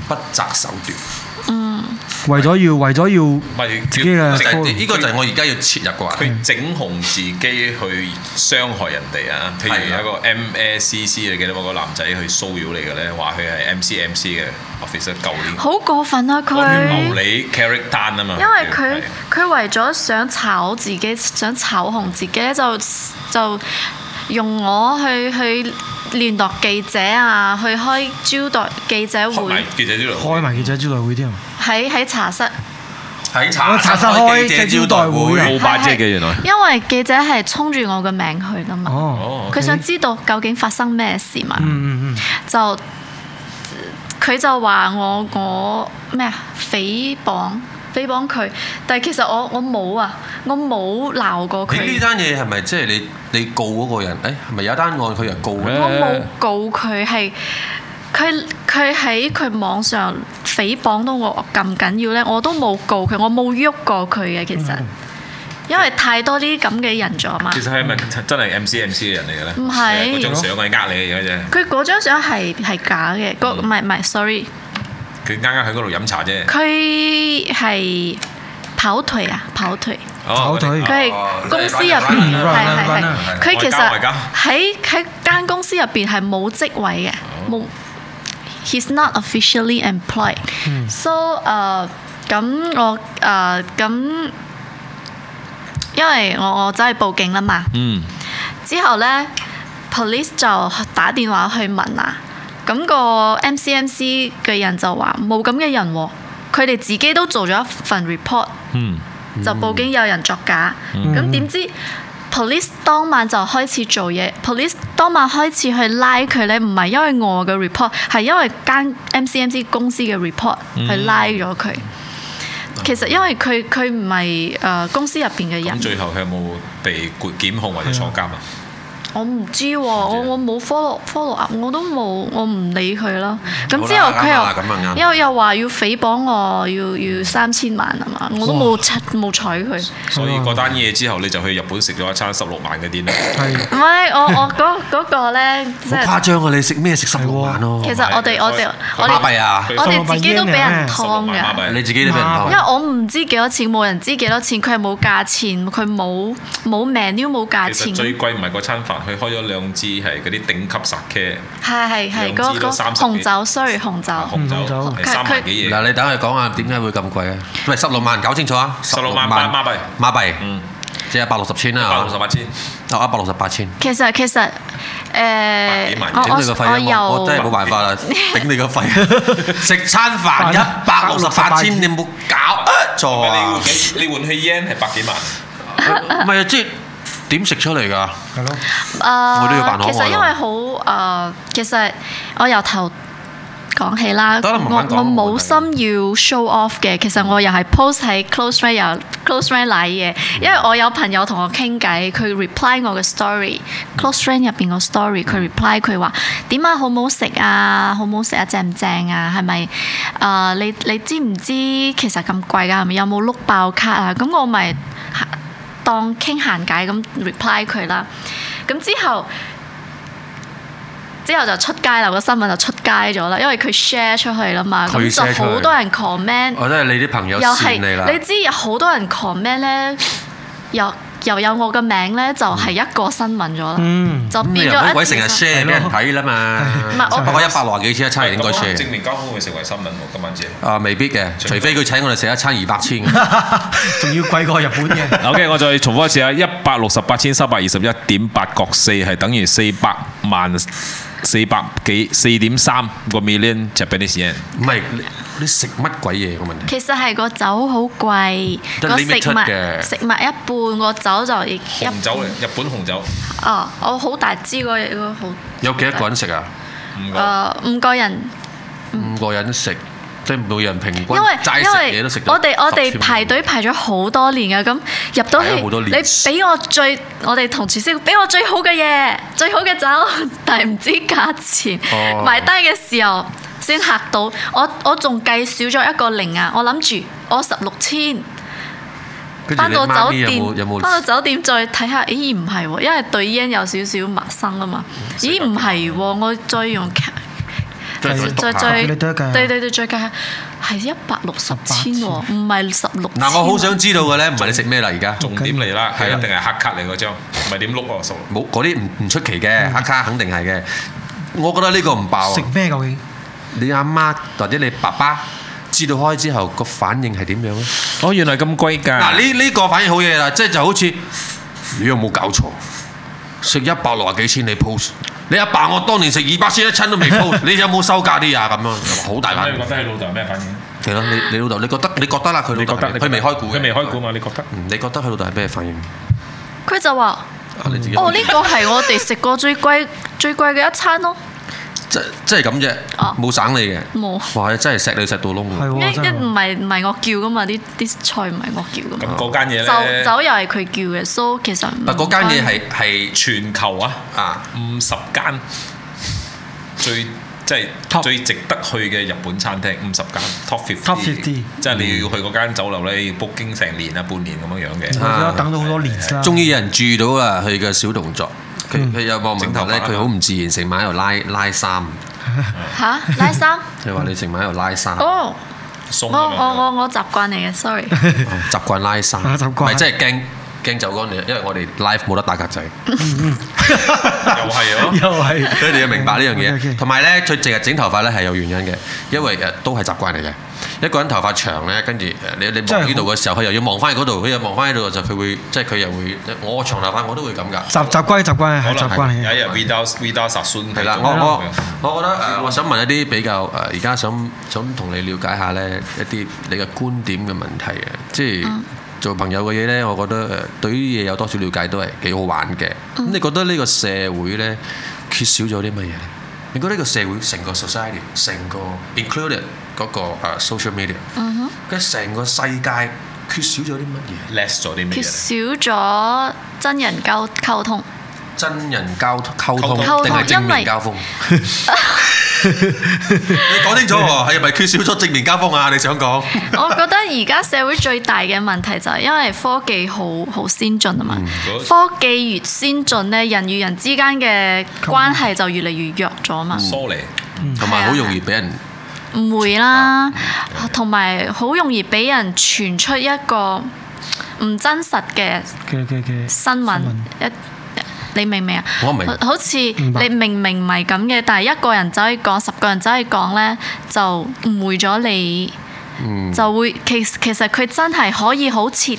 不擇手段。
為咗要為咗要
唔係
自己嘅
直
就係
follow
呢個就係我而家要切入嘅話題。
佢整紅自己去傷害人哋啊！譬如
係啊
有一個 MACC，你記得冇個男仔去騷擾你嘅咧，話佢係 MCMC 嘅 officer，舊年
好過分啊！
嗰年
佢
牛你 carrot 單啊嘛，
因為
叫
佢
係
佢為咗想炒自己，想炒紅自己咧，就就用我去去聯絡記者啊，去開招待記者
開埋
會，
記者招
開
待
埋記者招待會添。啊
喺喺茶室。
喺
我
茶
查實
開記
開
者招待
記者招待
會
會，
會，
八隻嘅
原來
因為記者係衝住我嘅名去噶嘛，
哦，
佢、想知道究竟發生咩事嘛，
嗯嗯嗯，
就佢就話我我咩啊誹謗誹謗佢，但係其實我我冇啊，我冇鬧過
你呢
佢，
單嘢係咪即係你你告嗰個人？誒係咪有單案佢又告咧？
我冇告佢係。佢佢喺佢網上誹謗到我咁緊要呢，我都冇告佢，我冇喐過佢嘅其實，因為太多呢啲咁嘅人咗嘛。
其實係咪真係 MCMC 嘅人嚟嘅咧？
啊唔係
嗰張相係呃你嘅而家啫，
佢嗰張相係係假嘅，嗰唔係唔係，sorry，
佢啱啱喺嗰度飲茶啫。
佢係跑腿啊，跑腿，
哦
跑腿
我哋
佢
哦
係公司入
runner,
邊，
runner,
係係
runner,
係
runner，，
佢其
外交外
實
交
喺喺間公司入邊係冇職位嘅，冇，he's not officially employed，so 誒咁我誒咁、因為我我走去報警啦嘛。
嗯，
之後呢 police 就打電話去問啊，咁、個 MCMC 嘅人就話冇咁嘅人喎、佢哋自己都做咗一份 report，、
嗯，
就報警有人作假，咁點、知 police 當晚就開始做嘢，police 當晚開始去拉佢呢，唔係因為我嘅 report，係因為間 MCMC 公司嘅 report
嗯
去拉咗佢。其實因為佢佢唔係誒公司入邊嘅人
咁。最後佢有冇被檢檢控或者坐監啊？
我唔知喎，我我冇 follow follow up，我都冇，我唔理佢啦。咁之後佢
啱啦咁啊
又
啱
又又話要誹謗我，要要三千萬啊嘛，我都冇睬冇睬佢。唔
所以嗰單嘢之後，你就去日本食咗一餐十六萬嘅
[laughs]
d i
係
係我我嗰嗰個咧，即
好誇
係
張啊！你食咩食十六萬咯？
其實我哋我哋我
巴閉
哋
啊！
我哋自己都俾人劏嘅。
你自己都俾人
馬
偷
因為。我唔知幾多錢，冇人知幾多錢，佢係冇價錢，佢冇冇 menu 冇價
其
啊錢
實，最貴唔係嗰餐飯，佢開咗兩支係嗰啲頂級殺茄
係係係
兩
嗰
支
個
都三十幾
紅酒，sorry 紅酒，
啊紅酒
紅酒，
係
哦佢
三萬
佢
幾嘢。
嗱，你等佢講下點解會咁貴啊？喂，十六萬搞清楚啊！
16萬八馬幣
馬幣，
嗯，
即係一百六十千啦，
百六十八千，
哦，一百六十八千。
其實其實誒，
幾萬
哦我
頂你個
我我
肺啊！
又
我我真係冇辦
[laughs]
法啦，頂你個肺。啊食餐飯一百六十八千，你冇搞錯啊！
咁你換你換去 yen 係百幾萬，
唔係啊，即係點食出嚟㗎？
係咯，
誒
我都要扮可愛啊
呃其實因為好誒、其實我由頭講起啦，
得啦慢
我
慢講
我
冇
冇心
問
要 show off 嘅，其實我又係 post 喺 close friend 又 close friend 奶嘢，
嗯
因為我有朋友同我傾偈，佢 reply 我嘅 story，close friend 入邊個 story，佢 reply 佢話點啊，好唔好食啊，好唔好食啊，正唔正啊，係咪誒你你知唔知其實咁貴㗎，係咪有冇碌爆卡啊？咁我咪。當傾閒偈咁 reply 佢啦。咁之後之後就出街啦，個新聞就出街咗啦，因為佢 share 出去啦嘛，
佢
咁就
share 出去
好多人 comment，
我真係你啲朋友
又
善你啦
係。你知有好多人 comment 咧，又又有我嘅名咧，就係一個新聞咗啦，
嗯
就
咁你
變
又唔好
咗
鬼
一
成日
條新聞
share 俾人睇啦嘛。
唔係我
不過一百六十幾千一餐應該
咁啊
share
證。明交通會成為新聞喎，今晚姐。
啊，未必嘅，除非佢請我哋食一餐二百
[laughs]
千嘅。
仲要貴過日本嘅。
OK，我再重複一次啊，一百六十八千三百二十一點八角四係等於四百萬四百幾四點三個 million Japanese yen。
唔係你你食乜鬼嘢個問題？
其實係個酒好貴，
都
個
limit
食
出嘅
物食物一半，個酒就一
紅酒嚟，日本紅酒，
哦，我好大支嗰個好
有幾多個人食啊？
五個。
誒五個人。
五個人食，即係每人平均
嗯因為
齋食
因
嘢
為
都食到
我哋我
10
哋
千
排隊排咗好多年嘅，啊咁入到去
排咗好多年
你俾我最我哋同廚師俾我最好嘅嘢，最好嘅酒， [laughs] 但係唔知價錢，
哦
埋低嘅時候先嚇到我，我仲計少咗一個零啊！我諗住我十六千，
跟住
翻
你
到
媽
酒
咪有
店
冇有，
翻到
冇？
酒店再睇下，咦唔係喎，因為對 yen 有少少陌生啊嘛，咦唔係喎，我再用
再
再
再
再
你都得㗎
對對對，再計下係一百六十千喎，唔係十六。
嗱，我好想知道嘅咧，唔係你食咩啦而家？
重點嚟啦，係一定係黑卡嚟嗰張，唔係點碌啊數。
冇嗰啲唔唔出奇嘅，黑卡肯定係嘅。我覺得呢個唔爆啊
食咩究竟？
你阿媽或者你爸爸知道開之後個反應係點樣咧？
哦，原來咁貴㗎。
嗱，呢呢個反應好嘢啦，即係就好
[laughs]
似你有冇搞錯？食一百六啊幾千你 post，你阿爸我當年食二百千一親都未 post，你有冇收價啲啊？咁樣好大反
咁
應
你。覺得你老豆係咩反應？
係咯，你你老豆你覺得你覺得啦，佢老
你
豆
覺得
係佢未開股嘅，
佢未開股嘛？你覺得？
嗯。你覺得佢老豆係咩反應？
佢就話：
啊，你自己
哦，呢個係我哋食過最貴 [laughs] 最貴嘅一餐咯，
即即係咁啫
哦，
冇省你嘅。
冇
哇！真係錫你錫到窿啊
係
喎。
一
喎，真
一
係
唔係唔係我叫噶嘛，啲啲菜唔係我叫噶嘛，
咁嗰間嘢
酒
咧，
酒又係佢叫嘅，so 其實唔
但嗰間嘢係係
全球啊
啊，
五十間最即係
Top
最值得去嘅日本餐廳，五十間 top fifty。
Top 50
即係你要去嗰間酒樓咧，要 booking 成年啊、半年咁樣樣嘅。
我都啊等咗好多年啦。
啊終於有人注意到啦，佢嘅小動作。佢
嗯
佢有網民話咧，佢好唔自然成晚喺度拉拉衫。 [laughs]
嚇拉衫
佢話你成晚喺度拉衫，
哦，
鬆
我
啊嘛
我我我習慣嚟嘅，sorry，
習慣拉衫，
啊習慣
唔係真係驚驚走光你，因為我哋 live 冇得打格仔。
又係咯。
又係，
所以你要明白呢樣
[laughs] OK，OK
呃嘢。同埋咧，佢淨係整頭髮咧係有原因嘅，因為誒都係習慣嚟嘅。一個人頭髮長咧，跟住誒你你
真係
望呢度嘅時候，佢又要望翻去嗰度，佢又望翻喺度嘅時候，佢會即係佢又會，我長頭髮我都會咁㗎。
習習慣習慣 [laughs] 係習慣嚟嘅。
有一日 without without 殺孫
係啦，我我我覺得誒、呃我想問一啲比較誒，呃而、家想想同你了解下咧一啲你嘅觀點嘅問題嘅，即係。做朋友嘅嘢呢，我覺得誒、呃、對於嘢有多少了解都係幾好玩嘅。咁、你覺得呢個社會呢，缺少咗啲乜嘢呢？你覺得呢個社會成個 society、成個 included 嗰、個、呃 social media，跟住成個世界缺少咗啲乜嘢？
less 咗啲咩
缺少咗真人溝溝通。
真人交溝通
溝通
定係正
因為
面交鋒？你講清楚喎，係咪缺少咗正面交鋒啊？你想講？
我覺得而家社會最大嘅問題就係因為科技好好先進啊嘛，科技越先進咧，人與人之間嘅關係就越嚟越弱咗啊嘛，
疏離，
同埋
啊
好容易俾人
誤會啦，同埋好容易俾人傳出一個唔真實嘅
嘅嘅嘅
新聞一。你明唔明啊？
我明
好好似
明白
你明明唔係咁嘅，但係一個人走去講，十個人走去講呢，就誤會咗你，
嗯
就會其其實佢真係可以好徹底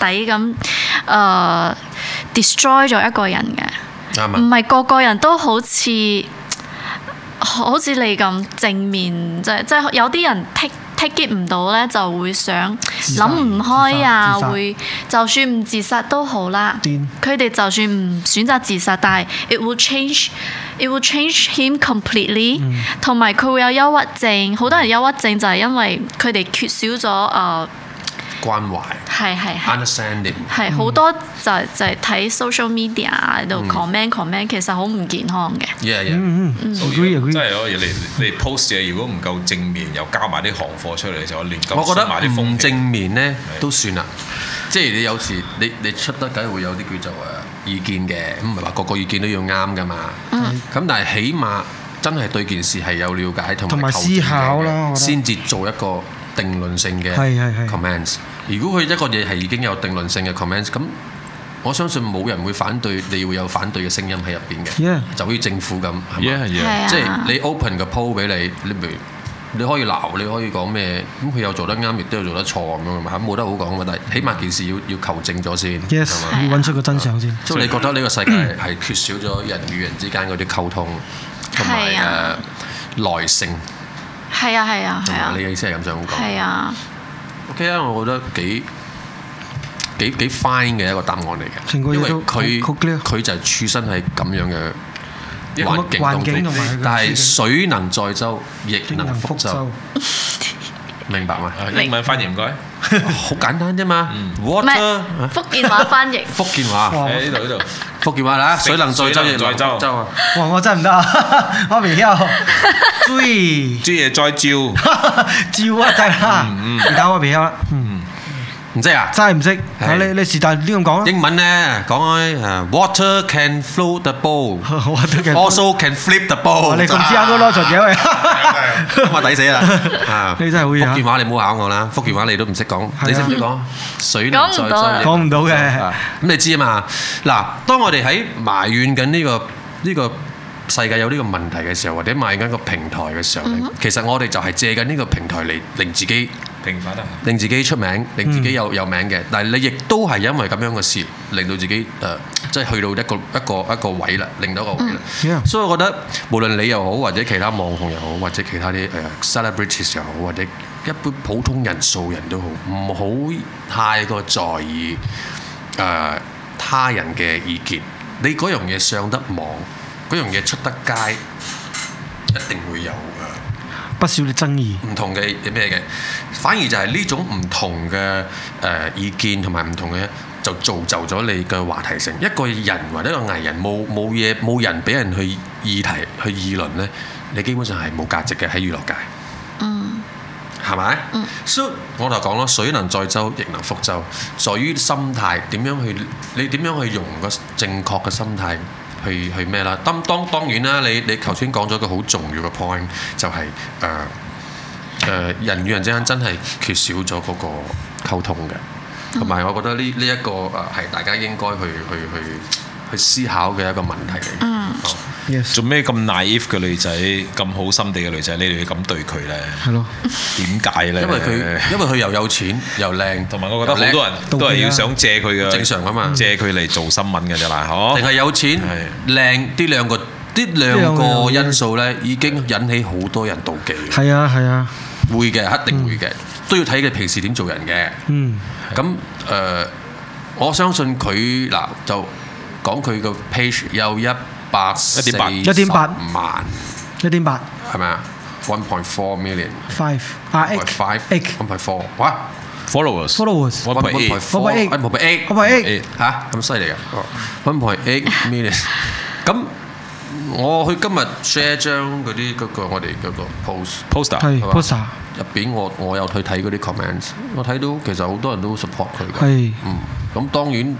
咁誒、呃 destroy 咗一個人嘅，
啱
唔
啊！
係個個人都好似好似你咁正面，即係即係有啲人 take take it 唔到呢，就會想諗唔開啊，
自殺
會就算唔自殺都好啦。
癲
佢哋就算唔選擇自殺，但係 it will change it will change him completely，同
嗯
埋佢會有憂鬱症。好多人憂鬱症就係因為佢哋缺少咗誒，
關懷
係係係。
understanding，
係好多就係就係睇 social media 啊喺度 comment comment，其實好唔健康嘅。
yeah yeah，
嗯嗯 agree agree
真係咯，你你你 post 嘢如果唔夠正面，又加埋啲行貨出嚟，就亂咁
我覺
埋
得
啲
唔正
風正，
面咧都算啦，即係你有時你你出得梗係會有啲叫做誒意見嘅，咁唔係話個個意見都要啱噶嘛。
嗯
咁但係起碼真係對件事係有了解同
同
埋
埋
構建嘅
思考啦我覺得
先至做一個定論性嘅
係係係
comments。如果佢一個嘢係已經有定論性嘅 comments，咁我相信冇人會反對，你會有反對嘅聲音喺入邊嘅。
Yeah
就好似政府咁，係嘛
yeah
係
yeah，
啊，
即係你 open 個 pool 俾你，你咪你可以鬧，你可以講咩，咁佢又做得啱，亦都有做得錯咁樣嘛，冇得好講嘛。但
嗯
係起碼件事要要求證咗先。
yes，
係啊
要揾出個真相先。
即係你覺得呢個世
[clears throat]
界係缺少咗人與人之間嗰啲溝通，同
係
埋
啊
誒耐性，
係啊係啊係
同
啊
埋你嘅意思係咁想講。
係啊，
OK 啊，我覺得幾幾幾 fine 嘅一個答案嚟嘅，
成個嘢
因為
都
佢
好好 clear
佢就係處身喺咁樣嘅環境
環
當
境
中
同埋佢嘅，
但係
處境
水能載舟，亦
英
能
能
覆
覆
舟
舟，，
明白嗎？
啊英文翻譯唔該，
好簡單啫嘛
唔係
，water 啊。
福建話翻譯
福建話，
哇
喺呢度呢度，
福建話啦，水能載舟，亦能覆舟啊！
哇！我真係唔得啊， [laughs] 我未
[laughs]
要追
啲嘢再
[laughs]
照。
照啊，真係啦，
嗯
而家我未要啦，嗯
唔知啊，
真係唔識。
係
啊你你是但亂咁講啦，啊
英文咧講開誒，water can float the
[laughs]
boat，also
我都嘅。
can flip the Dạ. boat。
哇你咁知啊啱都攞盡
[laughs]
嘅喂。
咁啊抵死啦！啊
你真係好嘢啊
福建話你唔好考我啦，福建話你都唔識講，你識唔識講？水能載
講唔到啊
舟，
講唔到嘅
啊咁你知啊嘛？嗱，當我哋喺埋怨緊呢個呢個世界有呢個問題嘅時候，或者埋怨緊個平台嘅時候咧，其實我哋就係借緊呢個平台嚟令自己。
平反得
令自己出名，令自己有有名嘅。但係你亦都係因為咁樣嘅事，令到自己誒、呃即係去到一個一個一個位啦，令到一個位啦。
Yeah
所以我覺得無論你又好，或者其他網紅又好，或者其他啲誒、呃 celebrities 又好，或者一般普通人素人都好，唔好太過在意誒、呃他人嘅意見。你嗰樣嘢上得網，嗰樣嘢出得街，一定會有誒。呃
不少嘅爭議，
唔同嘅咩嘅，反而就係呢種唔同嘅誒、呃意見同埋唔同嘅，就造就咗你嘅話題性。一個人或者一個藝人冇冇嘢冇人俾人去議題去議論呢，你基本上係冇價值嘅喺娛樂界。係咪？所以我就講咯，水能載舟，亦能覆舟，在於心態點樣去，你點樣去用個正確嘅心態去去咩啦？當當當然啦，你你頭先講咗個好重要嘅 point，就係誒誒呃人與人之間真係缺少咗嗰呃個溝通嘅，同埋我覺得呢呢一個誒係大家應該去去去去思考嘅一個問題嚟。哦
嗯，
Yes，
做咩咁 naive 嘅女仔，咁好心地嘅女仔，你哋要咁對
[laughs]
佢咧？
係咯，
點解咧？
因為佢因為佢又有錢又靚，
同埋我覺得好多人都係要想借佢嘅
正常㗎嘛
借佢嚟做新聞嘅啫啦，嗬
定。係有錢
係
靚呢兩個呢兩個因素咧，已經引起好多人妒忌嘅。
係啊係啊，
會嘅，一定會嘅，都要睇佢平時點做人嘅。
嗯，
咁誒、呃我相信佢嗱就講佢個 page 有一百
1.8
1.8
萬
一點八
係咪啊？One point four million。
five 啊
One point
eight
Oh, five,
eight
one point four，哇
followers
followers
One
，one
point
point
eight
four，one
One point eight
point eight，
我咪 eight
嚇咁犀利啊！one point eight million，咁我去今日 share 張嗰啲嗰個我哋嗰個 post。
poster
係
係
嘛
poster
入邊我我有去睇嗰啲 comments，我睇到其實好多人都 support 佢嘅。
係
嗯，咁當然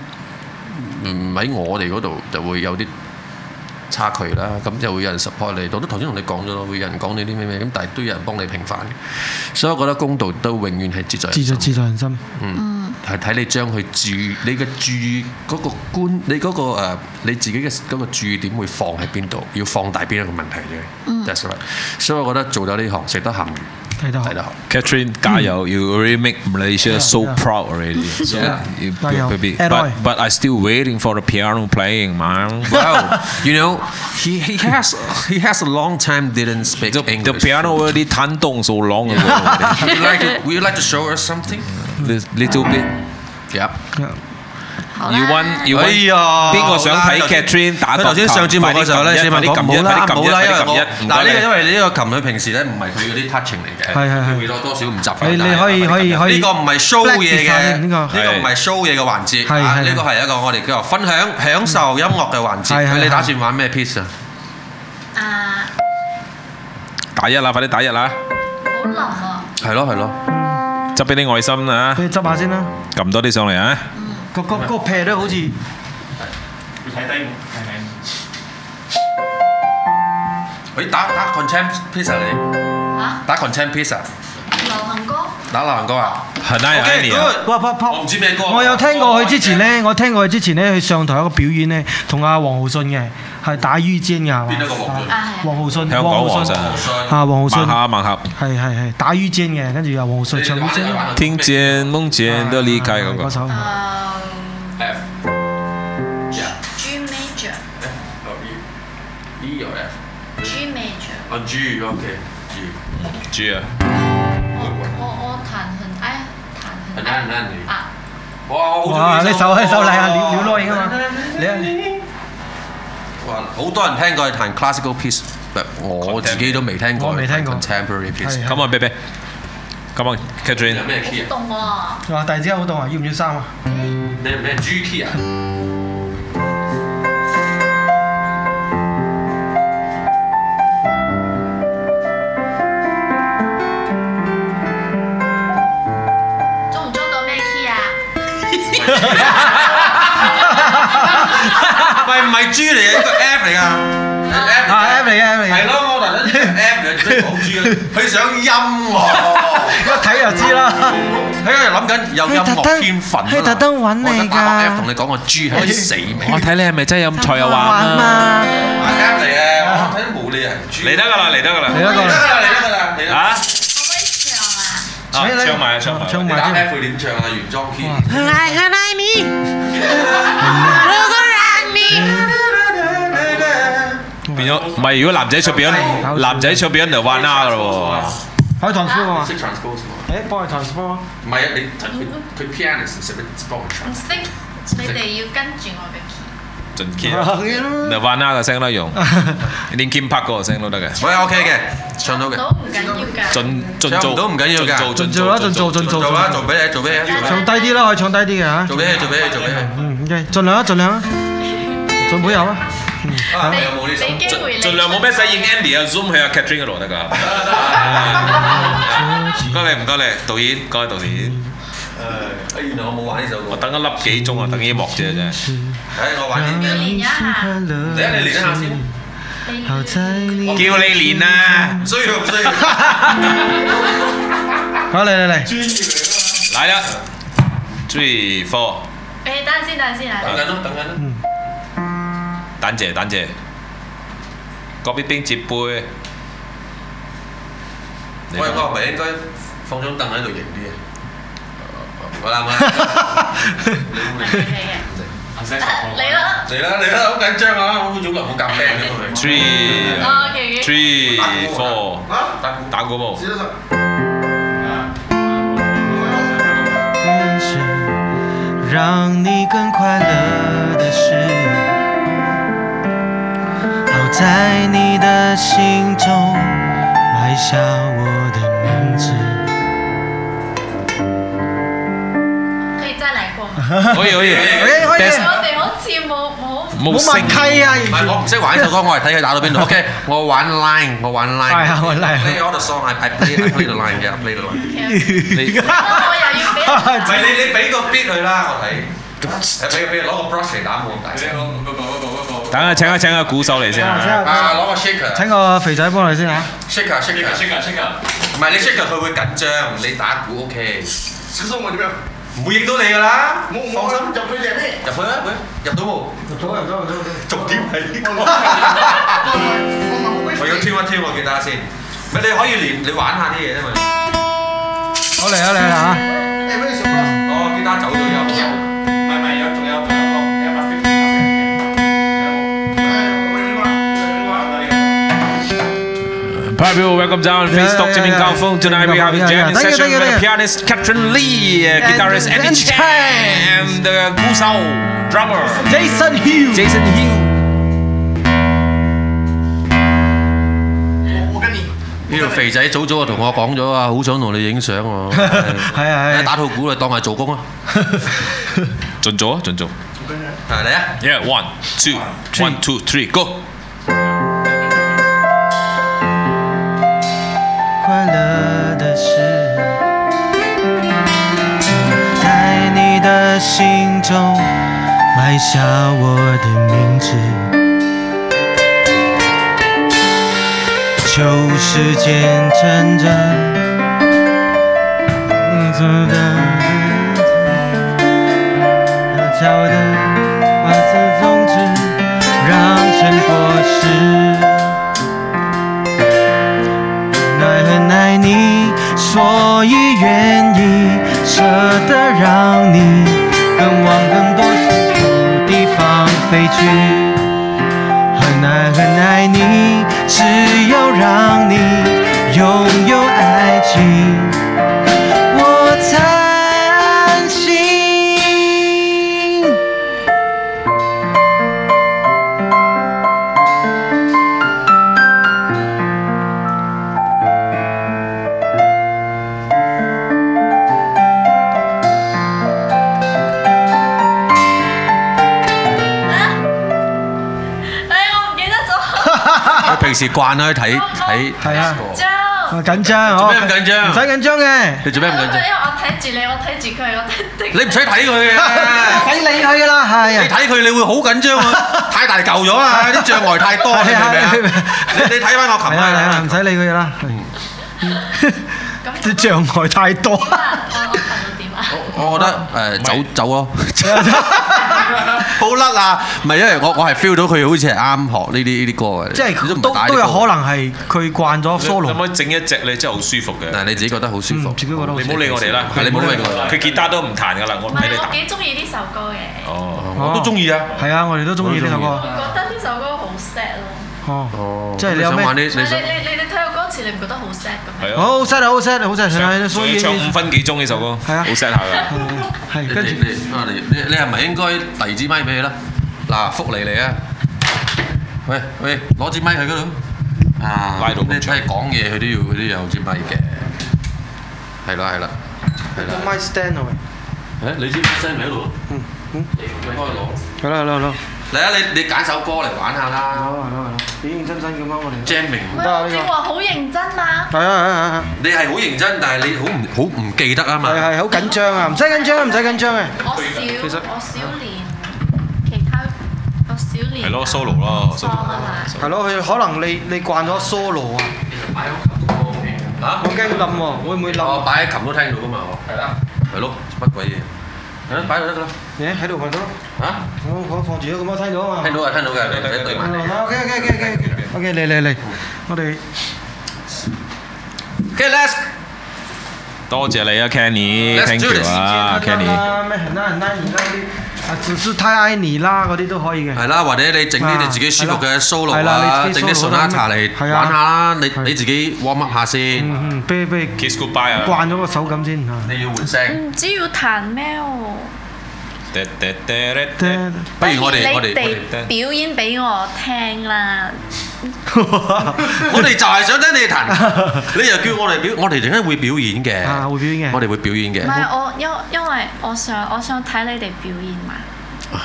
嗯喺我哋嗰度就會有啲差距啦，咁就會有人 support 你。我都頭先同你講咗咯，會有人講你啲咩咩，咁但係都有人幫你平反嘅。所以我覺得公道都永遠係節在
自
人
在
心。
自在人心，
嗯，係睇你將佢注你嘅注意嗰個觀，你嗰、個、呃、你自己嘅嗰個注意點會放喺邊度，要放大邊一個問題啫。That's right。所以我覺得做到呢行食得鹹魚，
嗯睇得好
睇，得好。
Catherine 加油！You already make Malaysia so
yeah.
proud already. So
Yeah.
you
加油
baby,
At all.
but but I still waiting for the piano playing, man.
[laughs] Wow, you know, he, he has he has a long time didn't speak
The,
English.
the piano already 弹动 so long
[laughs]
ago.
Would you like to, would you like to show us something?
This little bit.
Yeah.
好啦
You want you
哎
want
呀，
邊個想睇
好啦
Catherine 打
佢
檔
頭先上節目嗰時候咧，四
琴
萬
一
講
快啲撳
唔
一
好啦，
快啲撳
唔
一
好啦，因為我
快啲撳一唔該
嗱呢
你
個因為呢個琴佢平時咧唔係佢嗰啲 touching 嚟嘅，
係係係
佢會多多少唔習慣。
你
但係
你可以
佢
可以可以
呢個唔係 show
Black
嘢嘅，
design，呢
呢
個
個唔係 show 嘢嘅環節，
係
啊
係
呢個係一個我哋叫做分享享受音樂嘅環
係
節。
係
佢你
係
打算玩咩 piece 啊？
啊，
打一啦，快啲打一啦！
好淋啊！
係咯係咯，
執俾啲愛心啊，
你執下先啦，
撳多啲上嚟啊！
個個個 pair 都好似。
要睇低我，係咪？
喂打打 content piece 啊你，
啊，
打 content piece 啊，
流行歌，
打流行歌啊？
係 Nine
OK，
Annie 啊
good
哇！啪啪
我唔知咩歌啊
我有聽過佢之前咧，我聽過佢之前咧，佢上台一個表演咧，同阿黃浩信嘅係打於尖嘅係嘛？
邊一個黃冠？
啊係
黃浩信，
香港
浩
皇
信
上
啊，
信
黃浩信
盲盒盲盒，
係係係打於尖嘅，跟住又黃浩信唱於尖啊
聽見夢見都離開嗰個
嗰。首
啊
F Yeah
，G major，G
F or E E or F
major，
啊 G OK G
知啊，
我我彈很愛，彈很
很愛很愛你
啊，
哇我好中意哦
哇！呢首呢首嚟啊，
歌
廖廖羅影啊嘛，你啊
哇好多人聽過佢彈 classical piece but 我自己都未聽過
我未聽過
contemporary piece
係
咁啊，b a Come on,
有
Catherine，
咩
好
key 啊
凍啊！
哇！突然之間好凍啊，要唔要衫啊？
你係咩 G key 啊
中唔中到咩 key 啊？
喂唔係 G 嚟嘅一個 F 嚟㗎係 F 嚟㗎
啊 F 嚟嘅 F 嚟
係
嘅，
咯我突然間 F 嚟真係講 G 啊佢想音 [laughs] 樂
一睇就
[laughs]
知啦。
喺度諗緊有音樂天分啊
佢特登揾你㗎
我而家打個 F 同你講個 G 係死名。
我睇你係咪真係飲菜又玩啊？
嘛。
F 嚟嘅，我睇到冇你係 G。
嚟得噶啦，嚟得噶
嚟
啦，
一
嚟得
個，
啦，嚟得啦，嚟得啦。
啊，
可唔可以唱啊？
啊
你
唱埋啊，唱埋啊，
唱
你
埋
打
添。
F 會點唱啊？原裝 key。
很愛很愛你，如果讓你
變咗，唔係如果男仔唱變咗，男仔唱變咗就玩啦噶咯
可以 transfer
[laughs]
啊嘛？
識 transpose 喎。
誒，幫佢
[laughs]
transfer [laughs] 啊。
唔係啊，你佢佢 pianist 識唔識幫佢
唔
trans？
識，你哋要跟住我嘅 key。
喎，盡 key 啊就玩啦個聲都
À.
用連 Kim Park 嗰個聲都得嘅，
喂，OK 嘅，唱到嘅。
到唔緊要㗎。
盡盡
唱
做
唔到唔緊要㗎
盡做
盡做啦，盡做，盡做，
做啦，做俾你，做俾你，做俾
唱低啲啦，可以唱低啲嘅嚇
你，。做俾你，做俾你，做俾你。
嗯，OK，盡 Ừ, 量啊，盡量啊，盡會有啊。嗯，
啊，
你
你有冇呢首？
你機會你
盡量冇咩使應 Andy 啊，Zoom 去啊 Catherine 嗰度得㗎。唔該你，唔該你，導演，唔該導演，
誒，原來我冇玩呢首
我
歌。
等一粒幾鐘啊，等呢幕啫啫。
誒，我玩啲
要
咩？
練一下，
等下你練一下先。
你
好在你
叫你練啊！
唔需要，唔需要。
好嚟嚟嚟，
嚟啦，three four，
誒，等陣先，等陣先，等陣先
等緊咯，等緊咯。
蛋姐蛋姐，郭必冰接杯。你
喂，
講
뭐.
我係咪應該放張凳喺度型啲啊？
Ờ,
我啦，我
à? [laughs]
啦，
阿 Sir
你啦
嚟啦嚟啦，好緊張啊！我好耐冇夾 band 嘅我哋。
Three
，OK
three four，
啊，
打鼓冇？
得得。
人生让你更快乐的事，好在你的心中埋下我的名字。
可以再嚟過嗎？
可以可以。
OK，可以。
Best-
我哋好似冇
冇
冇
聲。
默契啊！
唔係我唔識玩呢首歌，我係睇佢打到邊度。OK，我玩 line，我玩 line。
係啊我 line
Play all the song, I I play I play the line 嘅，I play the line。
冇，我又要俾
[laughs]
人
唔係你你俾個 beat 佢啦，我睇。誒俾俾攞個 brush 嚟打冇咁大聲。
等下請下請下鼓手嚟先啊。
啊，攞個
請
shaker，shaker
個肥仔幫你先嚇。啊
shaker，唔係你 shaker 佢會緊張，你打鼓 OK。小心我點樣？唔會影到你㗎啦，冇放心。入去入咩？入去啊，入到冇？入到入到入到。重點係 [laughs] 呢個。我要挑一挑個吉他先，唔係你可以練，你玩下啲嘢啫嘛。
好嚟啊嚟啊嚇！
哦，吉他走咗又。
People, welcome down Facebook
yeah,
这边
yeah.
高峰。Tonight we have a
Yeah, yeah,
jam
yeah. 네, Thank you,
session
thank you,
with
thank you.
pianist Catherine Lee, uh, guitarist
And-
Andy
and
Chan,
Chan.
and uh, Gu Sao, drummer
Jason Hugh。
Jason Hill.
呢條肥仔早早就同我講咗啊，好想同你影相
[laughs]
喎。係
係啊係啊
打套鼓你當係做工啊。
準做啊，準做。
係嚟啊！
Yeah, one, two, one, two, three, go.
快乐的事，在你的心中埋下我的名字。求时间趁着，走的，悄悄的把此终止，让尘果实。爱很爱你，所以愿意舍得让你更往更多幸福地方飞去。很爱很爱你，只有让你拥有爱情，我才安心。
哎，我唔記得咗。
我平時慣啦，睇睇
係啊
睇
我緊
哦
張，
做
我
咩咁緊張
唔使緊
[laughs]
張嘅，
你做咩咁緊張？
因為我睇住你，我睇住佢，我睇
你唔使睇佢嘅，
睇你去㗎啦，係
你
啊。
睇佢你會好緊張啊！太大嚿咗啦，啲障礙太多，你明唔明啊
係啊係啊？
你你睇翻我琴
係啊係啊，
晚
唔使理佢啦。
咁
啲障礙太多。
啊我我瞓到點啊？
我覺得誒走走
[laughs]
咯，好甩啊！唔係因為我我係 feel 到佢好似係啱學呢啲呢啲歌嘅，
即
佢
係
唔
都
打呢啲
都有
歌
可能係佢慣咗 solo，
可唔可以整一隻你真係好舒服嘅？
嗱，你自己覺得好舒服
嗯，自己覺得好
你唔好理我哋啦，
係你唔好理我
佢吉他都唔彈噶啦，我
唔
唔俾你
係，
彈
我。幾中意呢首歌嘅，
Ờ.
哦，
我都中意啊！
係啊，我哋都中意呢首
我
歌。
覺得呢首歌好 sad 咯。
哦，即
即係你
係你有
想
咩
玩？啲
你
你想
你你你睇個歌詞，你唔覺得好 sad 嘅咩？
係啊。
好 sad 啊好 sad 啊好 sad 啊，所以
唱五分幾鐘呢首歌，
係啊
好 set 下㗎。
係
你
跟住
你你啊你你你係咪應該遞支咪俾佢啦？嗱，福利嚟啊！喂喂，攞支咪去嗰度啊！
拉到
咁你
咁長
睇講嘢，佢都要佢都有支咪嘅。係啦係啦係啦。
my stand 啊喂，
誒，你支咪聲咪喺度？嗯嗯，開攞。
好啦好啦好啦，
嚟啊！你你揀首歌嚟玩下啦
好啦好啦，認認真真咁樣我哋。
，jamming。
喂，
Dạ,
我正話好認真嘛。
係啊
你係好認真，但係你好唔好唔記得啊
係
嘛
啊係？啊係係好緊張啊，唔使緊張唔使緊張嘅。
我少我少練其他，我少練。
係咯，solo 咯，solo
啊嘛。
係咯，佢可能你你慣咗 solo à. 啊，
嚇
我驚冧喎，會唔會冧
我
啊？
Ờ. 擺喺琴都聽到噶嘛，我係啦，係咯，乜鬼嘢？係咯，擺就得噶啦。
你喺度咪得咯。
嚇， [laughs]
我我放住咗咁，我睇到啊嘛。
聽到啊，聽到嘅，你睇對埋。
Ờ, vâng, OK OK OK OK OK 嚟嚟嚟，我哋
Okay, let's
多謝你啊
Let's
，Kenny，thank
do this
uh, you 啊，Kenny。
咩很難很難而家嗰啲啊，只是太愛你啦嗰啲都可以嘅。
係啦，或者你整
À,
啲你自己舒服嘅
啊
solo
係
啦
啦，你
整
自己
啲
solo 啦
sonata 嚟
係啊
玩下啦，你
係
你自己 warm up 下先。
嗯嗯，俾俾
Kiss goodbye 啊！
慣咗個手感先嚇。
你要換聲，
唔知要彈咩喎？
喋喋喋喋 [laughs]
得
不如我哋我
你
哋
哋表演俾我聽啦。
我哋就係想聽你彈，
[laughs]
你又叫我哋表，我哋陣間會表演嘅，
啊會表演嘅
我哋會表演
唔
Dạ,
嘅。
係我因因為我想我想睇你哋表演嘛，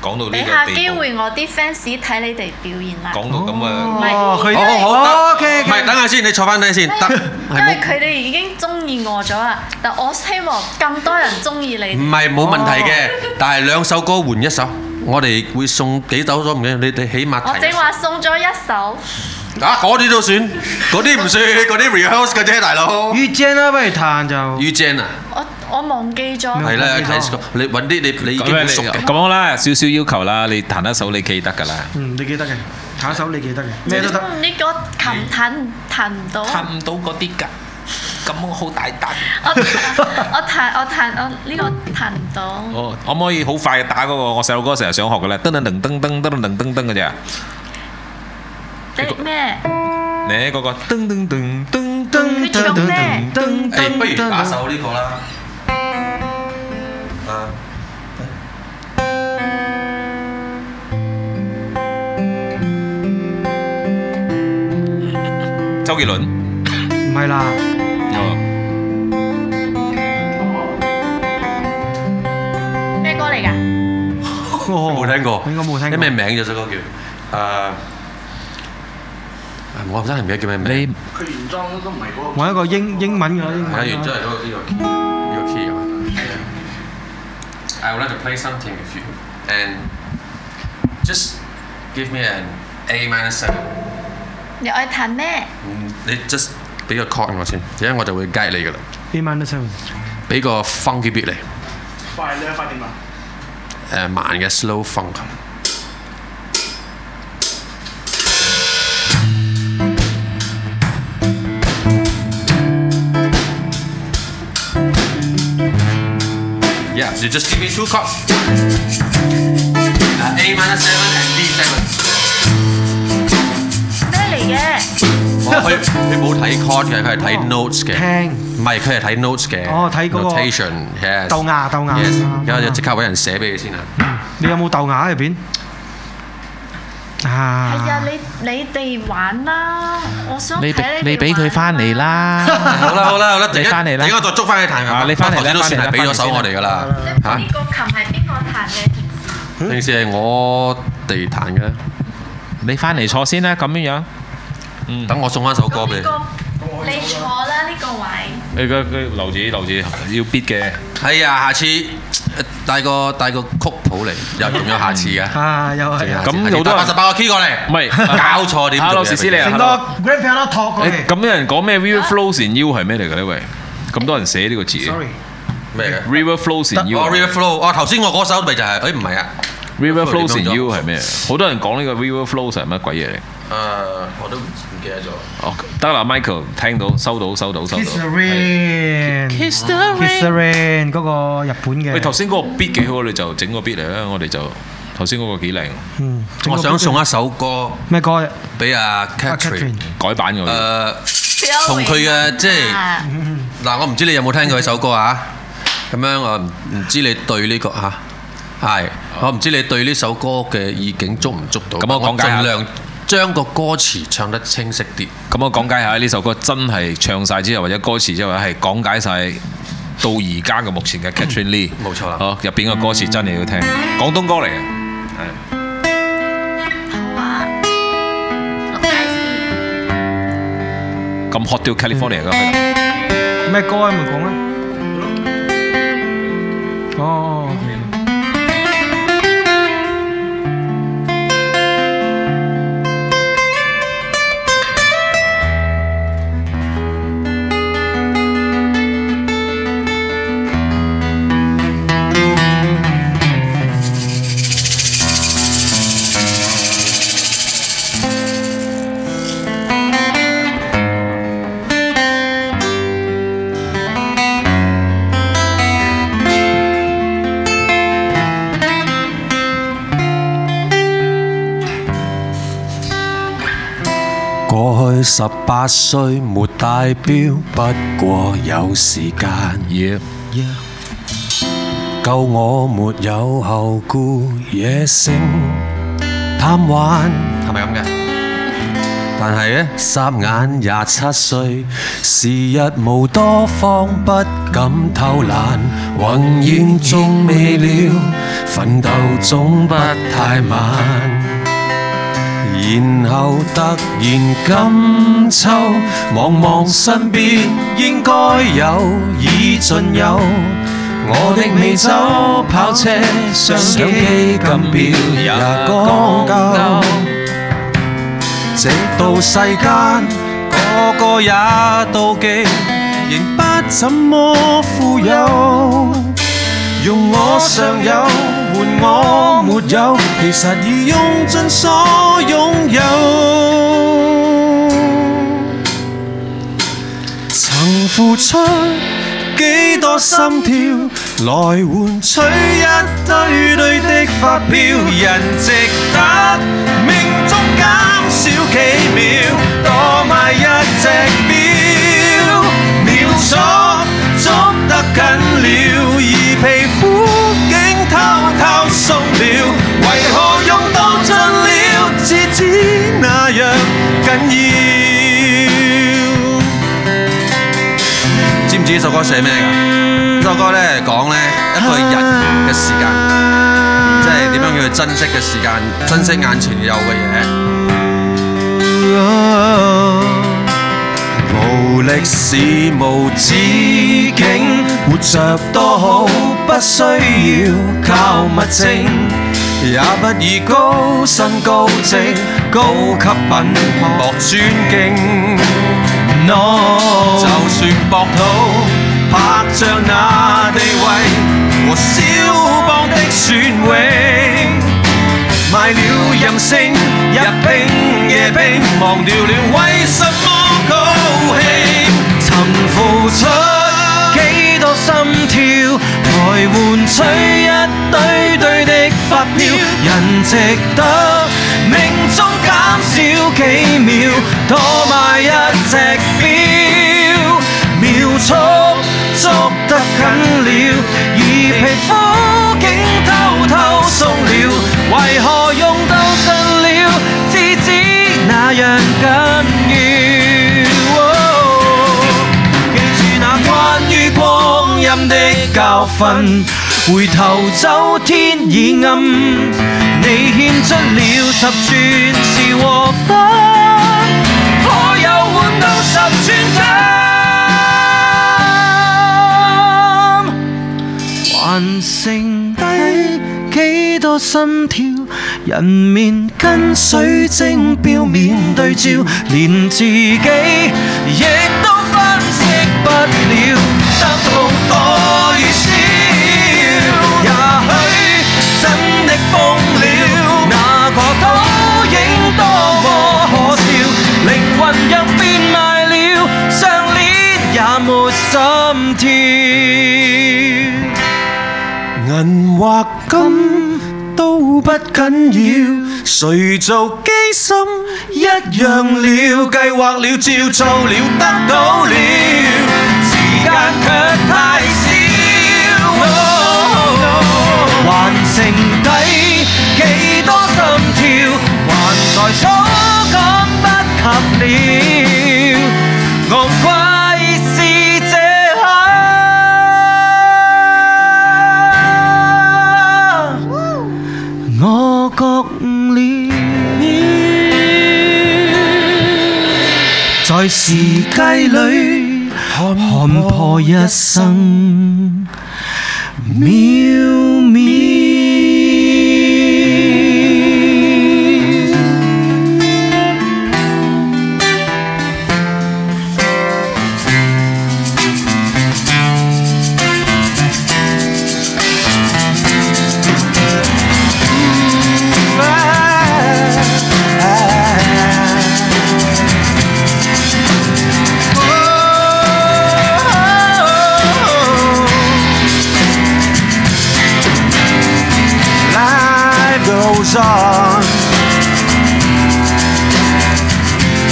講到呢
俾下
個
機
地步，
會我啲 fans 睇你哋表演啦。
講到咁啊，
哦，佢
好好好
哦
得，
Ờ, OK
唔係
OK。
等下先，你坐翻低先，得係
因為
冇
佢哋已經中意我咗啦，但我希望更多人中意你
唔
哋。
係冇問題嘅，但係兩首歌換一首，我哋會送幾首咗唔緊要，你哋起碼
我
提
正話送咗一首，
啊嗰啲都算，嗰啲唔算，嗰啲 rehearse 嘅啫，大佬。
遇見啦，不如彈就。
U Jen 啊，
我我忘記咗。
係啦，
冇錯
睇你揾啲你你已經
咁
好
樣
熟
你
嘅。
咁樣啦，少少要求啦，你彈一首你記得㗎啦。
嗯，你記得嘅，下一首你記得嘅，咩都得。
嗯你個琴彈唔彈唔到，啊
彈唔到嗰啲㗎，咁我好大膽。
我我彈我彈我呢個彈唔到。
哦，可唔可以好快打嗰個？我細路哥成日想學嘅咧，噔噔噔噔噔噔噔噔噔嘅啫。
你咩？
你嗰個噔噔噔噔噔，
噔噔
誒，不如打首呢個啦。啊，
周杰倫。
唔係啦，
哦，
咩歌嚟㗎？
我
冇聽過，
我哦應該冇聽過。
你咩名啫？首歌叫誒，啊我真係唔記得叫咩名。
揾一個英英文嘅英
係啊，
文
原
啦
裝係嗰個呢個呢個 key 啊。I would like to play something with you and just give me an A minus seven。
你愛彈咩？
嗯你 just 俾個 chord 我先，因為我就會 guide 你噶啦。
英文都識。
俾個 funky beat 嚟，
快咧，快點啊！
誒慢嘅 slow funk。Yeah, you just give me two chords. Uh, A minor seven and D seven.
咩嚟嘅？
我佢佢冇睇 chord 嘅，佢係睇 notes 嘅。
聽
唔係，佢係睇 notes 嘅。
哦睇嗰個
notation yes。
豆芽豆芽
Yes，Dạ,
啊
而家就即刻揾人寫俾你先啊啦。
你有冇豆芽喺入邊？啊！
係啊，你你哋玩啦，我想
你
睇
俾
你
你俾佢翻嚟
啦。
啦，
好啦好啦好啦，
你返嚟啦
等我再捉翻去彈
啊
琴。
你返嚟啦
頭先都算係
返嚟啦
俾咗手我哋㗎啦
你
嚇
呢。個琴係邊個彈嘅？
平時係我哋彈嘅，
你翻嚟坐先啦，咁樣樣。
等我送翻首歌
咁
俾你。
呢個你坐啦，呢個位。
你個個留住留住要 beat 嘅。
係啊，下次呃帶個帶個曲譜嚟，又仲有下次㗎。
啊，又係
à.
啊！
咁好多人
八十八個 key 過嚟，
唔係
搞錯點做嘢
Hello，思思你啊
成個 grand piano 托過
誒
嚟。
咁有人講咩 river flows in you 係咩嚟㗎呢？喂，咁多人寫呢個字。
Sorry，
咩嘅？
river flows in
哦
you。
Ờ, ，River Flow，哦頭先我嗰首咪就係，誒唔係啊，
river flows in you 係咩？好多人講呢個 river flows 係乜鬼嘢嚟？
誒我都唔記得咗。
哦，得啦，Michael 聽到，收到，收到，收
Kiss the
到。
rain，Kiss
Kiss the
the rain 嗰個日本嘅。
喂，頭先嗰個 beat 幾好，你就整個 beat 嚟啦，我哋就頭先嗰個幾靚，
嗯，整個
我想送一首歌
咩歌啊
俾阿 Catherine
À, ？Catherine，。
改版嘅。
誒，同佢嘅即係
啊
嗱，我唔知你有冇聽過佢首歌啊？咁樣我唔唔知你對呢個嚇係，我唔知你對呢首歌嘅意境捉唔捉到？
哦咁我講解下
盡量將個歌詞唱得清晰啲。
咁我講解下呢首歌真係唱晒之後，或者歌詞之後係講解晒到而家嘅目前嘅 Catherine Lee。
嗯冇錯啦嗯
好，入邊嘅歌詞真係要聽，廣東歌嚟嘅。咁 hot 到 California 㗎佢哋。
咩歌啊？咪講啦。哦，OK。
Hãy subscribe cho kênh Ghiền Mì Gõ Để không bỏ lỡ
十八歲沒戴錶，不過有時間。夠我沒有後顧，野性貪玩。
係咪咁嘅？
但係呢，霎眼廿七歲，時日無多方，不敢偷懶。宏願仲未了，奮鬥總不太晚。然後突然今秋，望望身邊應該有已盡有。我的美酒跑車相機金表也啊講究。直到世間個個也妒忌，仍不怎麼富有。用我尚有換我沒有，其實已用盡所擁有。曾付出幾多心跳，來換取一堆堆的發票，人值得命中減。少幾秒，多買一隻表，秒數捉得緊了，而皮膚竟偷偷鬆了，為何用到盡了，至知那樣緊要？
知唔知呢首歌寫咩㗎？呢首歌咧講咧一個人嘅時間，即係點樣叫佢珍惜嘅時間，珍惜眼前有嘅嘢。
無力是無止境，活着多好，不需要靠物證，也不以高薪高職、高級品博尊敬。No，就算博土，拍着那地位和肖邦的尊榮。賣了任性，日拼夜拼，忘掉了為什麼高興。曾付出
幾多心跳，來換取一堆堆的發票，人值得命中減少幾秒，多買一隻表，秒速捉得緊了，而皮膚竟偷偷鬆了，為何用到盡了，至知那樣緊要。哦記住那關於光陰的教訓，回頭走天已暗。你獻出了十寸是和分，可有換到十寸金？還剩低幾多心跳？人面跟水晶表面對照，連自己亦都分析不了，得到多與少。也許真的瘋了，那個倒影多麼可笑，靈魂若變賣了，上鏈也沒心跳。
銀或金都不緊要，誰做機心一樣了，計劃了照做了得到了，時間卻太少。
還剩低幾多心跳，還在所講不及了。昂貴是這刻，我覺悟了，在時計裏看破一生。妙妙。
Life goes on.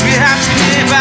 We have to live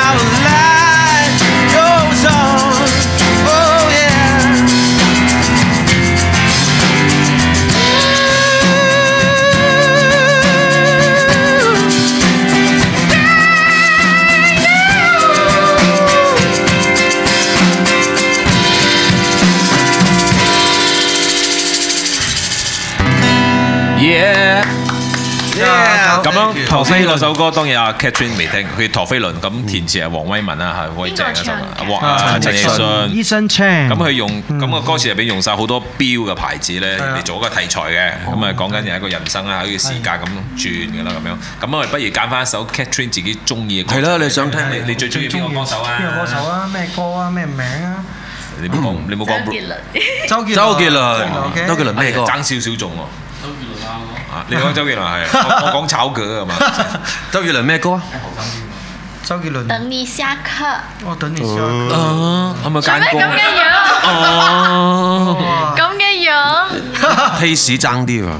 咁樣頭先
陀飛輪
嗰首歌當然阿 Catherine 未聽，佢陀飛輪咁填詞係黃威文啊，係好正
哦
嘅首歌，黃啊陳奕迅。
醫生 c h a
咁佢用
嗯
咁個歌詞入邊用晒好多標嘅牌子咧
啊
嚟做一個題材嘅，
哦
咁啊講緊有一個人生啦，好似時間咁轉嘅啦咁樣。咁我哋啊不如揀翻一首 Catherine 自己中意嘅歌。係啦，你想聽你你最中意邊個歌手啊？
邊個歌手啊？咩歌啊？咩名啊？
你冇講，你冇講。
周杰
周杰
倫
倫，周杰倫咩歌？
爭少少中喎。啊！你講周杰倫係，我我講炒腳啊 [laughs] 嘛。
周杰倫咩歌啊？
周杰倫。
等你下課。
我等你下課。
啊，係咪
做
間
咩 [laughs] 咁嘅樣？
哦
咁嘅樣。
[laughs] ，taste 爭啲喎，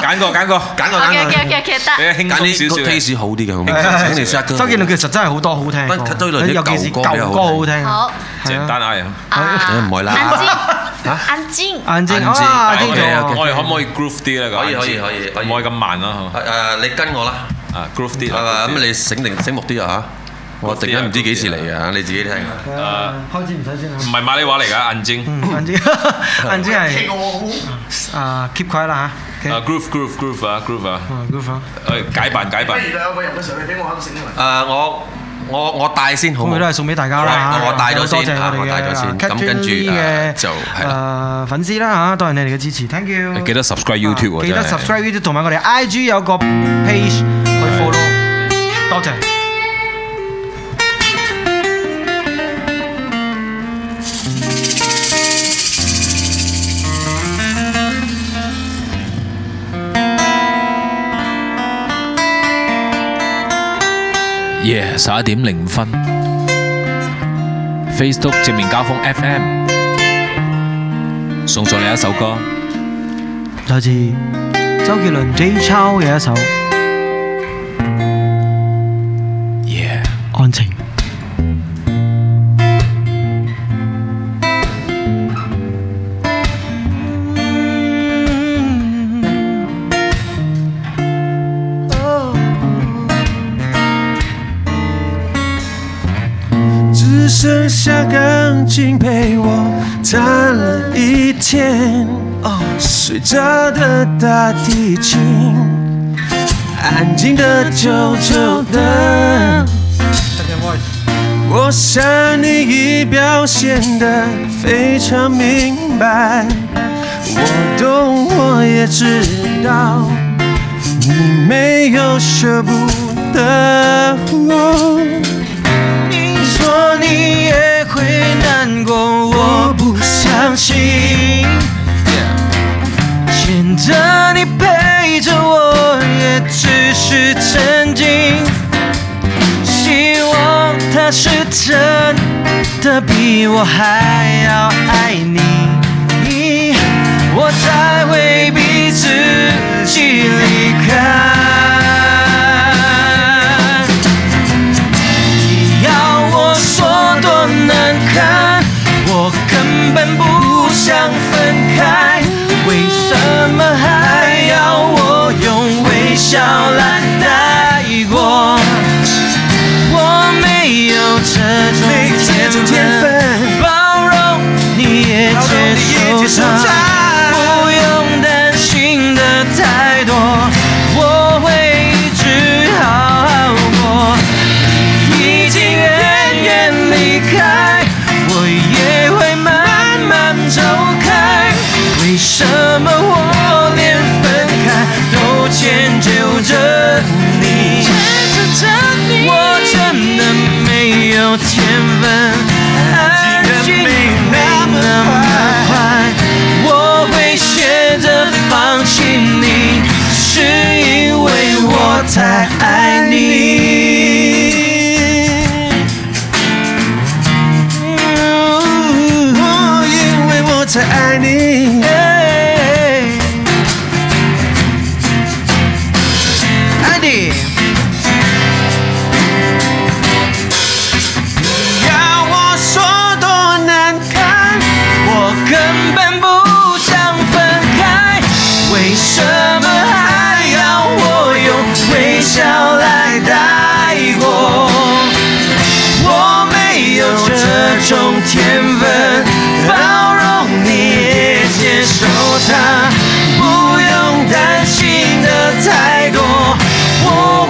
揀個揀個
揀個
OK
揀
OK
個。
OK OK 得。
輕鬆
揀
少
啲
少嘅
taste 好啲嘅，
輕鬆少少
咁你試下歌
哎周杰倫其實真係好多好聽嘅歌，
不周杰倫啲
尤其是
舊歌比較
舊歌
好聽
好聽。啊
好。
鄭丹啊！
À,
誒唔係
眼睛
啦，，
眼睛。
眼睛
眼睛
啊，
眼
聽
睛
咗。
我哋可唔可以 groove 啲咧？
可以可以可以可以
唔可以咁慢啦
誒誒你跟我啦，
嚇。啊，groove 啲
係嘛？
啦
咁你醒定醒目啲啊嚇！我突然間唔知幾時嚟啊，你自己聽。
嗯
啊
開始唔使先啊
唔係馬里話嚟㗎，眼睛。
嗯眼睛， [laughs] 眼睛係啊 keep 佢啦嚇。
啊
OK，
，groove groove groove 啊，groove 啊，
嗯，good 啊。
誒解辦解
不
辦。
如兩個入嘅時候，你俾我一個醒嚟。
誒我我我帶先好
咁
唔
佢都
好？
係送俾大家啦
我我帶咗
多
先
謝
啊
我
我帶
哋
咗
嘅
先
Cat
咁跟住
Julie
誒
嘅
就
Ờ.
係
誒粉絲啦嚇，多謝你哋嘅支持，thank you。
你記得 subscribe YouTube 喎
記得
真係
À, subscribe YouTube 同埋我哋 IG 有個 page 去 follow，多謝。
夜十一點零五分，Facebook 正面交鋒 FM 送上你一首歌，
來自周杰倫 J. Chow 嘅一首《
耶、
安情》。
只剩下钢琴陪我弹了一天。哦，睡着的大提琴，安静的久久的。我想你已表现得非常明白，我懂，我也知道，你没有舍不得。哦
你说你也会难过，我不相信。
Dạ.
牵着你陪着我，也只是曾经。希望他是真的比我还要爱你，你我才会逼自己离开。你要我说多难堪，我根本不想分开，为什么还要我用微笑来带过？我没有这种天分，包容你也接受它，不用担心的太多，我会一直好好过。已经远远离开，我也会慢慢走开。为什么我连分开都迁就着你？我真的没有天分，爱情没那么坏，我会选择放弃你，是因为我太爱你。
哦，因为我太爱你。
艾迪，你要我说多难堪，我根本不想分开，为什么还要我用微笑来带过？我没有这种天分，包容你也接受它，不用担心的太多。我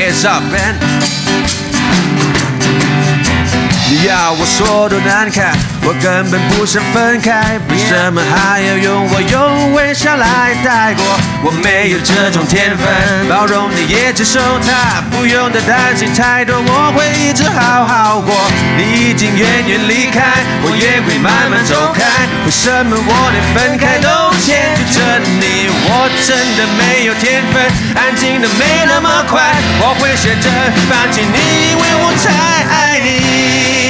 What's up, man？你要我说多难看，我根本不想分开，为什么还要用我用微笑来带过？我没有这种天分，包容你也接受它，不用再担心太多，我会一直好好过。你已经远远离开，我也会慢慢走开，为什么我连分开都欠缺着你？我真的没有天分，安静的没那么快，我会学着放弃你，因为我太爱你。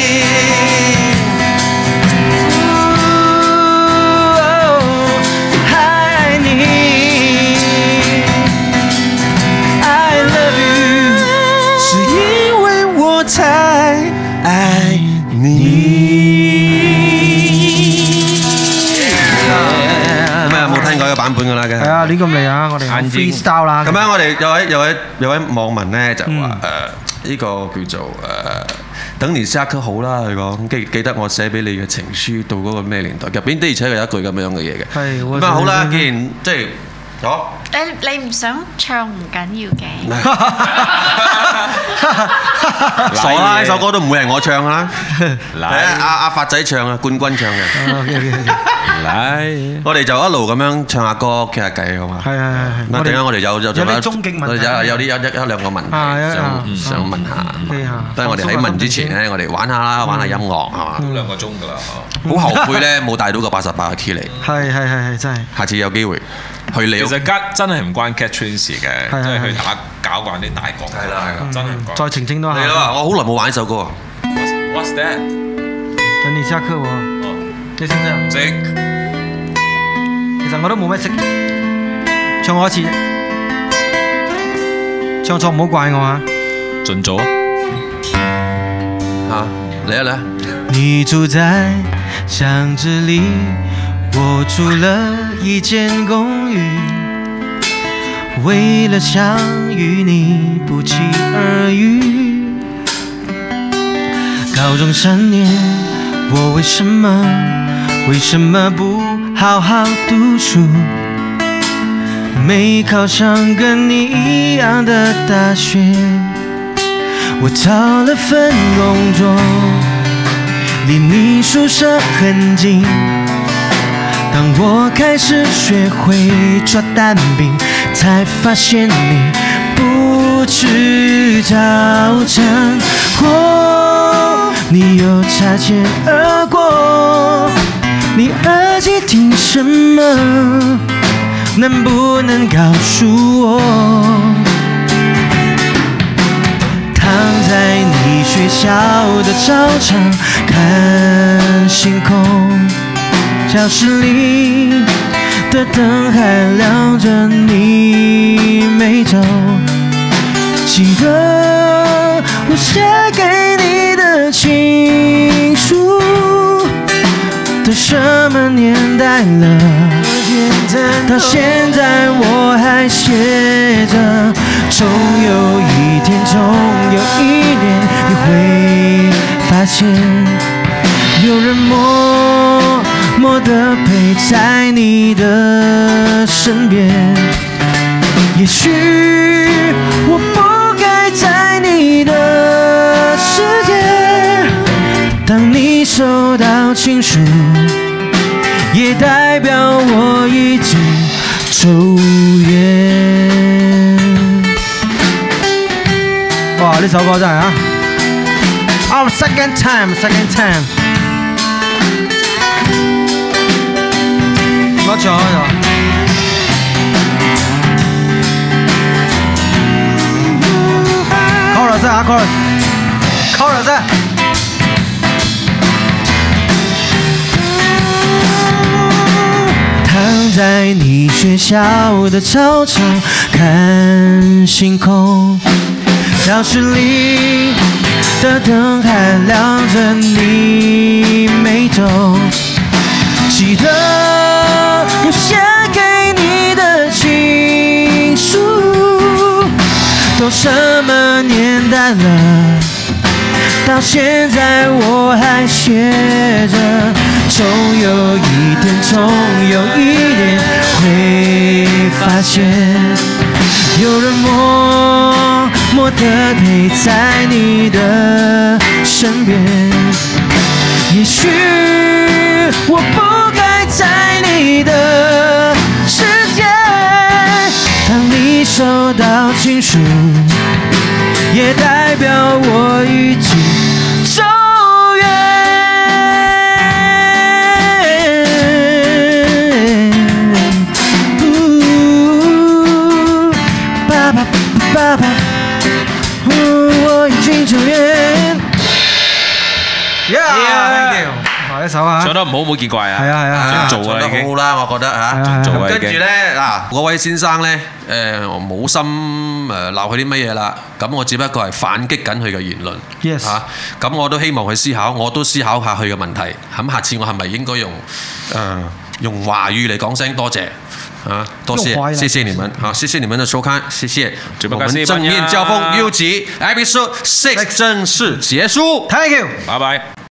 爱你，I love you，
是因为我太爱你。
咁啊，冇聽過呢個版本噶啦，梗係
Dạ.
係。啊，亂咁嚟啊！我哋 freestyle 啦。
咁樣我哋有位有位有位網民咧就話誒呢個叫做誒、呃等年下刻好啦，佢講記記得我寫俾你嘅情書到嗰個咩年代，入邊的而且確有一句咁樣嘅嘢嘅。
係我
咁啊好啦，既然即係
[laughs]
好。
你你唔想唱唔緊要嘅，
傻啦！呢首歌都唔會係我唱㗎啦，
嚟
阿阿發仔唱啊，冠軍唱嘅。
哦
嚟。
我哋就一路咁樣唱下歌，傾下偈好嘛？
係係係。
咁啊，陣間我哋有有
有啲終極問題
我哋有有啲有一一兩個問題
啊有啊
想想問下。
嗯
係啊
但係我哋喺問之前啊咧，我哋玩下啦，玩下音樂係
嗯
嘛？
兩個鐘㗎啦，哦
好後悔咧，冇帶到個八十八嘅 key 嚟，
係係係係真係。
下次有機會去你
其
屋企
實家真係唔關 Catherine 事嘅，
係
即
係
係佢打搞慣啲大國，係
啦係啦
真係唔關。
再澄清
啊
多一
係
下。
啦，我好耐冇玩呢首歌啊。
What's- What's that？
等你下課喎，
哦，
你識唔識啊？
即係
其實我都冇乜識，唱我一次啫。唱錯唔好怪我啊！
盡早啊。
嚇，嚟啊
你住在巷子里，我住了一间公寓。为了想与你不期而遇。高中三年，我为什么为什么不好好读书？没考上跟你一样的大学，我找了份工作，离你宿舍很近。当我开始学会抓蛋饼，才发现你不知道唱。哦，你又擦肩而过，你耳机听什么？能不能告诉我？躺在你学校的操场看星空，教室里的灯还亮着你没走。情歌，我写给你的情书，都什么年代了？到现在我还写着，总有一天，总有一年，你会发现，有人默默地陪在你的身边。也许我不该在你的世界。当你收到情书，也代表我已经走远。
哇！呢首歌真係啊！Our second time, second time。我唱咗。chorus 啊，chorus，chorus 啊。
躺在你学校的操场看星空，教室里的灯还亮着，你没走。记得我写给你的情书，都什么年代了？到现在我还写着，总有一天，总有一年会发现，有人默默地的陪在你的身边。也许我不该在你的世界。当你收到情书，也代表我已经走远。呜爸爸爸爸，呜我已经走远。
Yeah，thank you。
下一首啊，
唱得唔好唔好見怪啊！
係啊係啊
仲做啊
得
已經
好好啦，我覺得
係
嚇
啊。
仲做啊
跟
已
住
經。
咧嗱，嗰位先生咧，誒我冇心誒鬧佢啲乜嘢啦，咁我只不過係反擊緊佢嘅言論
Yes
嚇，咁我都希望佢思考，我都思考下佢嘅問題，咁下次我係咪應該用誒用華語嚟講聲多謝啊？多謝，
用華語嚟
謝謝你們，好，謝謝你們的收看，謝謝。
直
我
播
們
間先
正面交鋒 U 級 Episode Six 正式結束。
Thank you。
拜拜。